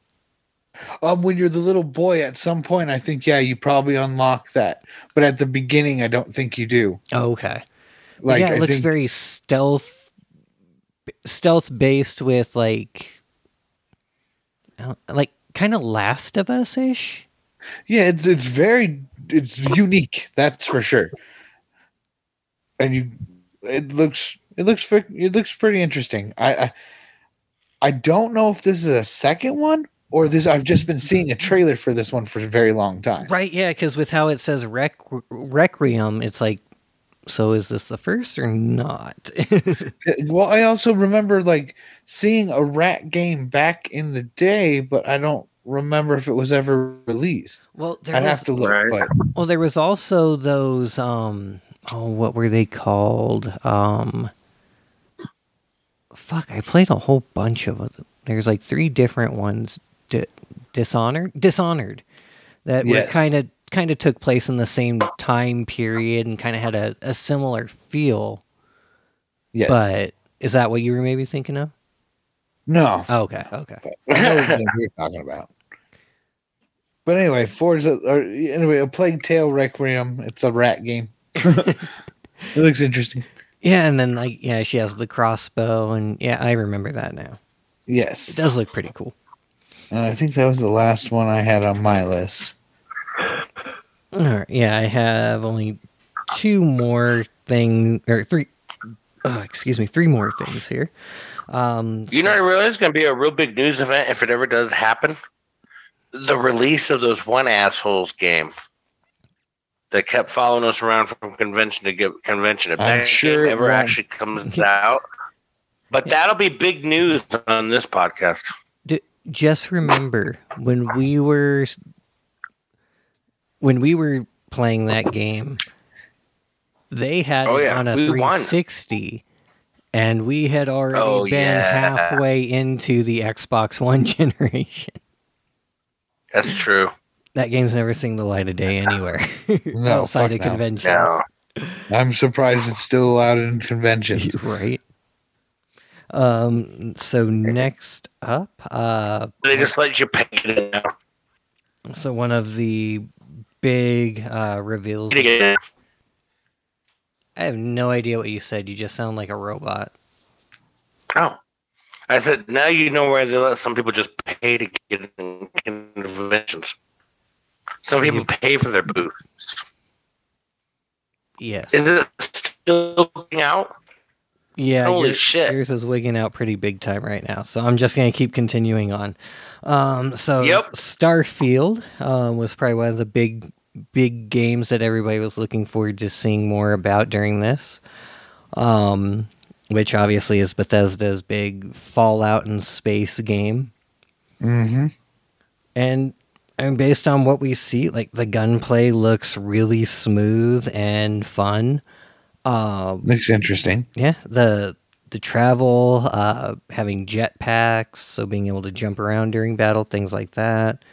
Speaker 3: Um, when you're the little boy, at some point, I think yeah, you probably unlock that, but at the beginning, I don't think you do.
Speaker 2: Oh, Okay.
Speaker 3: Like,
Speaker 2: yeah, it
Speaker 3: I
Speaker 2: looks
Speaker 3: think,
Speaker 2: very stealth, stealth based with like, I don't- like kind of Last of Us ish.
Speaker 3: yeah, it's it's very it's unique. That's for sure. And you, it looks it looks frick- it looks pretty interesting. I, I I don't know if this is a second one or this. I've just been seeing a trailer for this one for a very long time.
Speaker 2: Right. Yeah, because with how it says rec- requiem, it's like, so is this the first or not?
Speaker 3: Uh, Well, I also remember like seeing a rat game back in the day, but I don't remember if it was ever released.
Speaker 2: well, there
Speaker 3: I'd
Speaker 2: was,
Speaker 3: have to look,
Speaker 1: Right.
Speaker 3: but
Speaker 2: Well, there was also those um oh what were they called? Um fuck, I played a whole bunch of them. There's like three different ones Di- Dishonored, Dishonored that were
Speaker 3: Yes.
Speaker 2: kind of kind of took place in the same time period and kind of had a, a similar feel.
Speaker 3: yes,
Speaker 2: But is that what you were maybe thinking of?
Speaker 3: no,
Speaker 2: Oh, okay, okay.
Speaker 3: I know what you're talking about. But anyway, Forza or anyway, a Plague Tale Requiem. It's a rat game. it looks interesting.
Speaker 2: Yeah, and then like yeah, she has the crossbow and yeah, I remember that now. It
Speaker 3: Yes,
Speaker 2: does look pretty cool.
Speaker 3: and I think that was the last one I had on my list.
Speaker 2: All right. Yeah, I have only two more things, or three. Uh, excuse me, three more things here. Um,
Speaker 1: You know, I realize it's going to be a real big news event if it ever does happen. The release of those one assholes game that kept following us around from convention to get convention. If
Speaker 3: I'm
Speaker 1: that
Speaker 3: sure it
Speaker 1: game ever
Speaker 3: won't.
Speaker 1: actually comes out, but that'll be big news on this podcast.
Speaker 2: d- just remember when we were s- when we were playing that game, they had
Speaker 1: Oh,
Speaker 2: it
Speaker 1: yeah,
Speaker 2: on a
Speaker 1: we won.
Speaker 2: 360, and we had already
Speaker 1: Oh,
Speaker 2: been
Speaker 1: yeah.
Speaker 2: halfway into the Xbox One generation.
Speaker 1: That's true.
Speaker 2: That game's never seen the light of day anywhere
Speaker 3: No,
Speaker 2: outside
Speaker 3: fuck
Speaker 2: of
Speaker 3: no.
Speaker 2: conventions.
Speaker 1: No.
Speaker 3: I'm surprised it's still allowed in conventions.
Speaker 2: right um so next up uh
Speaker 1: They just let you pick it now.
Speaker 2: so one of the big uh reveals
Speaker 1: Pick it now.
Speaker 2: i have no idea what you said you just sound like a robot
Speaker 1: Oh. I said, now you know why they let some people just pay to get in conventions. Some people pay for their booth.
Speaker 2: yes
Speaker 1: Is it still going out?
Speaker 2: yeah
Speaker 1: Holy
Speaker 2: your-
Speaker 1: shit.
Speaker 2: yours is wigging out pretty big time right now so i'm just gonna keep continuing on um so
Speaker 1: Yep.
Speaker 2: starfield um was probably one of the big big games that everybody was looking forward to seeing more about during this um, which obviously is Bethesda's big Fallout in space game.
Speaker 3: Mm-hmm.
Speaker 2: And I mean, based on what we see, like the gunplay looks really smooth and fun. Um,
Speaker 3: Looks interesting.
Speaker 2: yeah, the the travel, uh, having jetpacks, so being able to jump around during battle, things like that.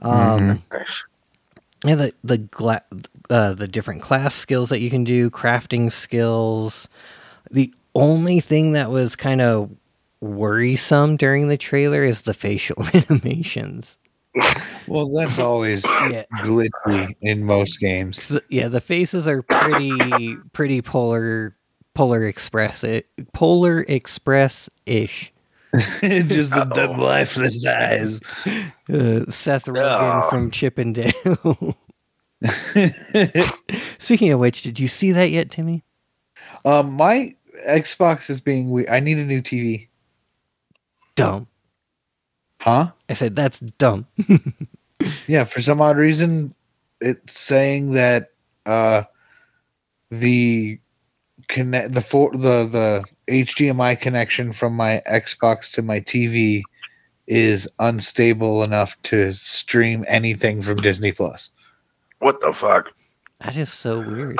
Speaker 2: Um, Yeah, the the gla- uh, the different class skills that you can do, crafting skills. The only thing that was kind of worrisome during the trailer is the facial animations.
Speaker 3: Well, that's always
Speaker 2: Yeah,
Speaker 3: glitchy in most games.
Speaker 2: 'cause the- yeah, the faces are pretty pretty polar polar express it polar express ish.
Speaker 3: Just the dead lifeless eyes.
Speaker 2: Uh, Seth Rogen
Speaker 1: Oh.
Speaker 2: from Chippendale. Speaking of which, did you see that yet, Timmy?
Speaker 3: Um, my Xbox is being weird. I need a new TV.
Speaker 2: Dumb.
Speaker 3: Huh?
Speaker 2: I said that's dumb.
Speaker 3: Yeah, for some odd reason, it's saying that uh, the connect the for the the HDMI connection from my Xbox to my TV is unstable enough to stream anything from Disney Plus.
Speaker 1: What the fuck?
Speaker 2: That is so weird.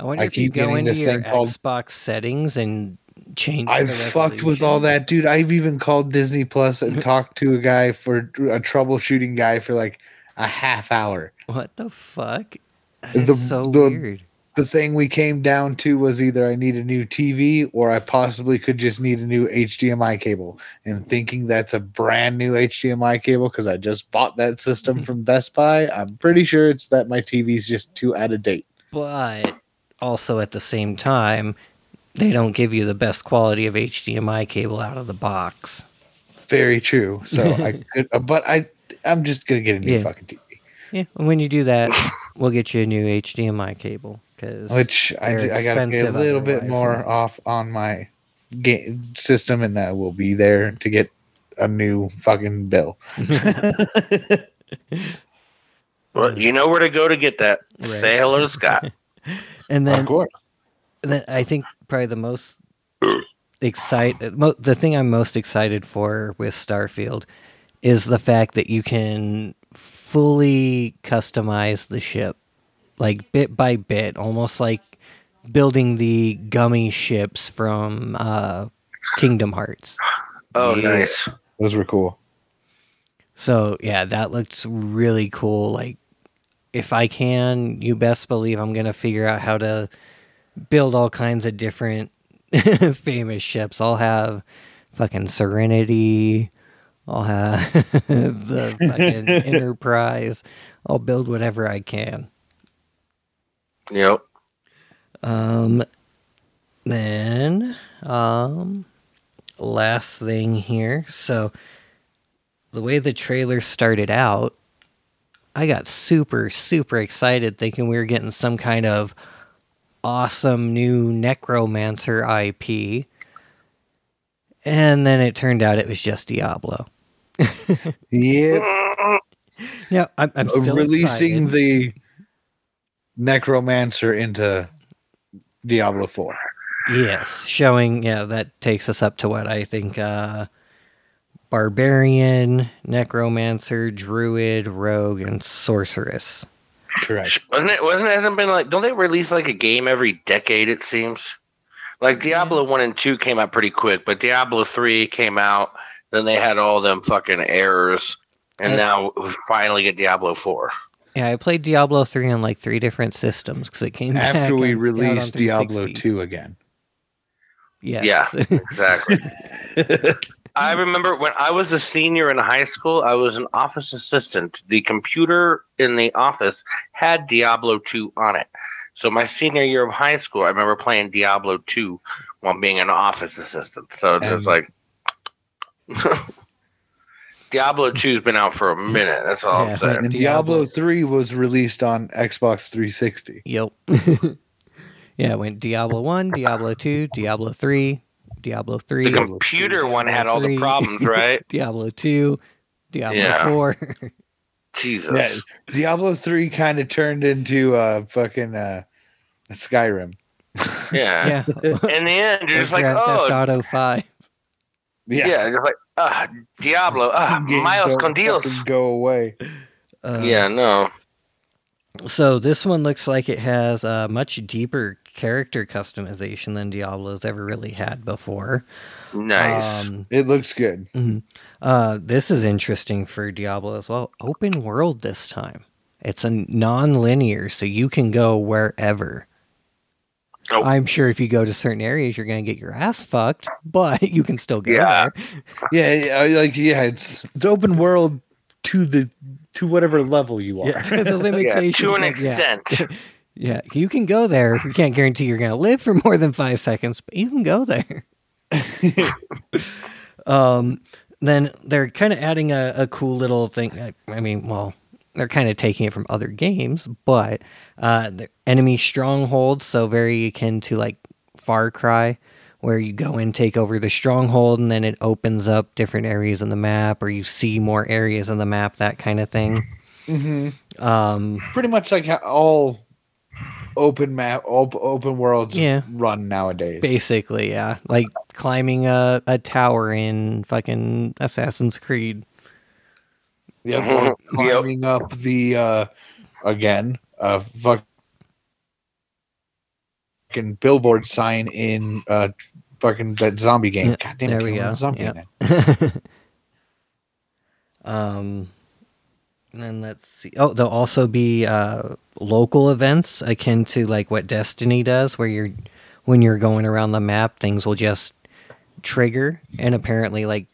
Speaker 2: I wonder
Speaker 3: I
Speaker 2: if you
Speaker 3: keep
Speaker 2: go
Speaker 3: getting
Speaker 2: into
Speaker 3: this
Speaker 2: your
Speaker 3: thing called-
Speaker 2: Xbox settings and change.
Speaker 3: I've
Speaker 2: the
Speaker 3: fucked with all
Speaker 2: resolution.
Speaker 3: that, dude. I've even called Disney Plus and talked to a guy for a troubleshooting guy for like a half hour.
Speaker 2: What the fuck? That is
Speaker 3: The-
Speaker 2: so
Speaker 3: the-
Speaker 2: weird.
Speaker 3: The thing we came down to was either I need a new TV or I possibly could just need a new HDMI cable. And thinking that's a brand new HDMI cable because I just bought that system from Best Buy, I'm pretty sure it's that my TV's just too out of date.
Speaker 2: But also at the same time, they don't give you the best quality of HDMI cable out of the box.
Speaker 3: Very true. So I could, uh, but I, I'm just gonna get a new
Speaker 2: Yeah.
Speaker 3: fucking TV.
Speaker 2: Yeah, and when you do that, we'll get you a new HDMI cable because
Speaker 3: which I,
Speaker 2: they're
Speaker 3: ju- I gotta pay a
Speaker 2: expensive
Speaker 3: little bit
Speaker 2: otherwise,
Speaker 3: more
Speaker 2: yeah.
Speaker 3: off on my game system, and I will be there to get a new fucking bill.
Speaker 1: Well, you know where to go to get that.
Speaker 2: Right.
Speaker 1: Say hello to Scott.
Speaker 2: and
Speaker 3: of
Speaker 2: then
Speaker 3: course,
Speaker 2: the- I think probably the most excited, mo- the thing I'm most excited for with Starfield is the fact that you can fully customize the ship, like bit by bit, almost like building the gummy ships from uh, Kingdom Hearts.
Speaker 1: Oh,
Speaker 3: Yeah.
Speaker 1: nice.
Speaker 3: those were cool.
Speaker 2: So yeah, that looks really cool. Like if I can, you best believe I'm gonna figure out how to build all kinds of different famous ships. I'll have fucking Serenity. I'll have the fucking Enterprise. I'll build whatever I can.
Speaker 1: Yep.
Speaker 2: Um, then, um, last thing here. So, the way the trailer started out, I got super, super excited thinking we were getting some kind of awesome new Necromancer IP. And then it turned out it was just Diablo.
Speaker 3: Yeah,
Speaker 2: Yeah, I'm, I'm still
Speaker 3: uh, releasing
Speaker 2: excited.
Speaker 3: the Necromancer into Diablo Four.
Speaker 2: Yes, showing yeah, that takes us up to what I think uh barbarian, necromancer, druid, rogue and sorceress.
Speaker 3: Correct.
Speaker 1: Wasn't it? Wasn't it? Hasn't been like? Don't they release like a game every decade? It seems. Like
Speaker 2: Mm-hmm.
Speaker 1: Diablo one and two came out pretty quick, but Diablo three came out. Then they had all them fucking errors, and
Speaker 2: Yes.
Speaker 1: now we finally get Diablo four.
Speaker 2: Yeah, I played Diablo 3 on like three different systems cuz it came back
Speaker 3: After
Speaker 2: on-
Speaker 3: we
Speaker 2: out on
Speaker 3: release Diablo
Speaker 2: 360.
Speaker 3: Two again,
Speaker 2: Yes. Yeah.
Speaker 1: Exactly. I remember when I was a senior in high school, I was an office assistant. The computer in the office had Diablo 2 on it. So my senior year of high school, I remember playing Diablo 2 while being an office assistant. So it's just
Speaker 3: And-
Speaker 1: like Diablo 2's been out for a minute. That's all
Speaker 2: Yeah.
Speaker 1: I'm saying.
Speaker 3: and
Speaker 2: Diablo-
Speaker 3: Diablo Three was released on Xbox 360.
Speaker 2: yep. yeah, it went Diablo 1, Diablo 2, Diablo 3, Diablo 3.
Speaker 1: The
Speaker 3: Diablo
Speaker 1: computer
Speaker 2: 2,
Speaker 1: one had all the
Speaker 2: Diablo 3.
Speaker 1: problems, right?
Speaker 2: Diablo 2, Diablo
Speaker 1: Yeah.
Speaker 2: 4.
Speaker 1: Jesus.
Speaker 3: Yeah, Diablo Three kind of turned into uh, fucking uh, Skyrim.
Speaker 1: Yeah.
Speaker 2: yeah.
Speaker 1: In the end, you're just like,
Speaker 2: Grand Theft
Speaker 1: oh,
Speaker 2: Auto 5.
Speaker 1: Yeah, just like ah, Diablo,
Speaker 3: These
Speaker 1: ah,
Speaker 3: two games
Speaker 1: Miles
Speaker 3: don't
Speaker 1: con Dios.
Speaker 3: fucking Go away.
Speaker 2: Uh,
Speaker 1: yeah, no.
Speaker 2: So this one looks like it has a much deeper character customization than Diablo's ever really had before.
Speaker 1: Nice.
Speaker 2: Um,
Speaker 3: It looks good.
Speaker 2: mhm. uh, this is interesting for Diablo as well. Open world this time. It's a non-linear, so you can go wherever.
Speaker 1: Oh.
Speaker 2: I'm sure if you go to certain areas, you're going to get your ass fucked, but you can still go
Speaker 1: Yeah.
Speaker 2: there.
Speaker 3: Yeah, yeah, I- like yeah, it's it's open world to the to whatever level you are.
Speaker 2: Yeah, the
Speaker 1: yeah,
Speaker 2: limitations.
Speaker 1: to an
Speaker 2: like, yeah.
Speaker 1: extent.
Speaker 2: Yeah, you can go there. We can't guarantee you're going to live for more than five seconds, but you can go there. um, then they're kind of adding a, a cool little thing. I- I mean, well, they're kind of taking it from other games, but uh, the enemy strongholds, so very akin to like Far Cry, where you go and take over the stronghold and then it opens up different areas in the map or you see more areas in the map, that kind of thing.
Speaker 3: Mhm.
Speaker 2: Um,
Speaker 3: Pretty much like how all open map, op- open worlds
Speaker 2: Yeah.
Speaker 3: run nowadays.
Speaker 2: Basically, yeah. Like climbing a, a tower in fucking Assassin's Creed.
Speaker 3: Yep. or
Speaker 1: Mm-hmm.
Speaker 3: climbing up the uh again uh fuck- fucking billboard sign in uh fucking that zombie game.
Speaker 2: Yeah,
Speaker 3: God damn
Speaker 2: there
Speaker 3: it,
Speaker 2: we
Speaker 3: I'm
Speaker 2: go.
Speaker 3: a Zombie
Speaker 2: Yep.
Speaker 3: now.
Speaker 2: Um, and then let's see. Oh, there'll also be uh, local events akin to like what Destiny does, where you're when you're going around the map, things will just trigger, and apparently, like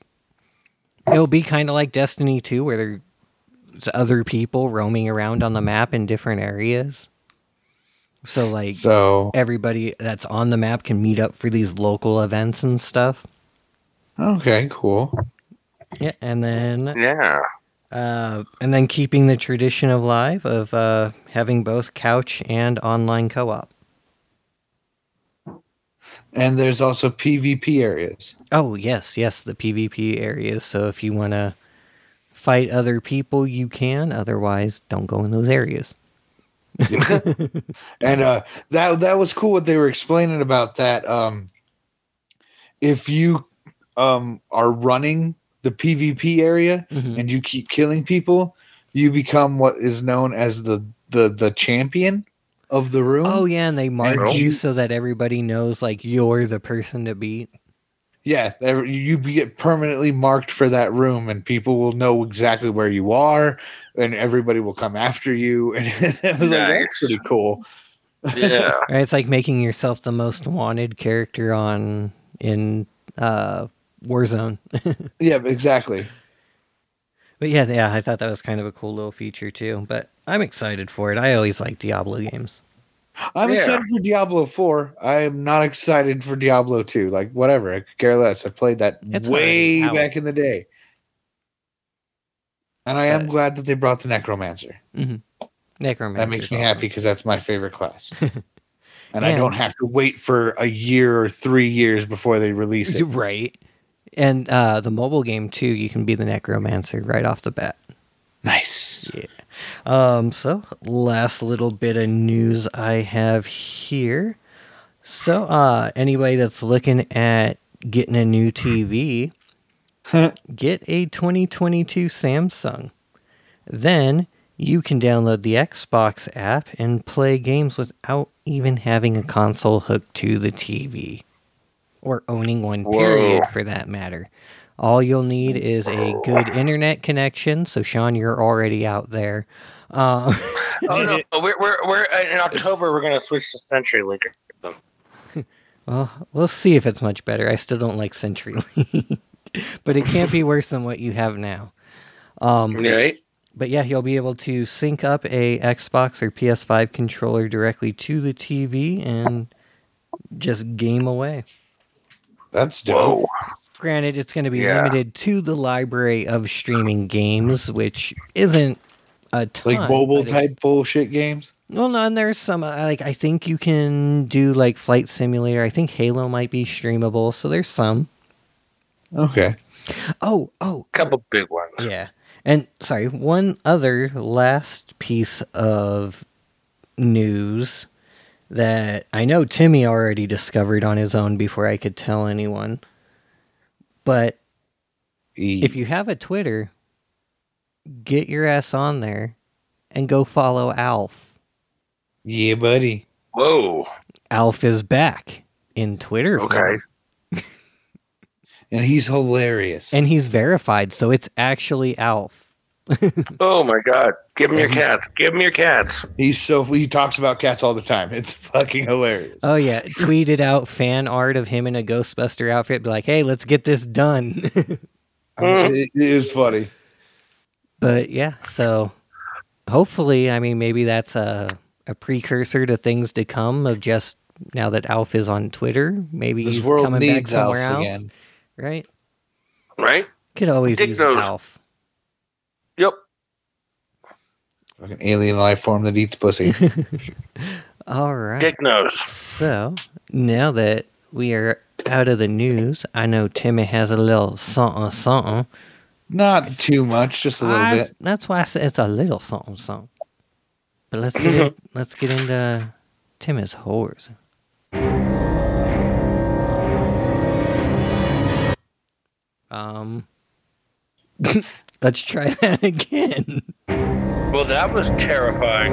Speaker 2: it'll be kind of like Destiny 2, where there's other people roaming around on the map in different areas. So like
Speaker 3: So
Speaker 2: everybody that's on the map can meet up for these local events and stuff.
Speaker 3: okay, cool.
Speaker 2: Yeah, and then
Speaker 1: Yeah.
Speaker 2: Uh, and then keeping the tradition alive of uh, having both couch and online co-op.
Speaker 3: And there's also PvP areas.
Speaker 2: Oh yes, yes, the PvP areas. So if you want to fight other people, you can. Otherwise, don't go in those areas.
Speaker 3: And uh that that was cool what they were explaining about that. Um if you um are running the PvP area and you keep killing people, you become what is known as the the the champion of the room.
Speaker 2: Oh yeah, and they mark
Speaker 3: And
Speaker 2: you
Speaker 3: you-
Speaker 2: so that everybody knows like you're the person to beat.
Speaker 3: Yeah, there- you be- get permanently marked for that room, and people will know exactly where you are, and everybody will come after you. And it was like
Speaker 1: Nice.
Speaker 3: that's pretty cool.
Speaker 1: Yeah.
Speaker 2: Right, It's like making yourself the most wanted character on in uh, Warzone.
Speaker 3: Yeah, exactly.
Speaker 2: But yeah, yeah, I thought that was kind of a cool little feature too. But I'm excited for it. I always like Diablo games.
Speaker 3: I'm
Speaker 1: Yeah.
Speaker 3: excited for Diablo Four. I am not excited for Diablo Two. Like whatever, I could care less. I played that
Speaker 2: It's already
Speaker 3: way
Speaker 2: out.
Speaker 3: back in the day, and I am
Speaker 2: But-
Speaker 3: glad that they brought the Necromancer.
Speaker 2: Necromancer.
Speaker 3: That makes me happy because that's my favorite class. And I
Speaker 2: Yeah.
Speaker 3: don't have to wait for a year or three years before they release it.
Speaker 2: Right. And uh, the mobile game too. You can be the necromancer right off the bat.
Speaker 3: Nice.
Speaker 2: Um, so last little bit of news I have here. So uh anybody that's looking at getting a new TV, get a 2022 Samsung. Then you can download the Xbox app and play games without even having a console hooked to the TV or owning one period for that matter. All you'll need is a good internet connection. So Sean, you're already out there. Uh,
Speaker 1: Oh no, we're we're, we're uh, in October. We're gonna switch to CenturyLink.
Speaker 2: well, we'll see if it's much better. I still don't like CenturyLink, but it can't be worse than what you have now. Um,
Speaker 1: Right?
Speaker 2: But yeah, you'll be able to sync up a Xbox or PS5 controller directly to the TV and just game away.
Speaker 3: That's dope.
Speaker 2: Granted, it's going to be
Speaker 1: Yeah.
Speaker 2: limited to the library of streaming games, which isn't a ton.
Speaker 3: Like mobile
Speaker 2: but it-
Speaker 3: type bullshit games.
Speaker 2: Well, no, and there's some uh, like I think you can do like Flight Simulator. I think Halo might be streamable, so there's some.
Speaker 3: Okay.
Speaker 2: Oh, oh,
Speaker 1: Couple big ones.
Speaker 2: yeah. And sorry, one other last piece of news that I know Timmy already discovered on his own before I could tell anyone. But if you have a Twitter, get your ass on there and go follow Alf.
Speaker 3: yeah, buddy.
Speaker 1: Whoa.
Speaker 2: Alf is back in Twitter. form.
Speaker 1: Okay.
Speaker 3: And he's hilarious.
Speaker 2: And he's verified, so it's actually Alf.
Speaker 1: Oh my God. Give him your cats. Give him your cats.
Speaker 3: he's so he talks about cats all the time. It's fucking hilarious.
Speaker 2: Oh yeah, tweeted out fan art of him in a Ghostbuster outfit, be like, "Hey, let's get this done."
Speaker 1: Mm-hmm.
Speaker 3: it it is funny.
Speaker 2: but yeah, so hopefully, I mean, maybe that's a a precursor to things to come of just now that Alf is on Twitter, maybe
Speaker 3: This
Speaker 2: he's
Speaker 3: world
Speaker 2: coming back
Speaker 3: needs Alf
Speaker 2: somewhere else,
Speaker 3: again.
Speaker 2: right?
Speaker 1: Right?
Speaker 2: Could always
Speaker 1: Dick
Speaker 2: use
Speaker 1: knows.
Speaker 2: Alf.
Speaker 1: Yep.
Speaker 3: Fucking alien life form that eats pussy.
Speaker 2: All right.
Speaker 1: Dick knows.
Speaker 2: So now that we are out of the news, I know Timmy has a little something something.
Speaker 3: Not too much, just a little
Speaker 2: I've-
Speaker 3: bit.
Speaker 2: That's why I said it's a little something something. But let's get it, let's get into Timmy's horse. Um, let's try that again.
Speaker 1: Well, that was terrifying.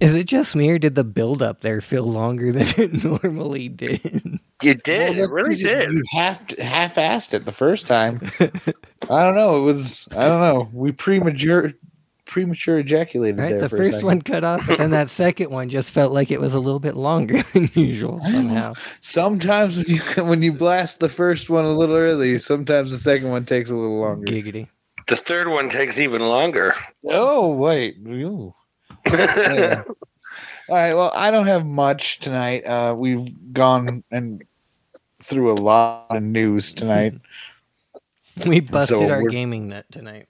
Speaker 2: Is it just me or did the build up there feel longer than it normally did?
Speaker 1: It did.
Speaker 3: Well,
Speaker 1: it really
Speaker 3: that's 'cause
Speaker 1: did.
Speaker 3: you- You half half-assed it the first time. I don't know. It was I don't know. We premature premature ejaculated
Speaker 2: Right,
Speaker 3: there.
Speaker 2: the
Speaker 3: for a
Speaker 2: first
Speaker 3: second.
Speaker 2: one cut off, but then that second one just felt like it was a little bit longer than usual somehow.
Speaker 3: Sometimes when you when you blast the first one a little early, sometimes the second one takes a little longer.
Speaker 2: Giggity.
Speaker 1: The third one takes even longer.
Speaker 3: Oh wait. Ooh. Yeah. All right. Well, I don't have much tonight. Uh, we've gone and through a lot of news tonight,
Speaker 2: We busted
Speaker 3: So
Speaker 2: our
Speaker 3: we're-
Speaker 2: gaming net tonight.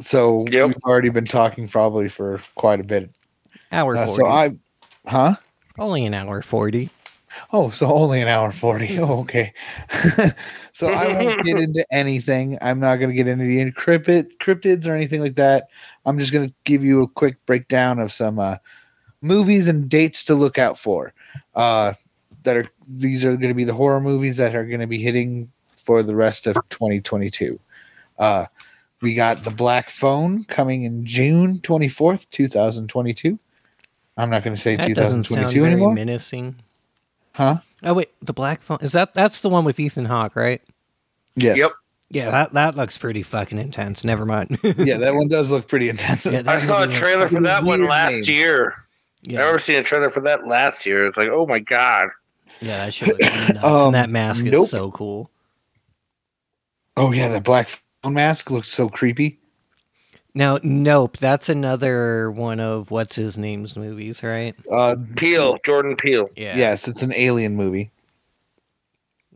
Speaker 3: so
Speaker 1: Yep.
Speaker 3: we've already been talking probably for quite a bit.
Speaker 2: Hour
Speaker 3: Uh,
Speaker 2: forty.
Speaker 3: so I, huh?
Speaker 2: Only an hour forty.
Speaker 3: Oh, so only an hour 40.
Speaker 2: Hmm.
Speaker 3: Oh, okay. so I won't get into anything. I'm not going to get into the encrypted cryptids or anything like that. I'm just going to give you a quick breakdown of some uh, movies and dates to look out for. Uh, that are these are going to be the horror movies that are going to be hitting for the rest of 2022. Uh, we got The Black Phone coming in June 24th, 2022. I'm not going to say
Speaker 2: That doesn't sound
Speaker 3: 2022
Speaker 2: very
Speaker 3: anymore.
Speaker 2: menacing.
Speaker 3: Huh?
Speaker 2: Oh wait, the black phone is that? That's the one with Ethan Hawke, right?
Speaker 3: Yes.
Speaker 1: Yep.
Speaker 2: Yeah, that that looks pretty fucking intense. Never mind.
Speaker 3: yeah, that one does look pretty intense.
Speaker 2: Yeah,
Speaker 1: I
Speaker 2: that
Speaker 1: saw a
Speaker 2: movie looks
Speaker 1: trailer for
Speaker 3: fucking
Speaker 1: that one
Speaker 3: weird
Speaker 1: last
Speaker 3: names.
Speaker 1: year.
Speaker 2: Yeah,
Speaker 1: I remember seeing a trailer for that last year. It's like, oh my god.
Speaker 2: yeah, that shit looks nuts.
Speaker 3: Um,
Speaker 2: and that mask
Speaker 3: nope.
Speaker 2: is so cool.
Speaker 3: Oh yeah, the black phone mask looks so creepy.
Speaker 2: Now, nope, that's another one of what's his name's movies, right?
Speaker 3: Uh,
Speaker 1: Peel, Jordan Peel.
Speaker 2: Yeah.
Speaker 3: Yes, it's an alien movie.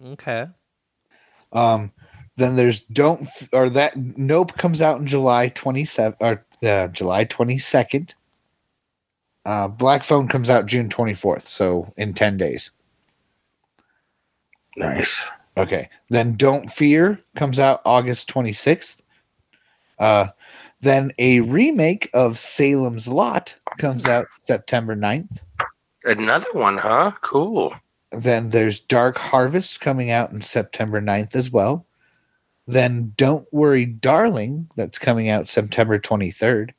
Speaker 2: Okay.
Speaker 3: Um, then there's don't F- or that Nope comes out in July 27 or uh, July 22nd. Uh, black phone comes out June 24th, so in 10 days.
Speaker 1: Nice.
Speaker 3: Okay. Then Don't Fear comes out August 26th. Uh, then a remake of Salem's Lot comes out September 9th.
Speaker 1: Another one, huh? Cool.
Speaker 3: Then there's Dark Harvest coming out on September 9th as well. Then Don't Worry Darling, that's coming out September 23rd.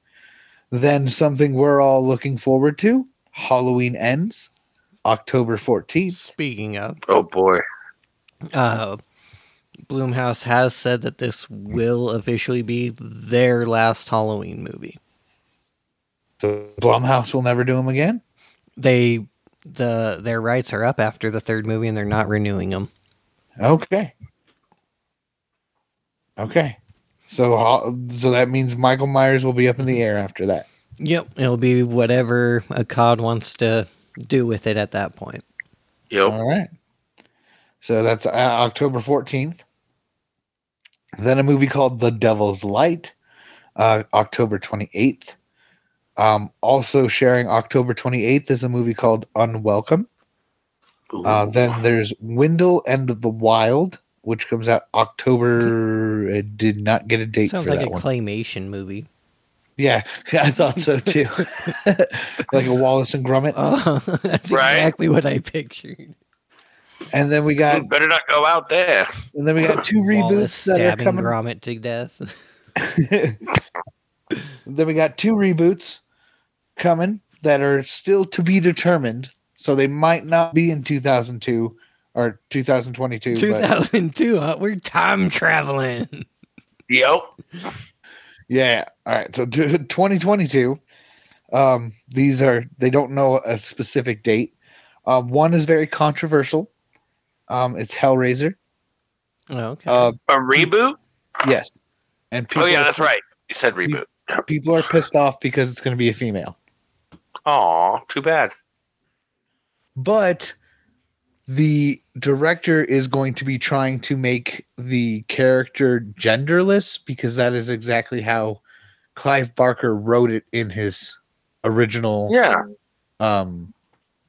Speaker 3: Then something we're all looking forward to Halloween Ends, October 14th.
Speaker 2: Speaking of,
Speaker 1: Oh boy.
Speaker 2: uh, Bloomhouse has said that this will officially be their last Halloween movie.
Speaker 3: So Blumhouse will never do them again.
Speaker 2: They the their rights are up after the third movie, and they're not renewing them.
Speaker 3: Okay. Okay. So, ho- so that means Michael Myers will be up in the air after that.
Speaker 2: Yep, it'll be whatever a COD wants to do with it at that point.
Speaker 1: Yep.
Speaker 3: All right. So that's uh, October 14th. Then a movie called The Devil's Light, uh, October 28th. Um, also sharing October 28th is a movie called Unwelcome. Uh, then there's Windle and the Wild, which comes out October. I did not get a date
Speaker 2: Sounds
Speaker 3: for
Speaker 2: like
Speaker 3: that
Speaker 2: a
Speaker 3: one.
Speaker 2: claymation movie.
Speaker 3: yeah, I thought so too. like a Wallace and Gromit.
Speaker 2: Oh, that's
Speaker 1: Right?
Speaker 2: exactly what I pictured.
Speaker 3: and then we got
Speaker 1: Ooh, Uh, better not go out there.
Speaker 3: and then we got two
Speaker 2: Wallace
Speaker 3: reboots that are
Speaker 2: stabbing
Speaker 3: coming
Speaker 2: Gromit to death.
Speaker 3: then we got two reboots coming that are still to be determined. So they might not be in 2002 or 2022. But
Speaker 2: 2002, huh? we're time traveling.
Speaker 1: Yep.
Speaker 3: yeah. All right. So t- 2022. Um, these are they don't know a specific date. Um, one is very controversial. Um, it's Hellraiser.
Speaker 2: Oh, okay.
Speaker 3: Uh,
Speaker 1: A reboot?
Speaker 3: yes. And people,
Speaker 1: oh yeah,
Speaker 3: are-
Speaker 1: that's right. You said reboot.
Speaker 3: people are pissed off because it's going to be a female.
Speaker 1: Aw, too bad.
Speaker 3: but the director is going to be trying to make the character genderless because that is exactly how Clive Barker wrote it in his original
Speaker 1: Yeah.
Speaker 3: um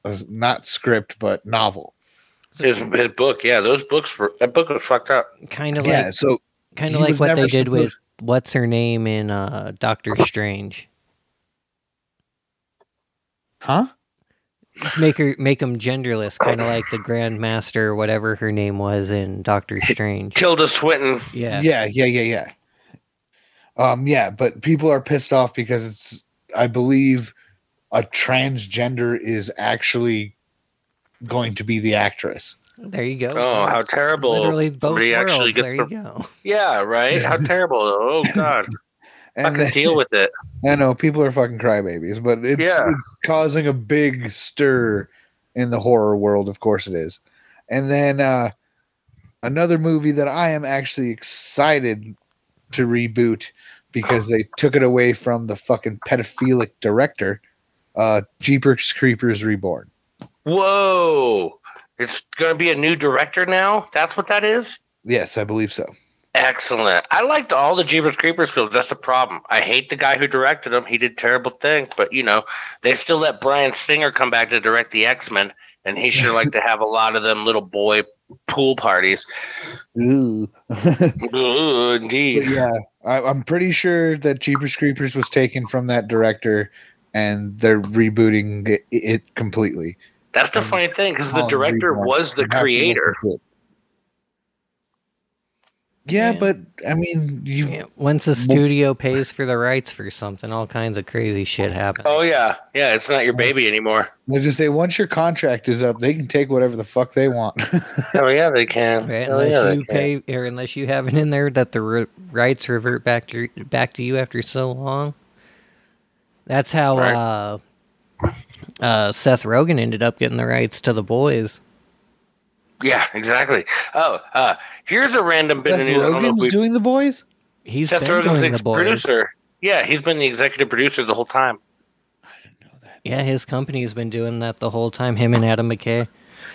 Speaker 3: uh, not script but novel.
Speaker 2: So
Speaker 1: His his book, yeah, those books were that book was fucked up.
Speaker 2: kind of
Speaker 3: yeah,
Speaker 2: like
Speaker 3: so
Speaker 2: kind
Speaker 3: he
Speaker 2: of like
Speaker 3: was
Speaker 2: what they
Speaker 3: never
Speaker 2: did with
Speaker 3: supposed-
Speaker 2: what's her name in uh, Doctor Strange.
Speaker 3: Huh?
Speaker 2: Make her make them genderless, kind of like the Grand Master, whatever her name was in Doctor Strange.
Speaker 1: Tilda Swinton.
Speaker 2: Yeah,
Speaker 3: Yeah, yeah, yeah, yeah. Um, yeah, but people are pissed off because it's I believe a transgender is actually going to be the actress.
Speaker 2: there you go.
Speaker 1: Oh, how
Speaker 2: It's
Speaker 1: terrible.
Speaker 2: Literally both
Speaker 1: Somebody
Speaker 2: worlds.
Speaker 1: actually gets
Speaker 2: there
Speaker 1: the-
Speaker 2: you go.
Speaker 1: Yeah, right. How terrible! Oh God,
Speaker 3: And
Speaker 1: fucking deal with it.
Speaker 3: I know people are fucking crybabies, but it's,
Speaker 1: Yeah.
Speaker 3: it's causing a big stir in the horror world. Of course, it is. And then uh, another movie that I am actually excited to reboot because they took it away from the fucking pedophilic director, uh, Jeepers Creepers Reborn.
Speaker 1: Whoa! It's gonna be a new director now. That's what that is.
Speaker 3: Yes, I believe so.
Speaker 1: Excellent. I liked all the Jeepers Creepers films. That's the problem. I hate the guy who directed them. He did terrible things, but you know, they still let Brian Singer come back to direct the X Men, and he sure liked to have a lot of them little boy pool parties. Ooh,
Speaker 3: Ooh. But
Speaker 1: indeed.
Speaker 3: yeah, I, I'm pretty sure that Jeepers Creepers was taken from that director, and they're rebooting it, it completely.
Speaker 1: That's the
Speaker 3: Um,
Speaker 1: funny thing because the
Speaker 3: Colin
Speaker 1: director
Speaker 3: Reedman.
Speaker 1: was
Speaker 3: You
Speaker 1: the
Speaker 3: have to look
Speaker 1: creator.
Speaker 3: into it. Yeah,
Speaker 2: Yeah.
Speaker 3: but I mean, you
Speaker 2: Yeah, Once the studio pays for the rights for something, all kinds of crazy shit happens.
Speaker 1: Oh yeah, yeah. It's not your baby anymore.
Speaker 3: let's just say once your contract is up, they can take whatever the fuck they want.
Speaker 1: Oh yeah, they can.
Speaker 2: Right,
Speaker 1: Oh,
Speaker 2: unless
Speaker 1: yeah, they
Speaker 2: you
Speaker 1: can.
Speaker 2: pay, or unless you have it in there that the re- rights revert back to back to you after so long. That's how
Speaker 1: Right.
Speaker 2: uh, uh, Seth Rogen ended up getting the rights to the boys.
Speaker 1: Yeah, exactly. Oh, uh, here's a random bit
Speaker 3: Seth
Speaker 1: of news. I don't know if
Speaker 3: Rogen's
Speaker 1: we-
Speaker 3: doing the boys.
Speaker 2: He's
Speaker 1: Seth
Speaker 2: been
Speaker 1: Rogen's
Speaker 2: doing the
Speaker 1: ex-
Speaker 2: boys.
Speaker 1: producer. Yeah, he's been the executive producer the whole time.
Speaker 2: Yeah, his company's been doing that the whole time. Him and Adam McKay.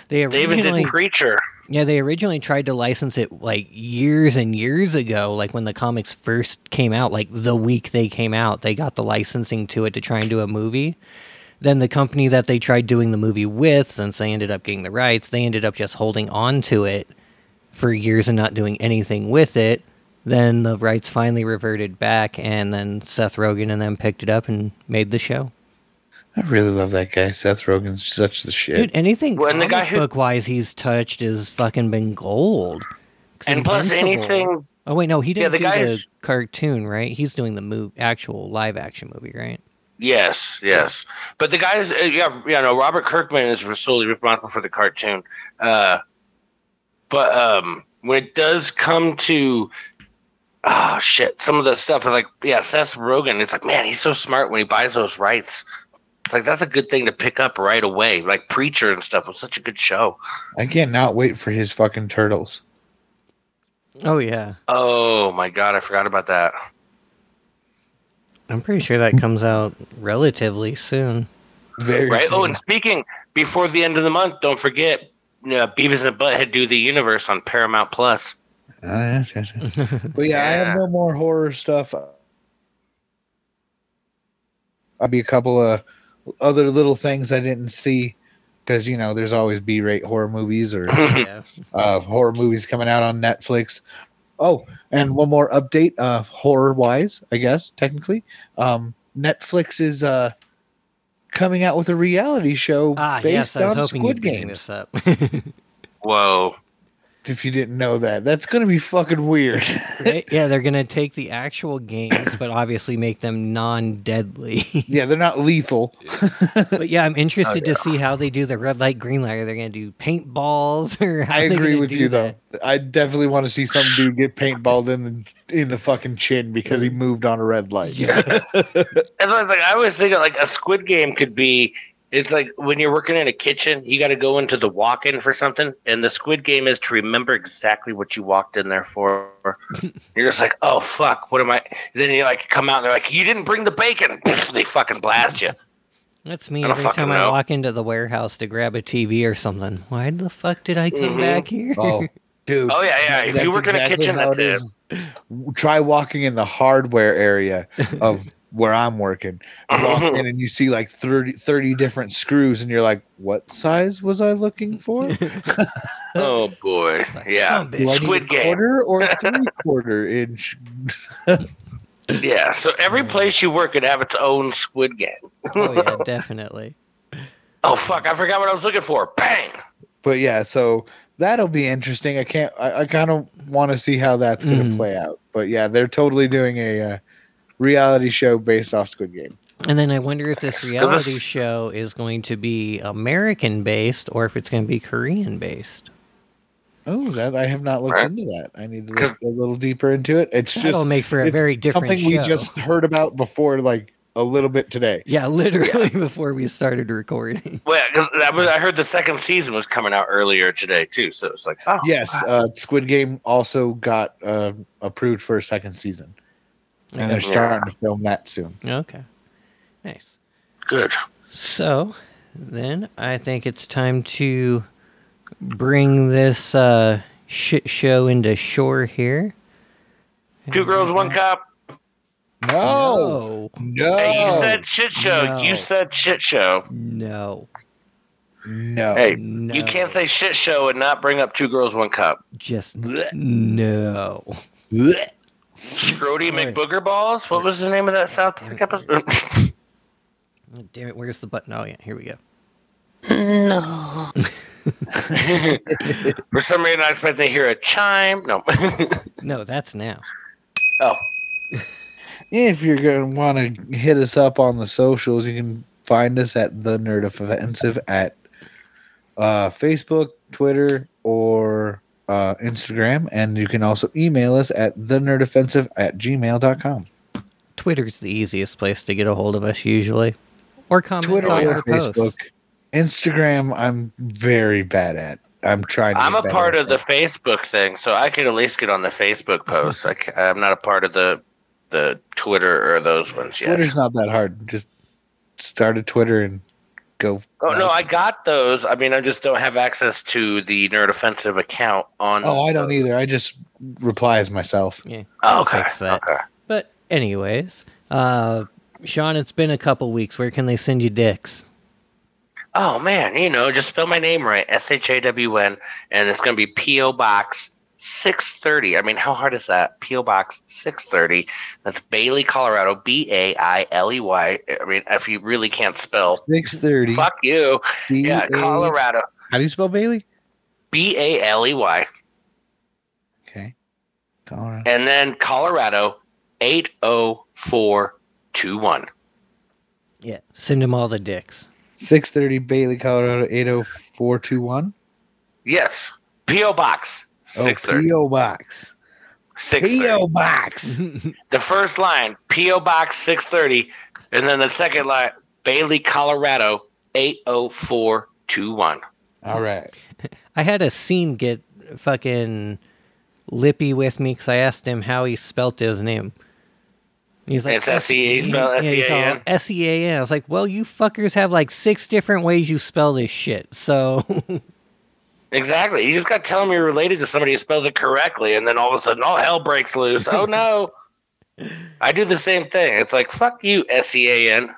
Speaker 2: They
Speaker 1: They even
Speaker 2: originally,
Speaker 1: did Creature.
Speaker 2: yeah, they originally tried to license it like years and years ago, like when the comics first came out, like the week they came out, they got the licensing to it to try and do a movie. Then the company that they tried doing the movie with, since they ended up getting the rights, they ended up just holding on to it for years and not doing anything with it. Then the rights finally reverted back, and then Seth Rogen and them picked it up and made the show.
Speaker 3: I really love that guy. Seth Rogen's such the shit.
Speaker 2: Dude, anything
Speaker 1: Well, and the
Speaker 2: comic
Speaker 1: guy who-
Speaker 2: book wise he's touched has fucking been gold. 'Cause
Speaker 1: And plus,
Speaker 2: Invincible-
Speaker 1: anything.
Speaker 2: Oh wait, no, he
Speaker 1: Yeah,
Speaker 2: didn't
Speaker 1: the guy
Speaker 2: do the
Speaker 1: who's-
Speaker 2: cartoon, right? He's doing the move, actual live action movie, right?
Speaker 1: Yes, yes. But the guys, uh, yeah, yeah, no, Robert Kirkman is solely responsible for the cartoon. Uh, but um, when it does come to. Oh shit! Some of the stuff like yeah, Seth Rogen. It's like man, he's so smart when he buys those rights. It's like that's a good thing to pick up right away. Like Preacher and stuff was such a good show.
Speaker 3: I cannot wait for his fucking turtles.
Speaker 2: Oh yeah,
Speaker 1: Oh my god, I forgot about that.
Speaker 2: I'm pretty sure that comes out relatively soon.
Speaker 3: Very
Speaker 1: Right.
Speaker 3: soon.
Speaker 1: Oh, and speaking before the end of the month, don't forget uh, Beavis and Butthead do the universe on Paramount Plus.
Speaker 3: Uh, yes, yes, yes. but yeah, I
Speaker 1: Yeah.
Speaker 3: have no more horror stuff. I'll be a couple of other little things I didn't see because you know there's always B-rate horror movies or
Speaker 2: yeah.
Speaker 3: uh, horror movies coming out on Netflix. Oh, and one more update, uh, horror wise, I guess technically, um, Netflix is uh, coming out with a reality show
Speaker 2: Ah,
Speaker 3: based
Speaker 2: yes, I was
Speaker 3: on
Speaker 2: hoping
Speaker 3: Squid
Speaker 2: you'd bring
Speaker 3: Games.
Speaker 2: this up.
Speaker 1: Whoa.
Speaker 3: If you didn't know that, that's gonna be fucking weird.
Speaker 2: Right? Yeah, they're gonna take the actual games, but obviously make them non-deadly.
Speaker 3: yeah, they're not lethal.
Speaker 2: But yeah, I'm interested
Speaker 1: Oh,
Speaker 2: to see how they do the red light, green light. Are they going to do paintballs? Or how
Speaker 3: I
Speaker 2: are they
Speaker 3: agree
Speaker 2: gonna
Speaker 3: with
Speaker 2: do
Speaker 3: you
Speaker 2: that?
Speaker 3: though. I definitely want to see some dude get paintballed in the in the fucking chin because
Speaker 2: Mm.
Speaker 3: he moved on a red light.
Speaker 1: And I was like, I always think like a Squid Game could be. It's like when you're working in a kitchen, you got to go into the walk-in for something, and the Squid Game is to remember exactly what you walked in there for. you're just like, oh fuck, what am I? Then you like come out and they're like, you didn't bring the bacon. they fucking blast you.
Speaker 2: That's me
Speaker 1: I don't
Speaker 2: every
Speaker 1: fucking
Speaker 2: time I
Speaker 1: know.
Speaker 2: walk into the warehouse to grab a TV or something. Why the fuck did I come
Speaker 1: Mhm.
Speaker 2: back here?
Speaker 3: Oh, dude.
Speaker 1: Oh, yeah, yeah. If you work in a kitchen,
Speaker 3: how
Speaker 1: that's
Speaker 3: it is. Try walking in the hardware area of where I'm working. You Walk in and you see like 30, 30 different screws, and you're like, what size was I looking for? Do
Speaker 1: Oh boy,
Speaker 2: It's like,
Speaker 1: yeah.
Speaker 2: "Son of a bitch."
Speaker 3: I need
Speaker 1: Squid
Speaker 3: a
Speaker 1: Game.
Speaker 3: quarter or three quarter inch?
Speaker 2: Mm.
Speaker 1: Yeah, so every place you work could have its own Squid Game.
Speaker 2: Oh, yeah, definitely.
Speaker 1: Oh fuck! I forgot what I was looking for. Bang!
Speaker 3: But yeah, so that'll be interesting. I can't. I, I kind of want to see how that's going to
Speaker 2: Mm.
Speaker 3: play out. But yeah, they're totally doing a uh, reality show based off Squid Game.
Speaker 2: And then I wonder if this reality
Speaker 1: this-
Speaker 2: show is going to be American based or if it's going to be Korean based.
Speaker 3: Oh, that I have not looked
Speaker 1: Right.
Speaker 3: into that. I need to look a little deeper into it. It's
Speaker 2: That'll
Speaker 3: just
Speaker 2: make for a
Speaker 3: it's
Speaker 2: very different
Speaker 3: something we
Speaker 2: show.
Speaker 3: just heard about before, like a little bit today.
Speaker 2: Yeah, literally before we started recording.
Speaker 1: Well, 'cause I was- I heard the second season was coming out earlier today too, so it's like, oh,
Speaker 3: Yes, uh, Squid Game also got uh, approved for a second season, and they're
Speaker 1: Yeah.
Speaker 3: starting to film that soon.
Speaker 2: Okay. Nice.
Speaker 1: good.
Speaker 2: So then I think it's time to bring this uh, shit show into shore here.
Speaker 1: Two girls, one
Speaker 2: Mm-hmm.
Speaker 1: Oh! cop.
Speaker 3: No, no,
Speaker 1: Hey, you said shit show.
Speaker 2: Oh. No.
Speaker 1: You said shit show.
Speaker 2: No.
Speaker 3: no.
Speaker 1: Hey,
Speaker 2: Oh, No.
Speaker 1: you can't say shit show and not bring up two girls, one cup.
Speaker 2: Just no.
Speaker 3: Blech.
Speaker 1: Scrody
Speaker 2: Right.
Speaker 1: McBooger balls. What was the name of that South Park episode?
Speaker 2: Oh, Damn it, where's the button? Oh, yeah, here we go.
Speaker 1: For some reason, I expect to hear a chime. No.
Speaker 2: No, that's now.
Speaker 1: oh,
Speaker 3: If you're gonna want to hit us up on the socials, you can find us at the Nerd Offensive at uh, Facebook, Twitter, or uh, Instagram, and you can also email us at the Nerd Offensive at gmail.com.
Speaker 2: Twitter's the easiest place to get a hold of us usually. Or comment
Speaker 3: Twitter
Speaker 2: on
Speaker 3: or
Speaker 2: our
Speaker 3: Facebook,
Speaker 2: posts.
Speaker 3: Instagram. I'm very bad at. I'm trying. To
Speaker 1: I'm
Speaker 3: get
Speaker 1: a
Speaker 3: better
Speaker 1: part
Speaker 3: at
Speaker 1: of the
Speaker 3: that.
Speaker 1: Facebook thing, so I can at least get on the Facebook posts. I ca- I'm not a part of the the Twitter or those ones yet.
Speaker 3: Twitter's not that hard. Just start a Twitter and go.
Speaker 1: Oh no, I got those. I mean, I just don't have access to the Nerd Offensive account on.
Speaker 3: Oh, I don't either. I just reply as myself.
Speaker 2: Yeah,
Speaker 1: Oh,
Speaker 2: I'll
Speaker 1: okay,
Speaker 2: fix that.
Speaker 1: okay.
Speaker 2: But anyways, uh, Sean, it's been a couple weeks. Where can they send you dicks?
Speaker 1: Oh man, you know, just spell my name right, S H A W N, and it's gonna be P.O. Box six thirty. I mean, how hard is that? P.O. Box six thirty. That's Bailey, Colorado. B A I L E Y. I mean, if you really can't spell,
Speaker 3: Six thirty.
Speaker 1: fuck you. Yeah, Colorado.
Speaker 3: How do you spell Bailey?
Speaker 1: B A L E Y,
Speaker 3: Okay. Colorado.
Speaker 1: and then Colorado eight zero four two one.
Speaker 2: Yeah, send them all the dicks.
Speaker 3: Six thirty Bailey, Colorado eight zero four two one.
Speaker 1: Yes, P.O. Box
Speaker 3: Oh,
Speaker 1: six thirty.
Speaker 3: PO box.
Speaker 1: Six thirty.
Speaker 3: PO box.
Speaker 1: The first line, P.O. Box 630, and then the second line, Bailey, Colorado 80421.
Speaker 3: All right.
Speaker 2: I had a scene get fucking lippy with me because I asked him how he spelt his name. And He's like E
Speaker 1: It's S-E-A, spell E
Speaker 2: yeah, he's all,
Speaker 1: S-E-A-N.
Speaker 2: S-E-A-N. I was like, well, you fuckers have like six different ways you spell this shit. So
Speaker 1: Exactly. You just got to tell them you're related to somebody who spells it correctly, and then all of a sudden, all hell breaks loose. Oh no. I do the same thing. It's like, fuck you, S E A N.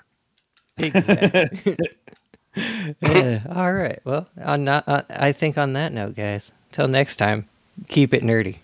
Speaker 2: Exactly. yeah. All right. Well, on not, uh, I think on that note, guys, till next time, keep it nerdy.